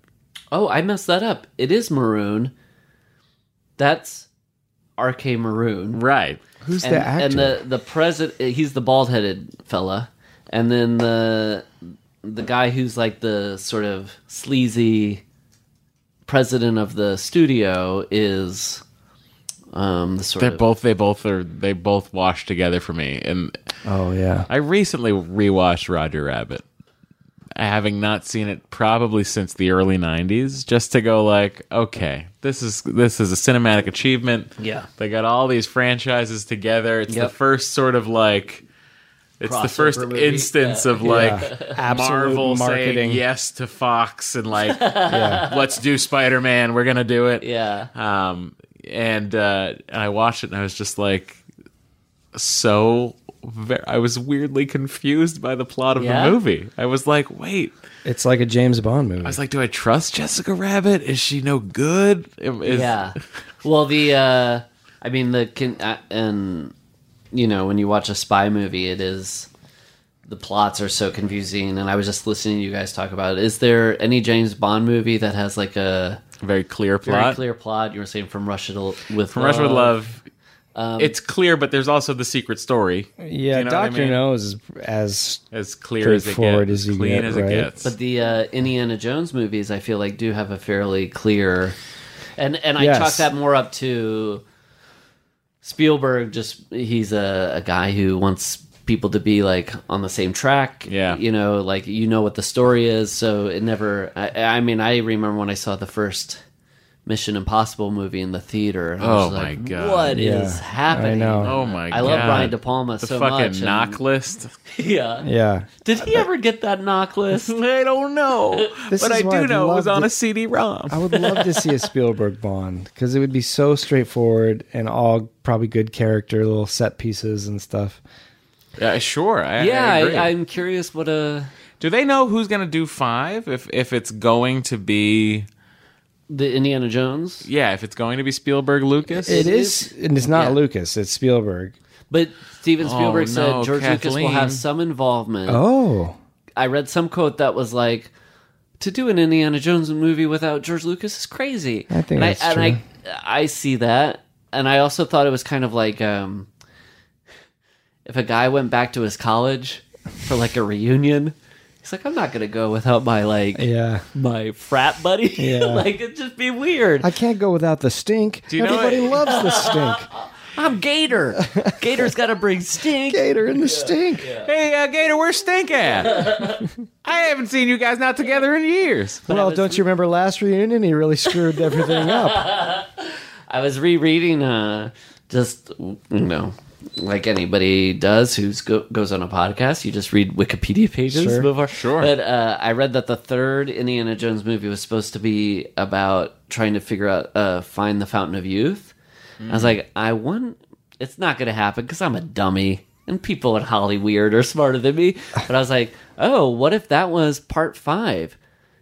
D: Oh, I messed that up. It is maroon. That's RK Maroon.
B: right
A: Who's
D: And,
A: the actor?
D: and the the president, he's the bald headed fella, and then the the guy who's like the sort of sleazy president of the studio is um the sort
B: they're
D: of
B: both they both are they both wash together for me and
A: oh yeah,
B: i recently rewatched roger rabbit having not seen it probably since the early 90s just to go like okay this is this is a cinematic achievement
D: yeah
B: They got all these franchises together. It's
D: Yep.
B: the first sort of like it's the
D: Crossover
B: first
D: movie.
B: instance of
A: [laughs]
B: like Marvel
A: marketing.
B: saying yes to Fox and
D: [laughs]
B: like let's do Spider Man. We're gonna do it.
D: yeah
B: Um, and uh, and I watched it and I was just like so. Ver- I was weirdly confused by the plot of
D: Yeah?
B: the movie. I was like, wait.
A: it's like a James Bond movie.
B: I was like, do I trust Jessica Rabbit? Is she no good? Am- is-
D: yeah well the uh i mean the can uh, and you know when you watch a spy movie it is the plots are so confusing and i was just listening to you guys talk about it is there any james bond movie that has like a
B: Very clear
D: very
B: plot.
D: clear plot Um, you were saying from russia to, with
B: From Russia with Love, it's clear, but there's also the secret story.
A: Yeah,
B: You know what I
A: Doctor
B: mean?
A: Knows is as
B: As clear as it
A: Straightforward
B: gets,
A: as
B: as
A: you
B: clean
A: get,
B: as
A: right?
B: it gets.
D: But the uh, Indiana Jones movies, I feel like, do have a fairly clear, and and I
A: Yes.
D: chalk that more up to Spielberg. Just he's a, a guy who wants people to be like on the same track.
B: Yeah.
D: you know, like you know what the story is. So it never. I, I mean, I remember when I saw the first Mission Impossible movie in the theater. And I was
B: Oh,
D: just
B: my
D: like,
B: God.
D: What is
A: Yeah, I
D: happening?
A: know.
B: oh my god!
D: I love Brian De Palma
B: The
D: so
B: fucking
D: much. and-
B: knock list. [laughs]
D: Yeah.
A: yeah.
D: Did he ever get that knock list?
B: I don't know,
A: This
B: but
A: is
B: I
A: why I
B: do know it was
A: love
B: on
A: the- Oh.
B: a CD-ROM.
A: I would love to see a Spielberg Bond because it would be so straightforward and all probably good character, little set pieces and stuff.
B: Uh, sure, [laughs] I,
D: Yeah,
B: I agree.
D: I, I'm curious what uh, a
B: do they know who's going to do five? If if it's going to be
D: the Indiana Jones,
B: yeah, if it's going to be Spielberg, Lucas,
A: It is, and it's not
D: yeah.
A: Lucas; it's Spielberg.
D: but Steven Spielberg
B: Oh,
D: said
B: no,
D: George Lucas will
B: Kathleen.
D: have some involvement.
A: Oh,
D: I read some quote that was like, "To do an Indiana Jones movie without George Lucas is crazy."
A: I think
D: and
A: that's
D: I,
A: true.
D: And I, I see that, and I also thought it was kind of like um, if a guy went back to his college for like a reunion. He's like, I'm not gonna go without my like
A: yeah.
D: my frat buddy. [laughs]
A: Yeah.
D: like it'd just be weird.
A: I can't go without the stink.
B: you know
A: Everybody
B: it-
A: loves the
B: [laughs]
A: stink. [laughs]
D: I'm Gator. Gator's got to bring stink.
A: Gator and the stink.
B: hey uh, Gator, where's Stink at?
D: [laughs]
B: I haven't seen you guys not together in years.
A: Well, don't you remember last reunion? He really screwed everything up.
D: I was rereading, uh, just you know, like anybody does who's go- goes on a podcast, you just read Wikipedia pages
A: Sure.
D: before.
B: Sure.
D: But uh, I read that the third Indiana Jones movie was supposed to be about trying to figure out uh, find the Fountain of Youth. I
A: Hmm.
D: was like, I want. It's not going to happen because I'm a dummy, and people in Hollyweird are smarter than me. But I was like, oh, what if that was part five?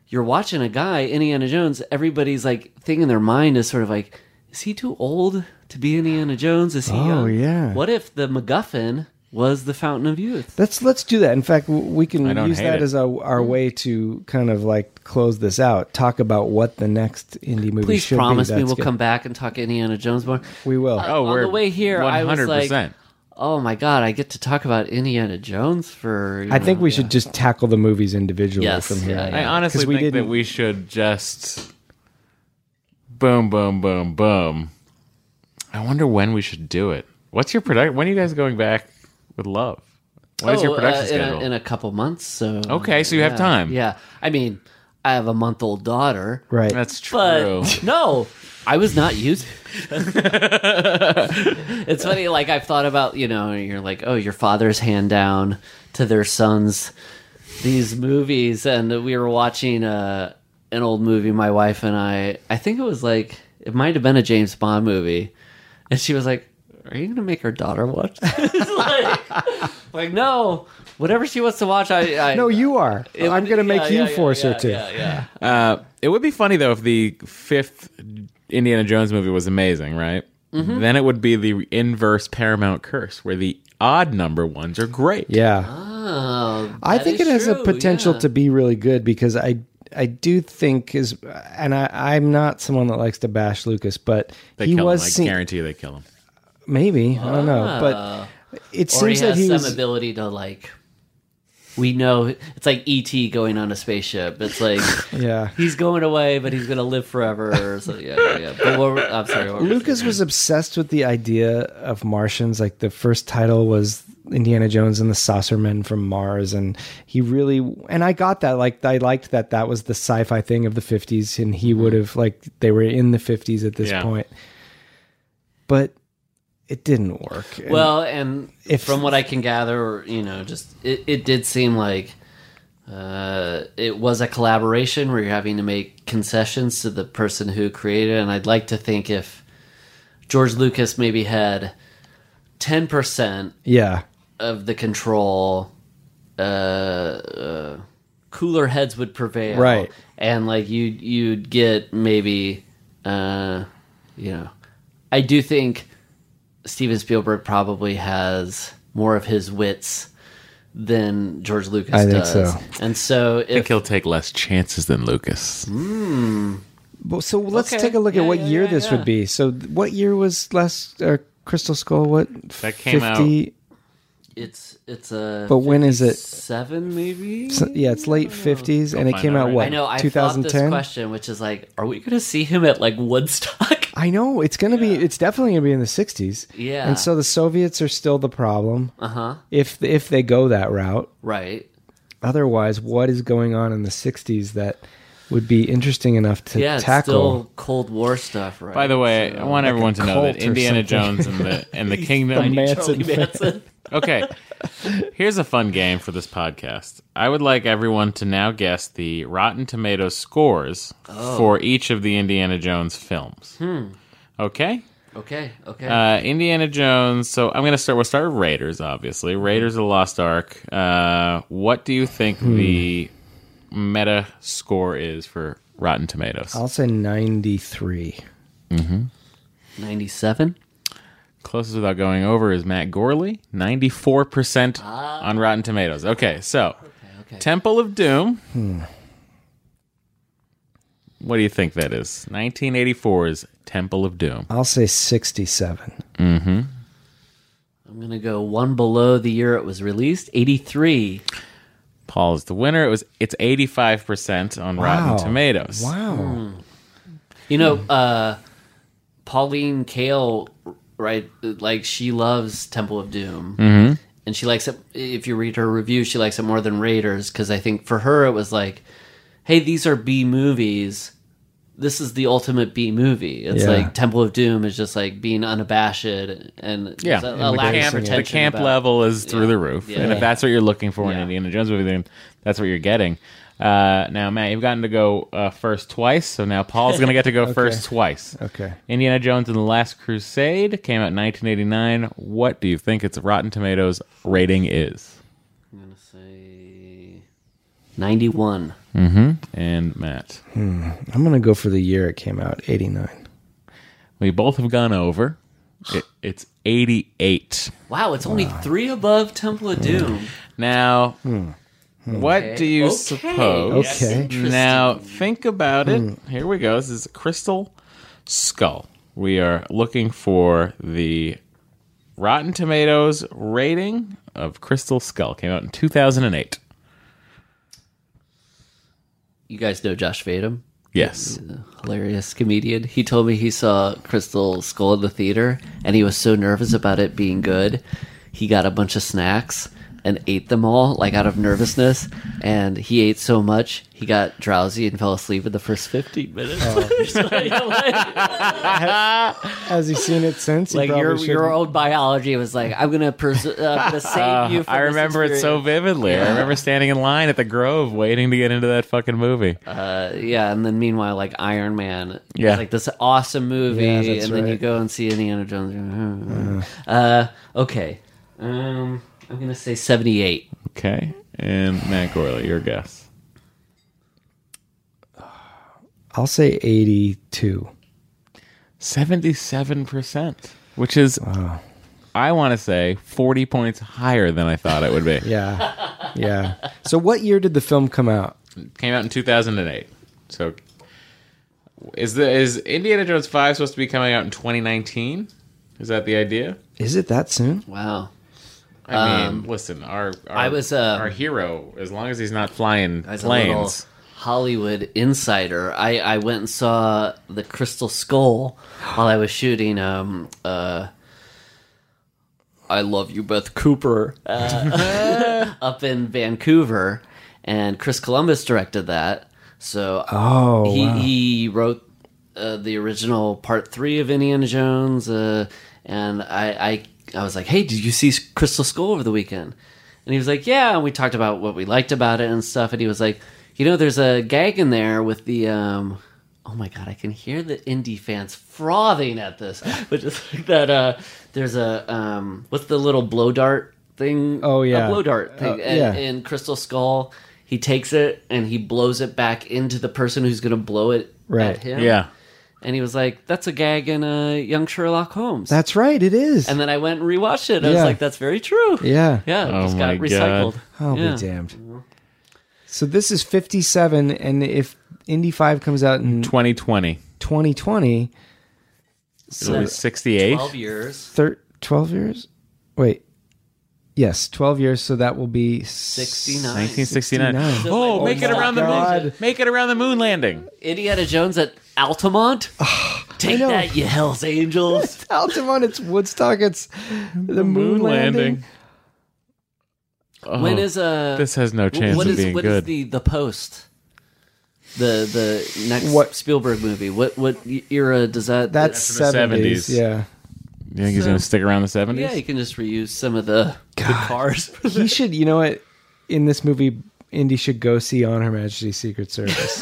D: You're watching a guy, Indiana Jones. Everybody's like thing in their mind is sort of like, is he too old to be Indiana Jones? Is he?
A: Oh,
D: young?
A: yeah.
D: What if the MacGuffin was the Fountain of Youth?
A: Let's let's do that. In fact, w- we can
B: I don't
A: use
B: hate
A: that
B: it.
A: as a, our way to kind of like close this out. Talk about what the next indie movie
D: Please
A: should
D: promise
A: be.
D: me
A: That's
D: we'll
A: good.
D: come back and talk Indiana Jones more.
A: We will.
B: Oh,
D: on
B: we're
D: the way here, I was like-
B: 100%.
D: Oh my god, I get to talk about Indiana Jones for. you
A: I think
D: know,
A: we
D: yeah.
A: should just tackle the movies individually
D: Yes,
A: from here.
D: yeah,
A: on
D: yeah.
B: I
A: out.
B: honestly
A: 'Cause we
B: think that
A: didn't-
B: we should just boom, boom, boom, boom. I wonder when we should do it. What's your product? When are you guys going back with love? What is
D: Oh,
B: your production
D: uh, in a-
B: schedule?
D: In a, couple months, so
B: Okay, so you have
D: yeah.
B: time.
D: Yeah, I mean, I have a month old daughter,
A: right.
B: That's true.
D: but [laughs] no, I was not used. it's funny, like I've thought about, you know, you're like, oh, your father's hand down to their sons these movies, and we were watching uh, an old movie. My wife and I, I think it was like it might have been a James Bond movie, and she was like. Are you gonna make her daughter watch? It's [laughs] like, like no, whatever she wants to watch, I, I
A: no, you are.
D: it-
A: I'm going to make
D: yeah,
A: you
D: yeah, yeah,
A: force
D: yeah,
A: her to.
D: Yeah, yeah.
B: Uh, it would be funny though if the fifth Indiana Jones movie was amazing, right? Then it would be the inverse Paramount curse, where the odd number ones are great.
A: Yeah.
D: Oh,
A: I
D: that
A: think
D: is
A: it has a
D: true,
A: potential
D: yeah.
A: to be really good because I I do think is and I I'm not someone that likes to bash Lucas, but
B: they
A: he
B: kill
A: was
B: him. I
A: seen-
B: guarantee they kill him.
A: maybe I don't know, but it
D: Ah. or he
A: seems that
D: has
A: he
D: some
A: was
D: ability to like. We know it's like ET going on a spaceship. It's
A: [laughs]
D: like
A: yeah.
D: he's going away, but he's gonna live forever. Or so yeah, yeah, yeah. But what were- I'm sorry. What were-
A: Lucas was obsessed with the idea of Martians. Like the first title was Indiana Jones and the Saucermen from Mars, and he really and I got that. Like I liked that that was the sci-fi thing of the '50s, and
D: Mm-hmm.
A: he would have like they were in the '50s at this
B: Yeah.
A: point, but it didn't work. And-
D: well, and
A: If-
D: from what I can gather, you know, just it, it did seem like uh, it was a collaboration where you're having to make concessions to the person who created. it. And I'd like to think if George Lucas maybe had ten percent
A: yeah,
D: of the control uh, uh cooler heads would prevail
A: Right.
D: and like you you'd get maybe uh you know i do think steven spielberg probably has more of his wits than george lucas
A: I think
D: does
A: so.
D: and so
B: I think
D: if
B: he'll take less chances than Lucas.
A: Well, so let's
D: Okay.
A: take a look
D: Yeah,
A: at what
D: yeah,
A: year
D: yeah,
A: this
D: yeah.
A: would be. So, th- what year was last? Or
E: Crystal Skull? What
B: That came out-
D: It's it's a.
E: But when is it?
D: Seven maybe.
E: So- yeah, it's late fifties, and it
B: find
E: came
B: out
E: out
B: right
E: what
D: I know. I thought this
E: 2010.
D: question, which is like, are we gonna see him at like Woodstock? [laughs]
E: I know it's gonna be. It's definitely gonna be in the sixties.
D: Yeah.
E: And so the Soviets are still the problem.
D: uh huh.
E: If if they go that route,
D: Right.
E: otherwise, what is going on in the sixties that would be interesting enough to
D: Yeah. It's
E: tackle?
D: still Cold War stuff, right?
B: By the way, I want everyone to know that
E: cult or
B: Indiana
E: something.
B: Jones and the and the Kingdom.
E: man-
D: Charlie
E: Manson.
B: [laughs]
D: Manson.
B: okay, here's a fun game for this podcast. I would like everyone to now guess the Rotten Tomatoes scores for each of the Indiana Jones films. Okay.
D: okay. Okay.
B: Uh, Indiana Jones. So I'm gonna start. We'll start with Raiders, obviously. Raiders of the Lost Ark. Uh, what do you think
E: Hmm.
B: the meta score is for Rotten Tomatoes?
E: I'll say ninety three.
D: Ninety-seven.
B: Closest without going over is Matt Gorley, 94% on Rotten Tomatoes. Okay, so
D: okay.
B: Temple of Doom.
E: Hmm.
B: What do you think that is? 1984's Temple of Doom.
E: I'll say sixty seven.
D: I'm gonna go one below the year it was released. Eighty-three.
B: Paul is the winner. It was it's 85% on
E: Wow.
B: Rotten Tomatoes.
E: Wow.
D: Hmm. You know, uh, Pauline Kael, right? Like she loves Temple of Doom, mm-hmm. and she likes it. If you read her review, she likes it more than Raiders because I think for her it was like, "Hey, these are B movies. This is the ultimate B movie. It's
E: Yeah.
D: like Temple of Doom is just like being unabashed and
B: Yeah,
D: there's a, a
B: the
D: lack of
B: camp, the
D: pretension.
B: camp
D: about-
B: level is through the roof,
D: Yeah.
B: and if that's what you're looking for in
D: Yeah.
B: an Indiana Jones movie, then that's what you're getting. Uh, now, Matt, you've gotten to go uh, first twice, so now Paul's going to get to go
D: [laughs]
B: first twice.
E: Okay.
B: Indiana Jones and the Last Crusade came out in 1989. What do you think its Rotten Tomatoes rating is?
D: I'm gonna say ninety-one.
B: And Matt,
E: I'm gonna go for the year it came out, eighty nine.
B: we both have gone over. It, it's 88.
D: Wow, it's only three above Temple of Doom.
B: Now, what do you
D: Okay.
B: suppose?
E: Yes, Okay.
D: interesting.
B: Now, think about it. Here we go. This is Crystal Skull. We are looking for the Rotten Tomatoes rating of Crystal Skull. Came out in 2008.
D: You guys know Josh Vadum?
B: Yes.
D: hilarious comedian. He told me he saw Crystal Skull in the theater and he was so nervous about it being good. He got a bunch of snacks and ate them all, like out of nervousness. And he ate so much, he got drowsy and fell asleep in the first 15 minutes.
E: Has he seen it since? He
D: [laughs] like
E: probably
D: your,
E: should-
D: your old biology was like, I'm going to pers- uh, I'm gonna save you from
B: I
D: this
B: remember it so
D: experience."
B: vividly. I
D: [laughs]
B: remember standing in line at the Grove waiting to get into that fucking movie.
D: Yeah, and then meanwhile, like Iron Man,
B: Yeah.
D: it's like this awesome movie,
E: Yeah,
D: and
E: that's
D: then you
E: right. Uh-huh.
D: go and see Indiana Jones. Uh, okay, um, I'm gonna say 78.
B: Okay. And Matt Gorley, your guess.
E: I'll say eighty two.
B: 77%, which is, I want to say, 40 points higher than I thought it would
A: [laughs]
B: be.
D: [laughs]
E: Yeah. Yeah. So what year did the film come out?
B: Came out in 2008. So is the is Indiana Jones 5 supposed to be coming out in 2019? Is that the idea?
E: Is it that soon?
D: Wow,
B: I mean, listen, our, our
D: Um, I was, uh,
B: our hero as long as he's not flying
D: as a little
B: planes.
D: Hollywood insider, I I went and saw the Crystal Skull while I was shooting. Um, uh, I love you, Beth Cooper, uh, [laughs] up in Vancouver, and Chris Columbus directed that. So
E: Oh,
D: he he wrote uh, the original part three of Indiana Jones, uh, and I, I I was like, hey, did you see Crystal Skull over the weekend? And he was like, yeah. And we talked about what we liked about it and stuff. And he was like, you know, there's a gag in there with the. Um, Oh my god, I can hear the indie fans frothing at this. [laughs] Which is like that uh there's a um what's the little blow dart thing?
E: Oh, yeah.
D: A blow dart thing.
E: Oh,
D: and,
E: yeah.
D: and Crystal Skull, he takes it and he blows it back into the person who's gonna blow it
E: Right.
D: at him.
B: yeah.
D: And he was like, That's a gag in uh young Sherlock Holmes.
E: That's right. It is.
D: and then I went and rewatched it. I was
E: Yeah.
D: like, That's very true.
E: yeah.
D: Yeah, it
B: Oh
D: just
B: my
D: got
B: God.
D: recycled.
E: I'll
D: Yeah.
E: be damned. So this is 57 and if Indy 5 comes out in
B: 2020.
E: 2020,
B: It'll be 68.
D: 12 years.
A: Thir- 12 years? Wait. Yes, 12 years. So that will be. s-
D: 69.
B: 1969.
A: 69.
B: Oh,
D: Oh
B: make it
D: my
B: around the moon.
A: God.
B: Make it around the moon landing.
D: Indiana Jones at
E: [sighs]
D: Altamont? Take
A: know.
D: that, you Hells Angels.
A: Altamont, it's Woodstock, it's the moon, landing.
B: Oh,
D: when is uh,
B: this has no
D: wh-
B: chance
D: what
B: of
D: is-
B: being
D: what is
B: good.
D: the, the post? The the next
A: What-
D: Spielberg movie. What what era does that?
A: That's
B: That's in the
A: 70s.
B: 70s.
A: Yeah.
B: you think he's going to stick around the 70s?
D: yeah. You can just reuse some of the, the cars. [laughs]
A: He should, you know what? In this movie, Indy should go see On Her Majesty's Secret Service.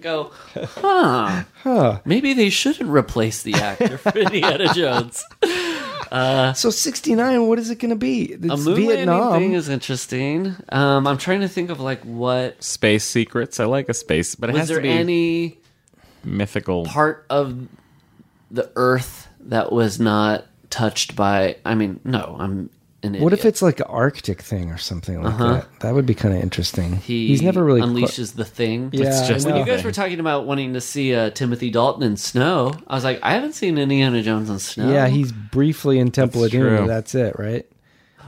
D: go, huh? Maybe they shouldn't replace the
A: [laughs]
D: actor for Indiana Jones.
A: so 69, what is it going to be? It's
D: A moon landing
A: Vietnam.
D: thing is interesting. Um, I'm trying to think of like what
B: Space secrets. I like a space, but it
D: was
B: has
D: there
B: to be
D: any
B: mythical.
D: part of the Earth that was not touched by? I mean, no, I'm an idiot.
A: what if it's like an Arctic thing or something like that? That would be kind of interesting.
D: Uh-huh. he
A: He's never really clo-
D: unleashes the thing?
A: Yeah,
B: It's just
A: I
B: a
A: know.
D: You guys
B: thing.
D: were talking about wanting to see uh, Timothy Dalton in Snow. I was like, I haven't seen Indiana Jones in Snow.
A: Yeah, he's briefly in Temple
B: That's
A: of Doom.
B: true.
A: but That's it, right?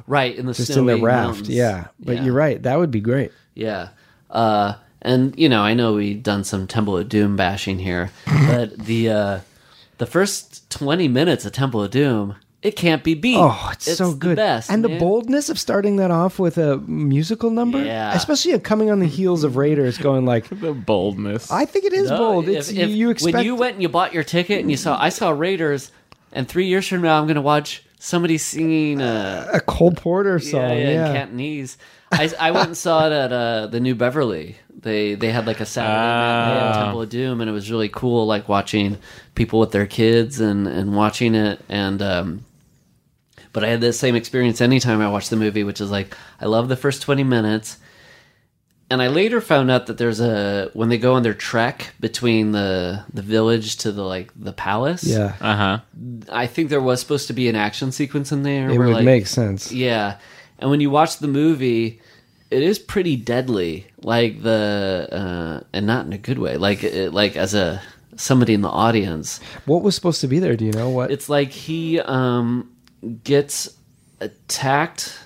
D: right in the
A: Just
D: snowy
A: in the raft.
D: mountains.
A: Yeah, but
D: Yeah.
A: you're right. That would be great.
D: Yeah. Uh, and you know, I know we've done some Temple of Doom bashing here, but the uh, the first twenty minutes of Temple of Doom, it can't be beat.
A: Oh, it's, so good.
D: The best,
A: and the
D: man.
A: boldness of starting that off with a musical number,
D: Yeah.
A: especially coming on the heels of Raiders, going
D: [laughs]
A: like,
B: the boldness.
A: I think it is
D: No,
A: bold.
D: if-
A: It's
D: if-
A: you expect
D: when you went and you bought your ticket and you saw I saw Raiders, and three years from now I'm going to watch somebody singing. Uh,
A: a Cole Porter song.
D: yeah,
A: Yeah,
D: yeah, in Cantonese. I, I went and saw it at uh, the New Beverly. They they had like a Saturday night they had
B: Ah.
D: Temple of Doom, and it was really cool. Like watching people with their kids and and watching it. And um, but I had the same experience anytime I watched the movie, which is like I love the first twenty minutes. And I later found out that there's a when they go on their trek between the the village to the like the palace.
A: Yeah.
B: Uh huh.
D: I think there was supposed to be an action sequence in there.
A: it
D: where,
A: would
D: like,
A: make sense.
D: yeah. And when you watch the movie, it is pretty deadly. Like the uh and not in a good way. Like it, like as a somebody in the audience.
A: What was supposed to be there? Do you know what?
D: It's like he um gets attacked.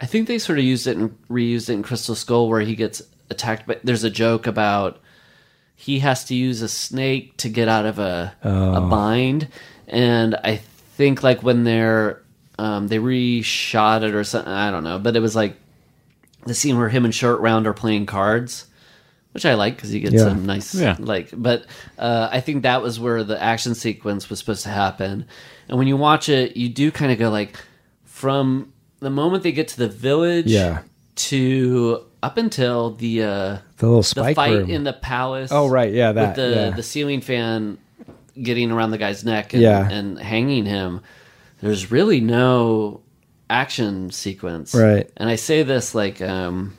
D: I think they sort of used it and reused it in Crystal Skull where he gets attacked but there's a joke about he has to use a snake to get out of a a
A: Oh.
D: bind and I think like when they're um they reshot it or something I don't know but it was like the scene where him and Short Round are playing cards which I like because you get
A: Yeah.
D: some nice
B: Yeah.
D: like but uh, I think that was where the action sequence was supposed to happen and when you watch it you do kind of go like from the moment they get to the village
A: Yeah.
D: to up until the uh,
A: the little
D: the
A: spike
D: fight
A: room.
D: in the palace
A: Oh, right, yeah, that,
D: with the
A: yeah.
D: the ceiling fan getting around the guy's neck and,
A: Yeah.
D: and hanging him there's really no action sequence
A: Right.
D: and I say this like um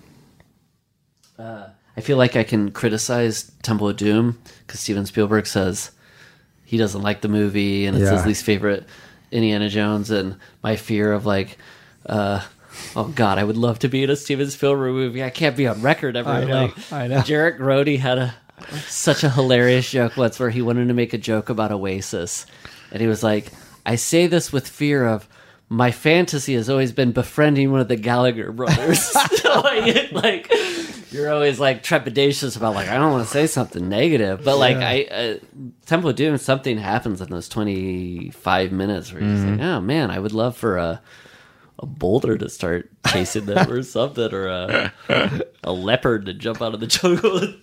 D: uh, I feel like I can criticize Temple of Doom because Steven Spielberg says he doesn't like the movie and it's
A: Yeah.
D: his least favorite Indiana Jones, and my fear of like, uh, oh God, I would love to be in a Steven Spielberg movie. I can't be on record ever.
A: I know,
D: Like,
A: I know.
D: Jarek Rohde had a such a hilarious joke once where he wanted to make a joke about Oasis, and he was like, I say this with fear of. My fantasy has always been befriending one of the Gallagher brothers. [laughs] So, like, like, you're always like trepidatious about like I don't want to say something negative, but like I uh, Temple of Doom, something happens in those 25 minutes where you're just
A: Mm-hmm.
D: like, oh man, I would love for a a boulder to start chasing them
A: [laughs]
D: or something, or a a leopard to jump out of the [laughs] jungle.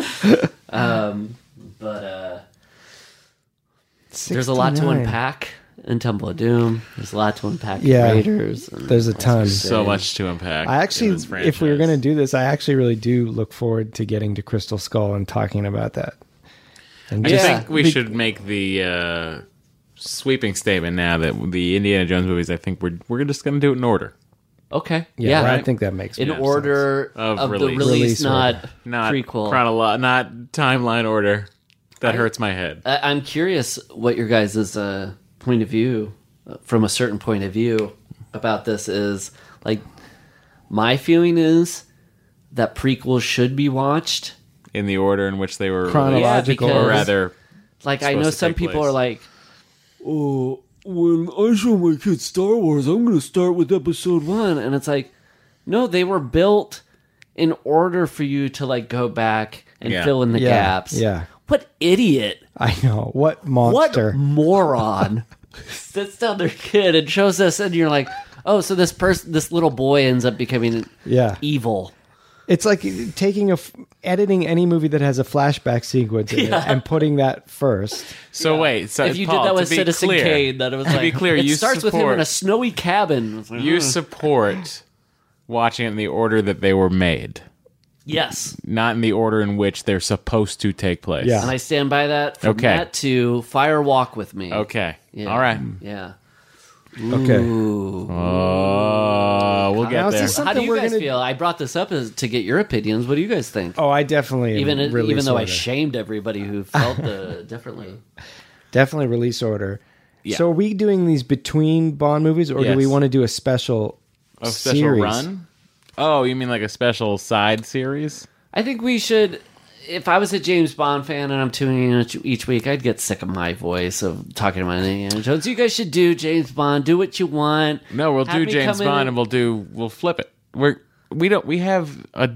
A: [laughs]
D: um, but uh, there's a lot to
A: 69.
D: unpack in Temple of Doom. There's a lot to unpack.
A: Yeah.
D: in Raiders. and-
A: There's a ton.
B: So much to unpack.
A: I
B: in
A: actually,
B: this
A: if we were
B: franchise.
A: going to do this, I actually really do look forward to getting to Crystal Skull and talking about that. And
B: I
D: Yeah.
B: think we
A: Be-
B: should make the uh, sweeping statement now that the Indiana Jones movies. I think we're we're just going to do it in order,
D: okay.
A: yeah,
D: Yeah.
A: I think that makes
D: in
A: more sense.
D: order
B: Of
D: of,
B: release.
D: the
A: Release
D: release, not
A: order.
B: not
D: prequel.
B: chronolo- not timeline order. That hurts my head.
D: I- I'm curious what your guys' uh, point of view, uh, from a certain point of view, about this is. Like, my feeling is that prequels should be watched.
B: in the order in which they were
A: Chronological.
B: released.
D: Yeah,
B: or
D: because-
B: rather
D: Like, I
B: Supposed
D: know
B: to
D: some
B: take
D: people
B: place.
D: are like, oh, when I show my kids Star Wars, I'm going to start with episode one. And it's like, no, they were built in order for you to like go back and
B: Yeah.
D: fill in the
A: Yeah,
D: gaps.
A: yeah.
D: What idiot.
A: I know. What
D: What
A: monster? [laughs]
D: moron sits down their kid and shows us, and you're like, oh, so this person, this little boy ends up becoming
A: Yeah.
D: evil.
A: It's like taking a f- editing any movie that has a flashback sequence in it and putting that first.
B: So wait, so
D: if you
B: Uh, Paul,
D: did that
B: to
D: with
B: be
D: Citizen
B: clear,
D: Kane, that it was like,
B: to be clear,
D: it
B: you
D: starts with him in
B: support-
D: a snowy cabin. It's like,
B: you
D: "Ugh."
A: Mm-hmm.
B: support watching it in the order that they were made,
D: yes,
B: not in the order in which they're supposed to take place.
A: Yeah.
D: and I stand by that. From
B: Okay.
D: that to Fire Walk with Me.
B: Okay.
D: Yeah.
B: All right.
D: Yeah.
A: Okay.
D: Ooh.
B: Oh, we'll get
A: Now, is
B: there.
A: this
D: How do
A: something
D: you
A: we're
D: guys
A: gonna-
D: feel? I brought this up as, to get your opinions. What do you guys think?
A: Oh, I definitely am
D: even
A: release
D: even though I
A: order.
D: shamed everybody
A: [laughs]
D: who felt the differently.
A: definitely release order. So are we doing these between Bond movies, or do
B: Yes.
A: we want to do a special
B: a special
A: series?
B: run? Oh, you mean like a special side series?
D: I think we should. If I was a James Bond fan and I'm tuning in each- each week, I'd get sick of my voice of talking about Indiana Jones. You guys should do James Bond. Do what you want.
B: No, we'll
D: Have
B: do
D: me
B: James
D: come in
B: Bond and we'll do we'll flip it. We're we don't we have a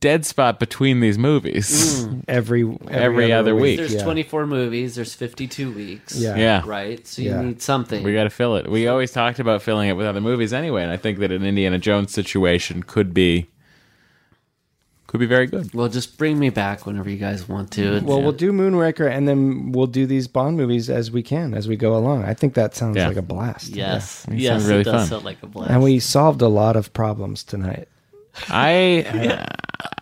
B: dead spot between these movies.
D: Mm.
A: every every,
B: Every other week.
D: There's
A: Yeah.
D: 24 movies. There's 52 weeks.
A: Yeah.
B: Yeah.
D: Right. So you
A: Yeah.
D: need something.
B: We got to fill it. We always talked about filling it with other movies anyway, and I think that an Indiana Jones situation could be could be very good.
D: well, just bring me back whenever you guys want to.
A: Well, we'll do Moonraker, and then we'll do these Bond movies as we can as we go along. I think that sounds
B: Yeah.
A: like a blast.
D: Yes.
B: Yeah. It
D: Yes.
B: sounds really
D: it does
B: fun.
D: sound like a blast.
A: Yeah. And we solved a lot of problems tonight. [laughs]
B: I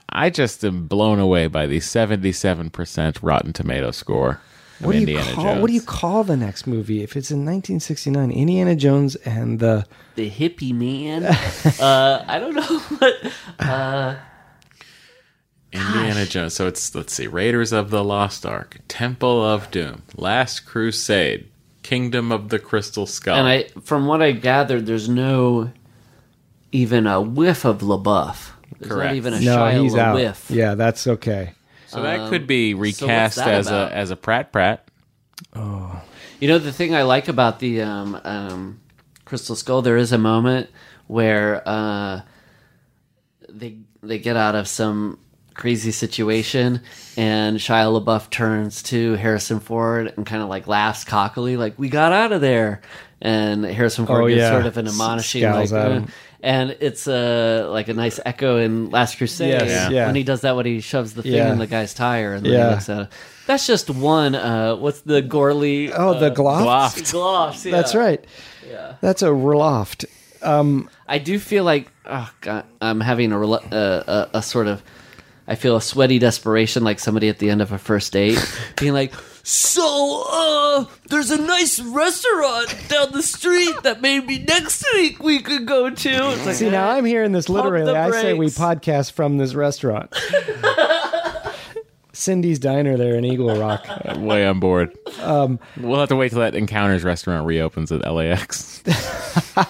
B: I just am blown away by the 77% Rotten Tomato score. of
A: What do you
B: Indiana
A: call
B: Jones.
A: What do you call the next movie if it's in 1969? Indiana Jones and the
D: the hippie man.
A: [laughs]
D: uh, I don't know [laughs] what.
B: Indiana Jones. So it's let's see, Raiders of the Lost Ark, Temple of Doom, Last Crusade, Kingdom of the Crystal Skull.
D: And I, from what I gathered, there's no even a whiff of LaBeouf. There's
B: Correct.
D: not even a
A: no,
D: Shia
A: he's out.
D: LaBeouf.
A: Yeah, that's okay.
B: so that could be recast
D: um, that
B: as
D: about?
B: a as a Pratt Pratt.
D: You know the thing I like about the um, um, Crystal Skull. There is a moment where uh, they they get out of some crazy situation, and Shia LaBeouf turns to Harrison Ford and kind of like laughs cockily, like "We got out of there." And Harrison Ford
A: Oh,
D: gets
A: yeah.
D: sort of an
A: S-
D: admonishing,
A: scowls
D: like,
A: at
D: "Uh,"
A: him.
D: and it's uh, like a nice echo in Last Crusade
A: Yes, Yeah. yeah.
D: when he does that when he shoves the thing
A: Yeah.
D: in the guy's tire and then he
A: Yeah.
D: looks at it. uh, That's just one. Uh, what's the Gorley? uh,
A: Oh, the Gloft.
B: Loft.
D: Gloss, yeah.
A: That's right. Yeah. That's a Roloft.
D: I do feel like oh god, I'm having a, rel- uh, a a sort of I feel a sweaty desperation, like somebody at the end of a
A: [laughs]
D: first date being like, "So, uh, there's a nice restaurant down the street that maybe next week we could go to." It's like,
A: See, now I'm hearing this literally.
D: the
A: I say we
D: brakes.
A: podcast from this
D: [laughs]
A: restaurant. Cindy's Diner there in Eagle Rock.
B: Way on board.
A: Um,
B: we'll have to wait till that Encounters restaurant reopens
A: [laughs]
B: at LAX.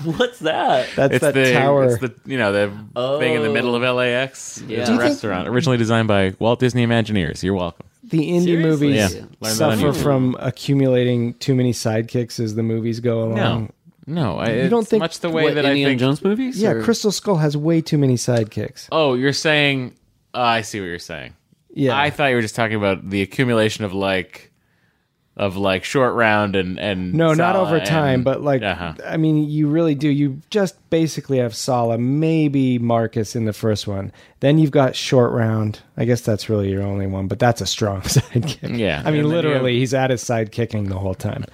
D: what's that?
A: That's
B: It's
A: that
B: the
A: tower.
B: it's the you know the thing in the middle of LAX. It's
D: Do
B: a
D: you think-
B: restaurant originally designed by Walt Disney Imagineers. You're welcome.
A: the indie
D: Seriously?
A: movies
B: Yeah. Learn that on
A: suffer
B: YouTube.
A: from accumulating too many sidekicks as the movies go along.
B: No, no, I,
A: don't
B: it's
A: think-
B: much the way
D: What,
B: that
D: Indiana
B: I think
D: Jones movies?
A: Yeah,
D: or-
A: Crystal Skull has way too many sidekicks.
B: Oh, you're saying uh, I see what you're saying.
A: Yeah.
B: I thought you were just talking about the accumulation of like of like short round and and
A: no, not
B: Salah
A: over time,
B: and-
A: but like,
B: Uh-huh.
A: I mean, you really do. You just basically have Sala, maybe Marcus in the first one. Then you've got Short Round. I guess that's really your only one, but that's a strong [laughs] sidekick.
B: Yeah.
A: I
B: And then
A: mean,
B: you
A: literally,
B: have-
A: he's at his side kicking the whole time.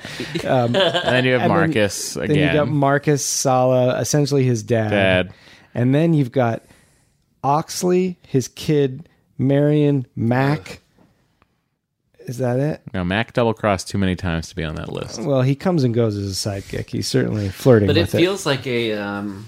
B: and then you
A: and
B: have
A: then-
B: Marcus
A: Then
B: again.
A: you got Marcus Sala, essentially his dad.
B: Dad.
A: And then you've got Oxley, his kid, Marion, Mac. Is that it?
B: no, Mac double crossed too many times to be on that list.
A: Well, he comes and goes as a sidekick. He's certainly flirting
D: but it
A: with it.
D: feels like a um,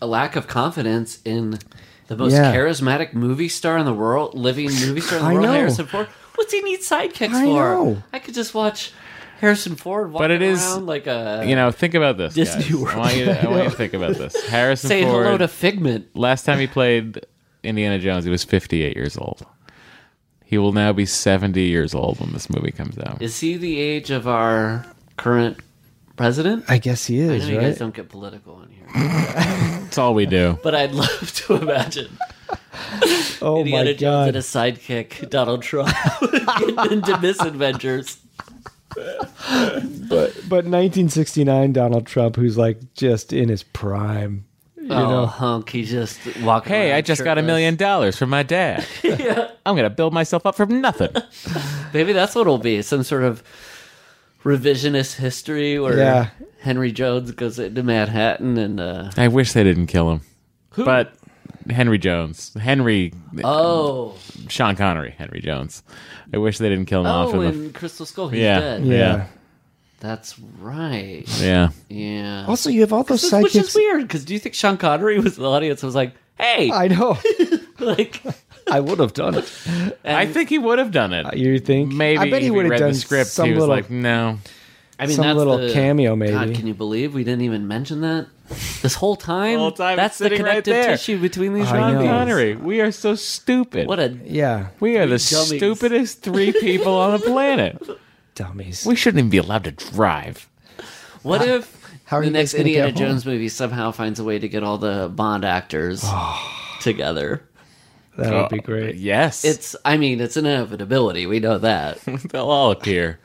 D: a lack of confidence in the most
A: Yeah.
D: charismatic movie star in the world, living movie star in the
A: I
D: world,
A: know.
D: Harrison Ford. What's he need sidekicks
A: I
D: for?
A: know.
D: I could just watch Harrison Ford walking
B: it is-
D: around like a
B: You know, think about this.
D: Disney
B: guys.
D: World.
B: I want you to, I want you to think about this. [laughs] Harrison
D: saying
B: Ford.
D: hello to Figment.
B: last time he played Indiana Jones, he was 58 years old. He will now be 70 years old when this movie comes out.
D: Is he the age of our current president.
A: I guess he
D: I
A: is,
D: know you guys
A: right?
D: don't get political on here,
B: That's all we do.
D: but I'd [laughs] love to imagine
A: Oh
D: Indiana
A: my
D: Jones
A: god.
D: and his sidekick Donald Trump [laughs] getting into misadventures.
A: But 1969 Donald Trump who's like just in his prime.
D: oh, hunk! He just
B: [laughs]
D: walking.
B: Hey,
D: around
B: I just got a
D: shirtless.
B: million dollars from my [laughs] dad. I'm gonna build myself up from [laughs] nothing.
D: Maybe that's what it'll be. Some sort of revisionist history where
A: Yeah.
D: Henry Jones goes into Manhattan and uh,
B: I wish they didn't kill him. But Henry Jones, Henry,
D: oh,
B: Sean Connery, Henry Jones. I wish they didn't kill him off. In
D: oh,
B: the,
D: and Crystal Skull, he's
B: yeah,
D: dead.
B: yeah, yeah,
A: Yeah.
D: That's right. Yeah.
A: Also, you have all those
D: Which is
A: sidekicks.
D: weird because do you think Sean Connery was in the audience? and was like, hey,
A: I know.
D: [laughs] like,
A: I would have done it.
B: I think he would have done it.
A: You think?
B: Maybe
A: I bet he
B: if
A: would have
B: read
A: done
B: the script.
A: some
B: he was
A: little.
B: like, no.
D: I mean,
A: Some
D: that's
A: little
D: the-
A: cameo, maybe.
D: God, can you believe we didn't even mention that this whole time?
B: whole time it's
D: that's the
B: sitting right
D: connective
B: there.
D: tissue between these
A: I
B: Sean
A: know.
D: movies.
B: Connery, we are so stupid.
D: What a
A: yeah,
B: we are the
D: dummies.
B: stupidest three people on the planet.
A: dummies.
B: We shouldn't even be allowed to drive.
D: What if
A: how are
D: the
A: you guys
D: next
A: gonna get
D: Indiana
A: home?
D: Jones movie somehow finds a way to get all the
A: [sighs]
D: Bond actors together?
A: that would
B: Oh,
A: be great.
B: Yes.
D: It's, I mean, it's an inevitability. We
A: [laughs]
D: know that.
B: [laughs] They'll all appear.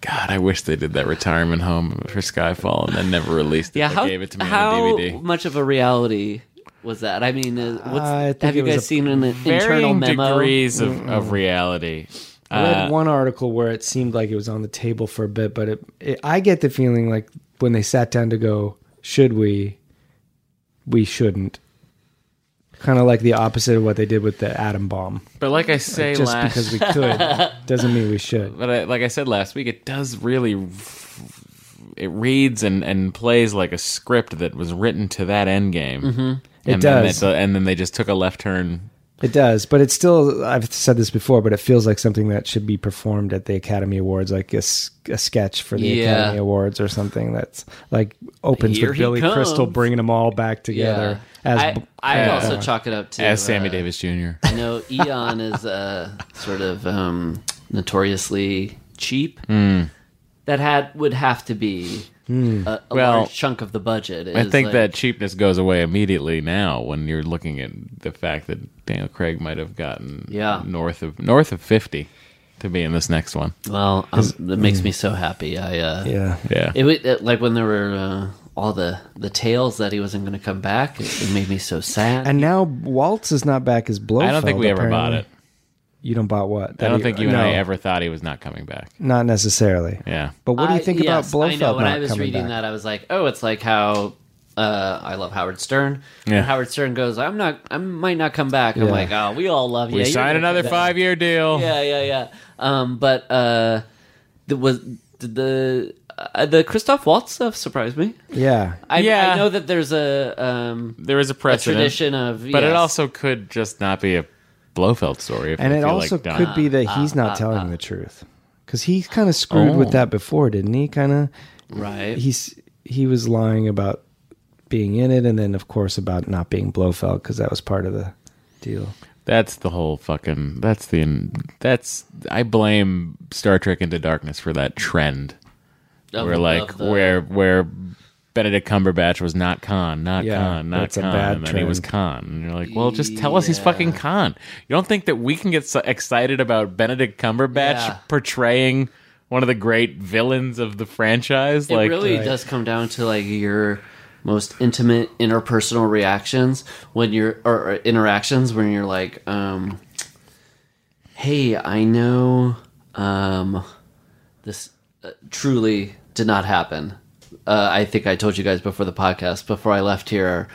B: God, I wish they did that retirement home for Skyfall and then never released it.
D: Yeah,
B: They
D: how,
B: gave it to me
D: how
B: on DVD.
D: much of a reality was that? I mean, uh, what's,
A: I think
D: have you
A: it was
D: guys
A: a
D: seen an internal
B: Varying
D: memo?
B: degrees of, of reality.
A: I
B: Uh,
A: read one article where it seemed like it was on the table for a bit, but it, it, I get the feeling like when they sat down to go, should we? We shouldn't. Kind of like the opposite of what they did with the atom bomb.
B: but like I say
A: Just
B: last
A: because we could doesn't mean we should.
B: but I, like I said last week, it does really it reads and, and plays like a script that was written to that end game. Mm-hmm.
A: It
B: and then
A: does.
B: they- and then they just took a left turn.
A: It does, but it's still. I've said this before, but it feels like something that should be performed at the Academy Awards, like a, s- a sketch for the
D: Yeah.
A: Academy Awards or something. That's like opens
D: Here
A: with
D: he
A: Billy
D: comes.
A: Crystal bringing them all back
D: Yeah.
A: together as
D: I,
A: b-
D: I would
B: uh,
D: also chalk it up to
B: As Sammy
D: uh,
B: Davis Jr.
D: I know Eon is uh, sort of um, notoriously cheap.
A: Hmm.
D: That had would have to be a, a
B: Well,
D: large chunk of the budget.
B: I
D: is,
B: think
D: like,
B: that cheapness goes away immediately now when you're looking at the fact that Daniel Craig might have gotten
D: Yeah.
B: north of north of fifty to be in this next one.
D: Well, um, that makes me so happy. I uh,
A: Mm. yeah.
B: Yeah.
D: It, wa- it like when there were uh, all the the tales that he wasn't going to come back. It, it made me so sad.
A: And now Waltz is not back as Blofeld.
B: I don't think we ever bought
A: apparently.
B: it.
A: You don't bought what?
B: I don't think you and
A: no,
B: I ever thought he was not coming back.
A: Not necessarily.
B: Yeah.
A: But what do you
D: I-
A: think
D: yes,
A: about Blofeld
D: I know. When
A: not
D: I was
A: coming
D: reading
A: back?
D: that, I was like, oh, it's like how uh, I love Howard Stern.
B: Yeah.
D: And Howard Stern goes, I'm not, I might not come back. I'm
A: Yeah.
D: like, oh, we all love you.
B: We
D: You're
B: signed
D: gonna
B: another
D: come back."
B: five year deal.
D: Yeah, yeah, yeah. Um, but uh, the, was did the uh, the Christoph Waltz stuff surprised me.
A: Yeah,
D: I,
B: Yeah.
D: I know that there's a um,
B: There is a
D: a
B: precedent.
D: tradition of,
B: But it
D: yes.
B: also could just not be a Blofeld story. If
A: and
B: they
A: it
B: feel
A: also
B: like done.
A: could be that he's not telling the truth because he kind of screwed
B: Oh.
A: with that before, didn't he? Kind of.
D: right.
A: He's he was lying about being in it, and then of course about not being Blofeld because that was part of the deal.
B: That's the whole fucking. That's the. That's I blame Star Trek Into Darkness for that trend.
D: Of-
B: where like
D: of the-
B: where where Benedict Cumberbatch was not Khan, not
A: Yeah,
B: Khan, not
A: that's a
B: Khan,
A: bad
B: and then he was
A: trend.
B: Khan, and you're like, well, just tell us he's fucking Khan. You don't think that we can get so excited about Benedict Cumberbatch
D: Yeah.
B: portraying one of the great villains of the franchise?
D: it
B: like,
D: really does come down to like your most intimate interpersonal reactions when you're or, or interactions when you're like um hey i know um this uh, truly did not happen uh, i think i told you guys before the podcast before i left here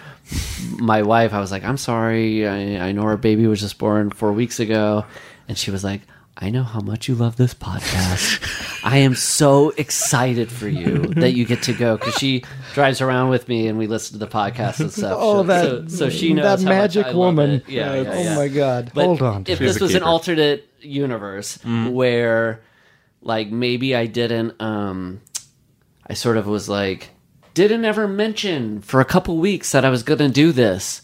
D: my wife i was like i'm sorry i, I know our baby was just born four weeks ago and she was like I know how much you love this podcast. I am so excited for you that you get to go because she drives around with me and we listen to the podcast and stuff.
A: Oh,
D: so,
A: that
D: so, so she knows
A: that
D: how much
A: magic
D: I love
A: woman.
D: it. Yeah, yeah,
A: oh
D: yeah.
A: my god!
D: But
A: Hold on.
D: If
A: to
B: She's
D: this
B: a
D: was an
B: keeper. Mm-hmm.
D: alternate universe where, like, maybe I didn't, um, I sort of was like, didn't ever mention for a couple weeks that I was going to do this.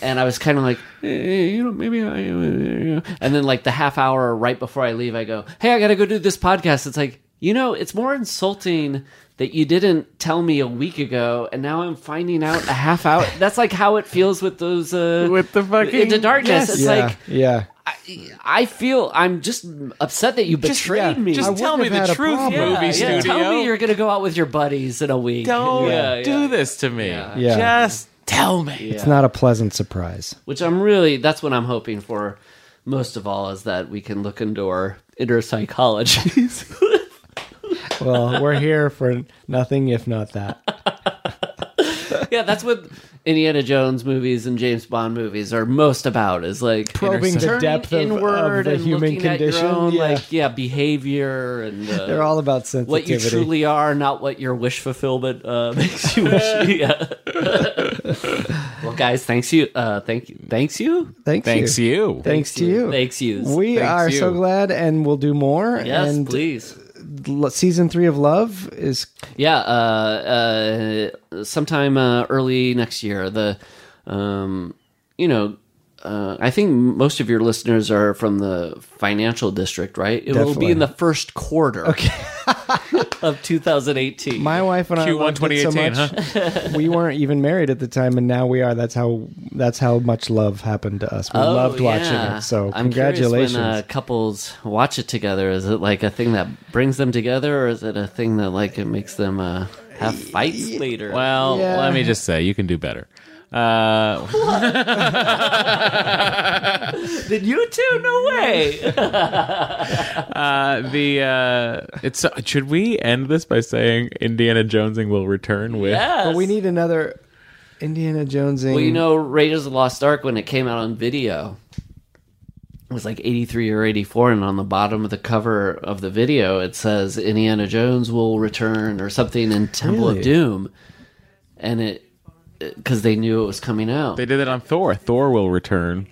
D: And I was kind of like, eh, you know, maybe I. eh, And then, like, the half hour right before I leave, I go, hey, I got to go do this podcast. It's like, you know, it's more insulting that you didn't tell me a week ago, and now I'm finding out a half hour. That's like how it feels with those uh,
B: With the fucking-
D: into darkness.
B: Yes.
D: It's
A: yeah,
D: like
A: yeah.
D: I feel I'm just upset that you betrayed
A: yeah,
D: me.
A: I
B: Just tell me
A: wouldn't have
B: the
A: had a
B: truth,
A: problem.
D: Yeah,
B: movie
D: yeah.
B: studio.
D: Tell me you're gonna go out with your buddies in a week.
B: Don't
D: Yeah, yeah.
B: do this to me.
A: Yeah.
B: Just tell me.
A: It's not a pleasant surprise.
D: Which I'm really that's what I'm hoping for most of all is that we can look into our inner psychologies.
A: [laughs] Well,
D: [laughs]
A: we're here for nothing if not that.
D: yeah, that's what Indiana Jones movies and James Bond movies are most about is like
A: Probing the
D: turning
A: depth of, of
D: inward
A: the
D: and
A: human
D: looking at your
A: condition.
D: own,
A: yeah.
D: like yeah, behavior and uh,
A: They're all about
D: what
A: sensitivity.
D: you truly are, not what your wish fulfillment uh, [laughs] makes you wish. yeah. well, guys, thanks you. Uh, thank you. Thanks you.
A: Thanks,
B: Thanks
A: you.
B: you.
A: Thanks to you.
D: Thanks you.
A: We
B: Thanks
A: are so
B: you.
A: glad, and we'll do more.
D: yes,
A: and
D: please.
A: l- season three of Love is
D: Yeah, uh, uh, sometime uh, early next year. The, um, you know, uh, I think most of your listeners are from the financial district, right? It will be
A: Definitely.
D: in the first quarter [laughs] of 2018.
A: my wife and I loved
B: Q1
A: it so
B: 2018,
A: much. [laughs] we weren't even married at the time, and now we are. That's how that's how much love happened to us. We
D: Oh,
A: loved watching
D: yeah.
A: it. So
D: I'm curious
A: congratulations.
D: When uh, couples watch it together, is it like a thing that brings them together, or is it a thing that like it makes them uh, have fights later?
B: Well,
A: Yeah.
B: let me just say, you can do better. Uh,
D: did you two? No way.
B: uh, the uh, it's should we end this by saying Indiana Jonesing will return with?
A: but we need another Indiana Jonesing.
D: Well, you know, Raiders of the Lost Ark when it came out on video it was like 83 or 84 and on the bottom of the cover of the video it says Indiana Jones will return or something in Temple of
A: Really?
D: Doom. And it cuz they knew it was coming out.
B: They did it on Thor. Thor will return.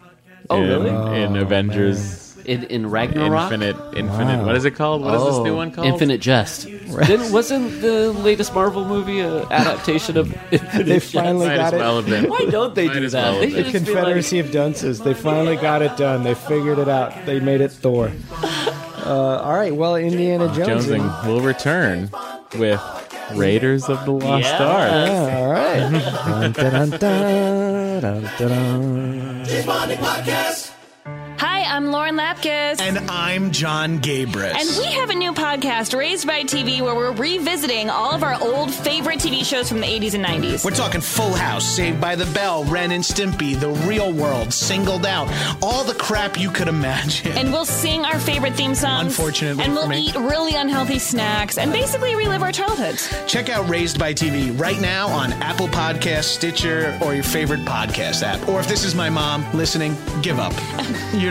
D: Oh,
B: in,
D: really?
B: In Avengers
D: in, in Ragnarok.
B: Infinite, Infinite. What is it called? What is this
D: Oh.
B: new one called?
D: Infinite Jest. [laughs] Didn't, wasn't the latest Marvel movie an adaptation [laughs] of Infinite
A: they finally
B: Might
A: got
B: as well
A: it.
B: have been.
D: Why don't they
B: Might
D: do
B: as
D: that?
B: well
D: They
B: have been.
D: should just be like-
A: Confederacy of dunces. They finally got it done. They figured it out. They made it
D: [laughs]
A: Thor. Uh, all right. Well, Indiana Jonesing.
B: Jonesing will return with Raiders of the Lost
D: Yes.
B: Ark.
A: Yeah, all right. Dun, dun, dun, dun, dun, dun.
F: Cheese Bonding Podcast.
G: Hi, I'm Lauren Lapkus.
H: And I'm John Gabris.
G: And we have a new podcast, Raised by TV, where we're revisiting all of our old favorite TV shows from the 80s and 90s.
H: We're talking Full House, Saved by the Bell, Ren and Stimpy, The Real World, Singled Out, all the crap you
G: [laughs]
H: could imagine.
G: and we'll sing our favorite theme songs.
H: Unfortunately
G: And
H: for
G: we'll
H: me.
G: eat really unhealthy snacks and basically relive our childhoods.
H: Check out Raised by TV right now on Apple Podcasts, Stitcher, or your favorite podcast app. Or if this is my mom listening,
G: [laughs]
H: give up. You're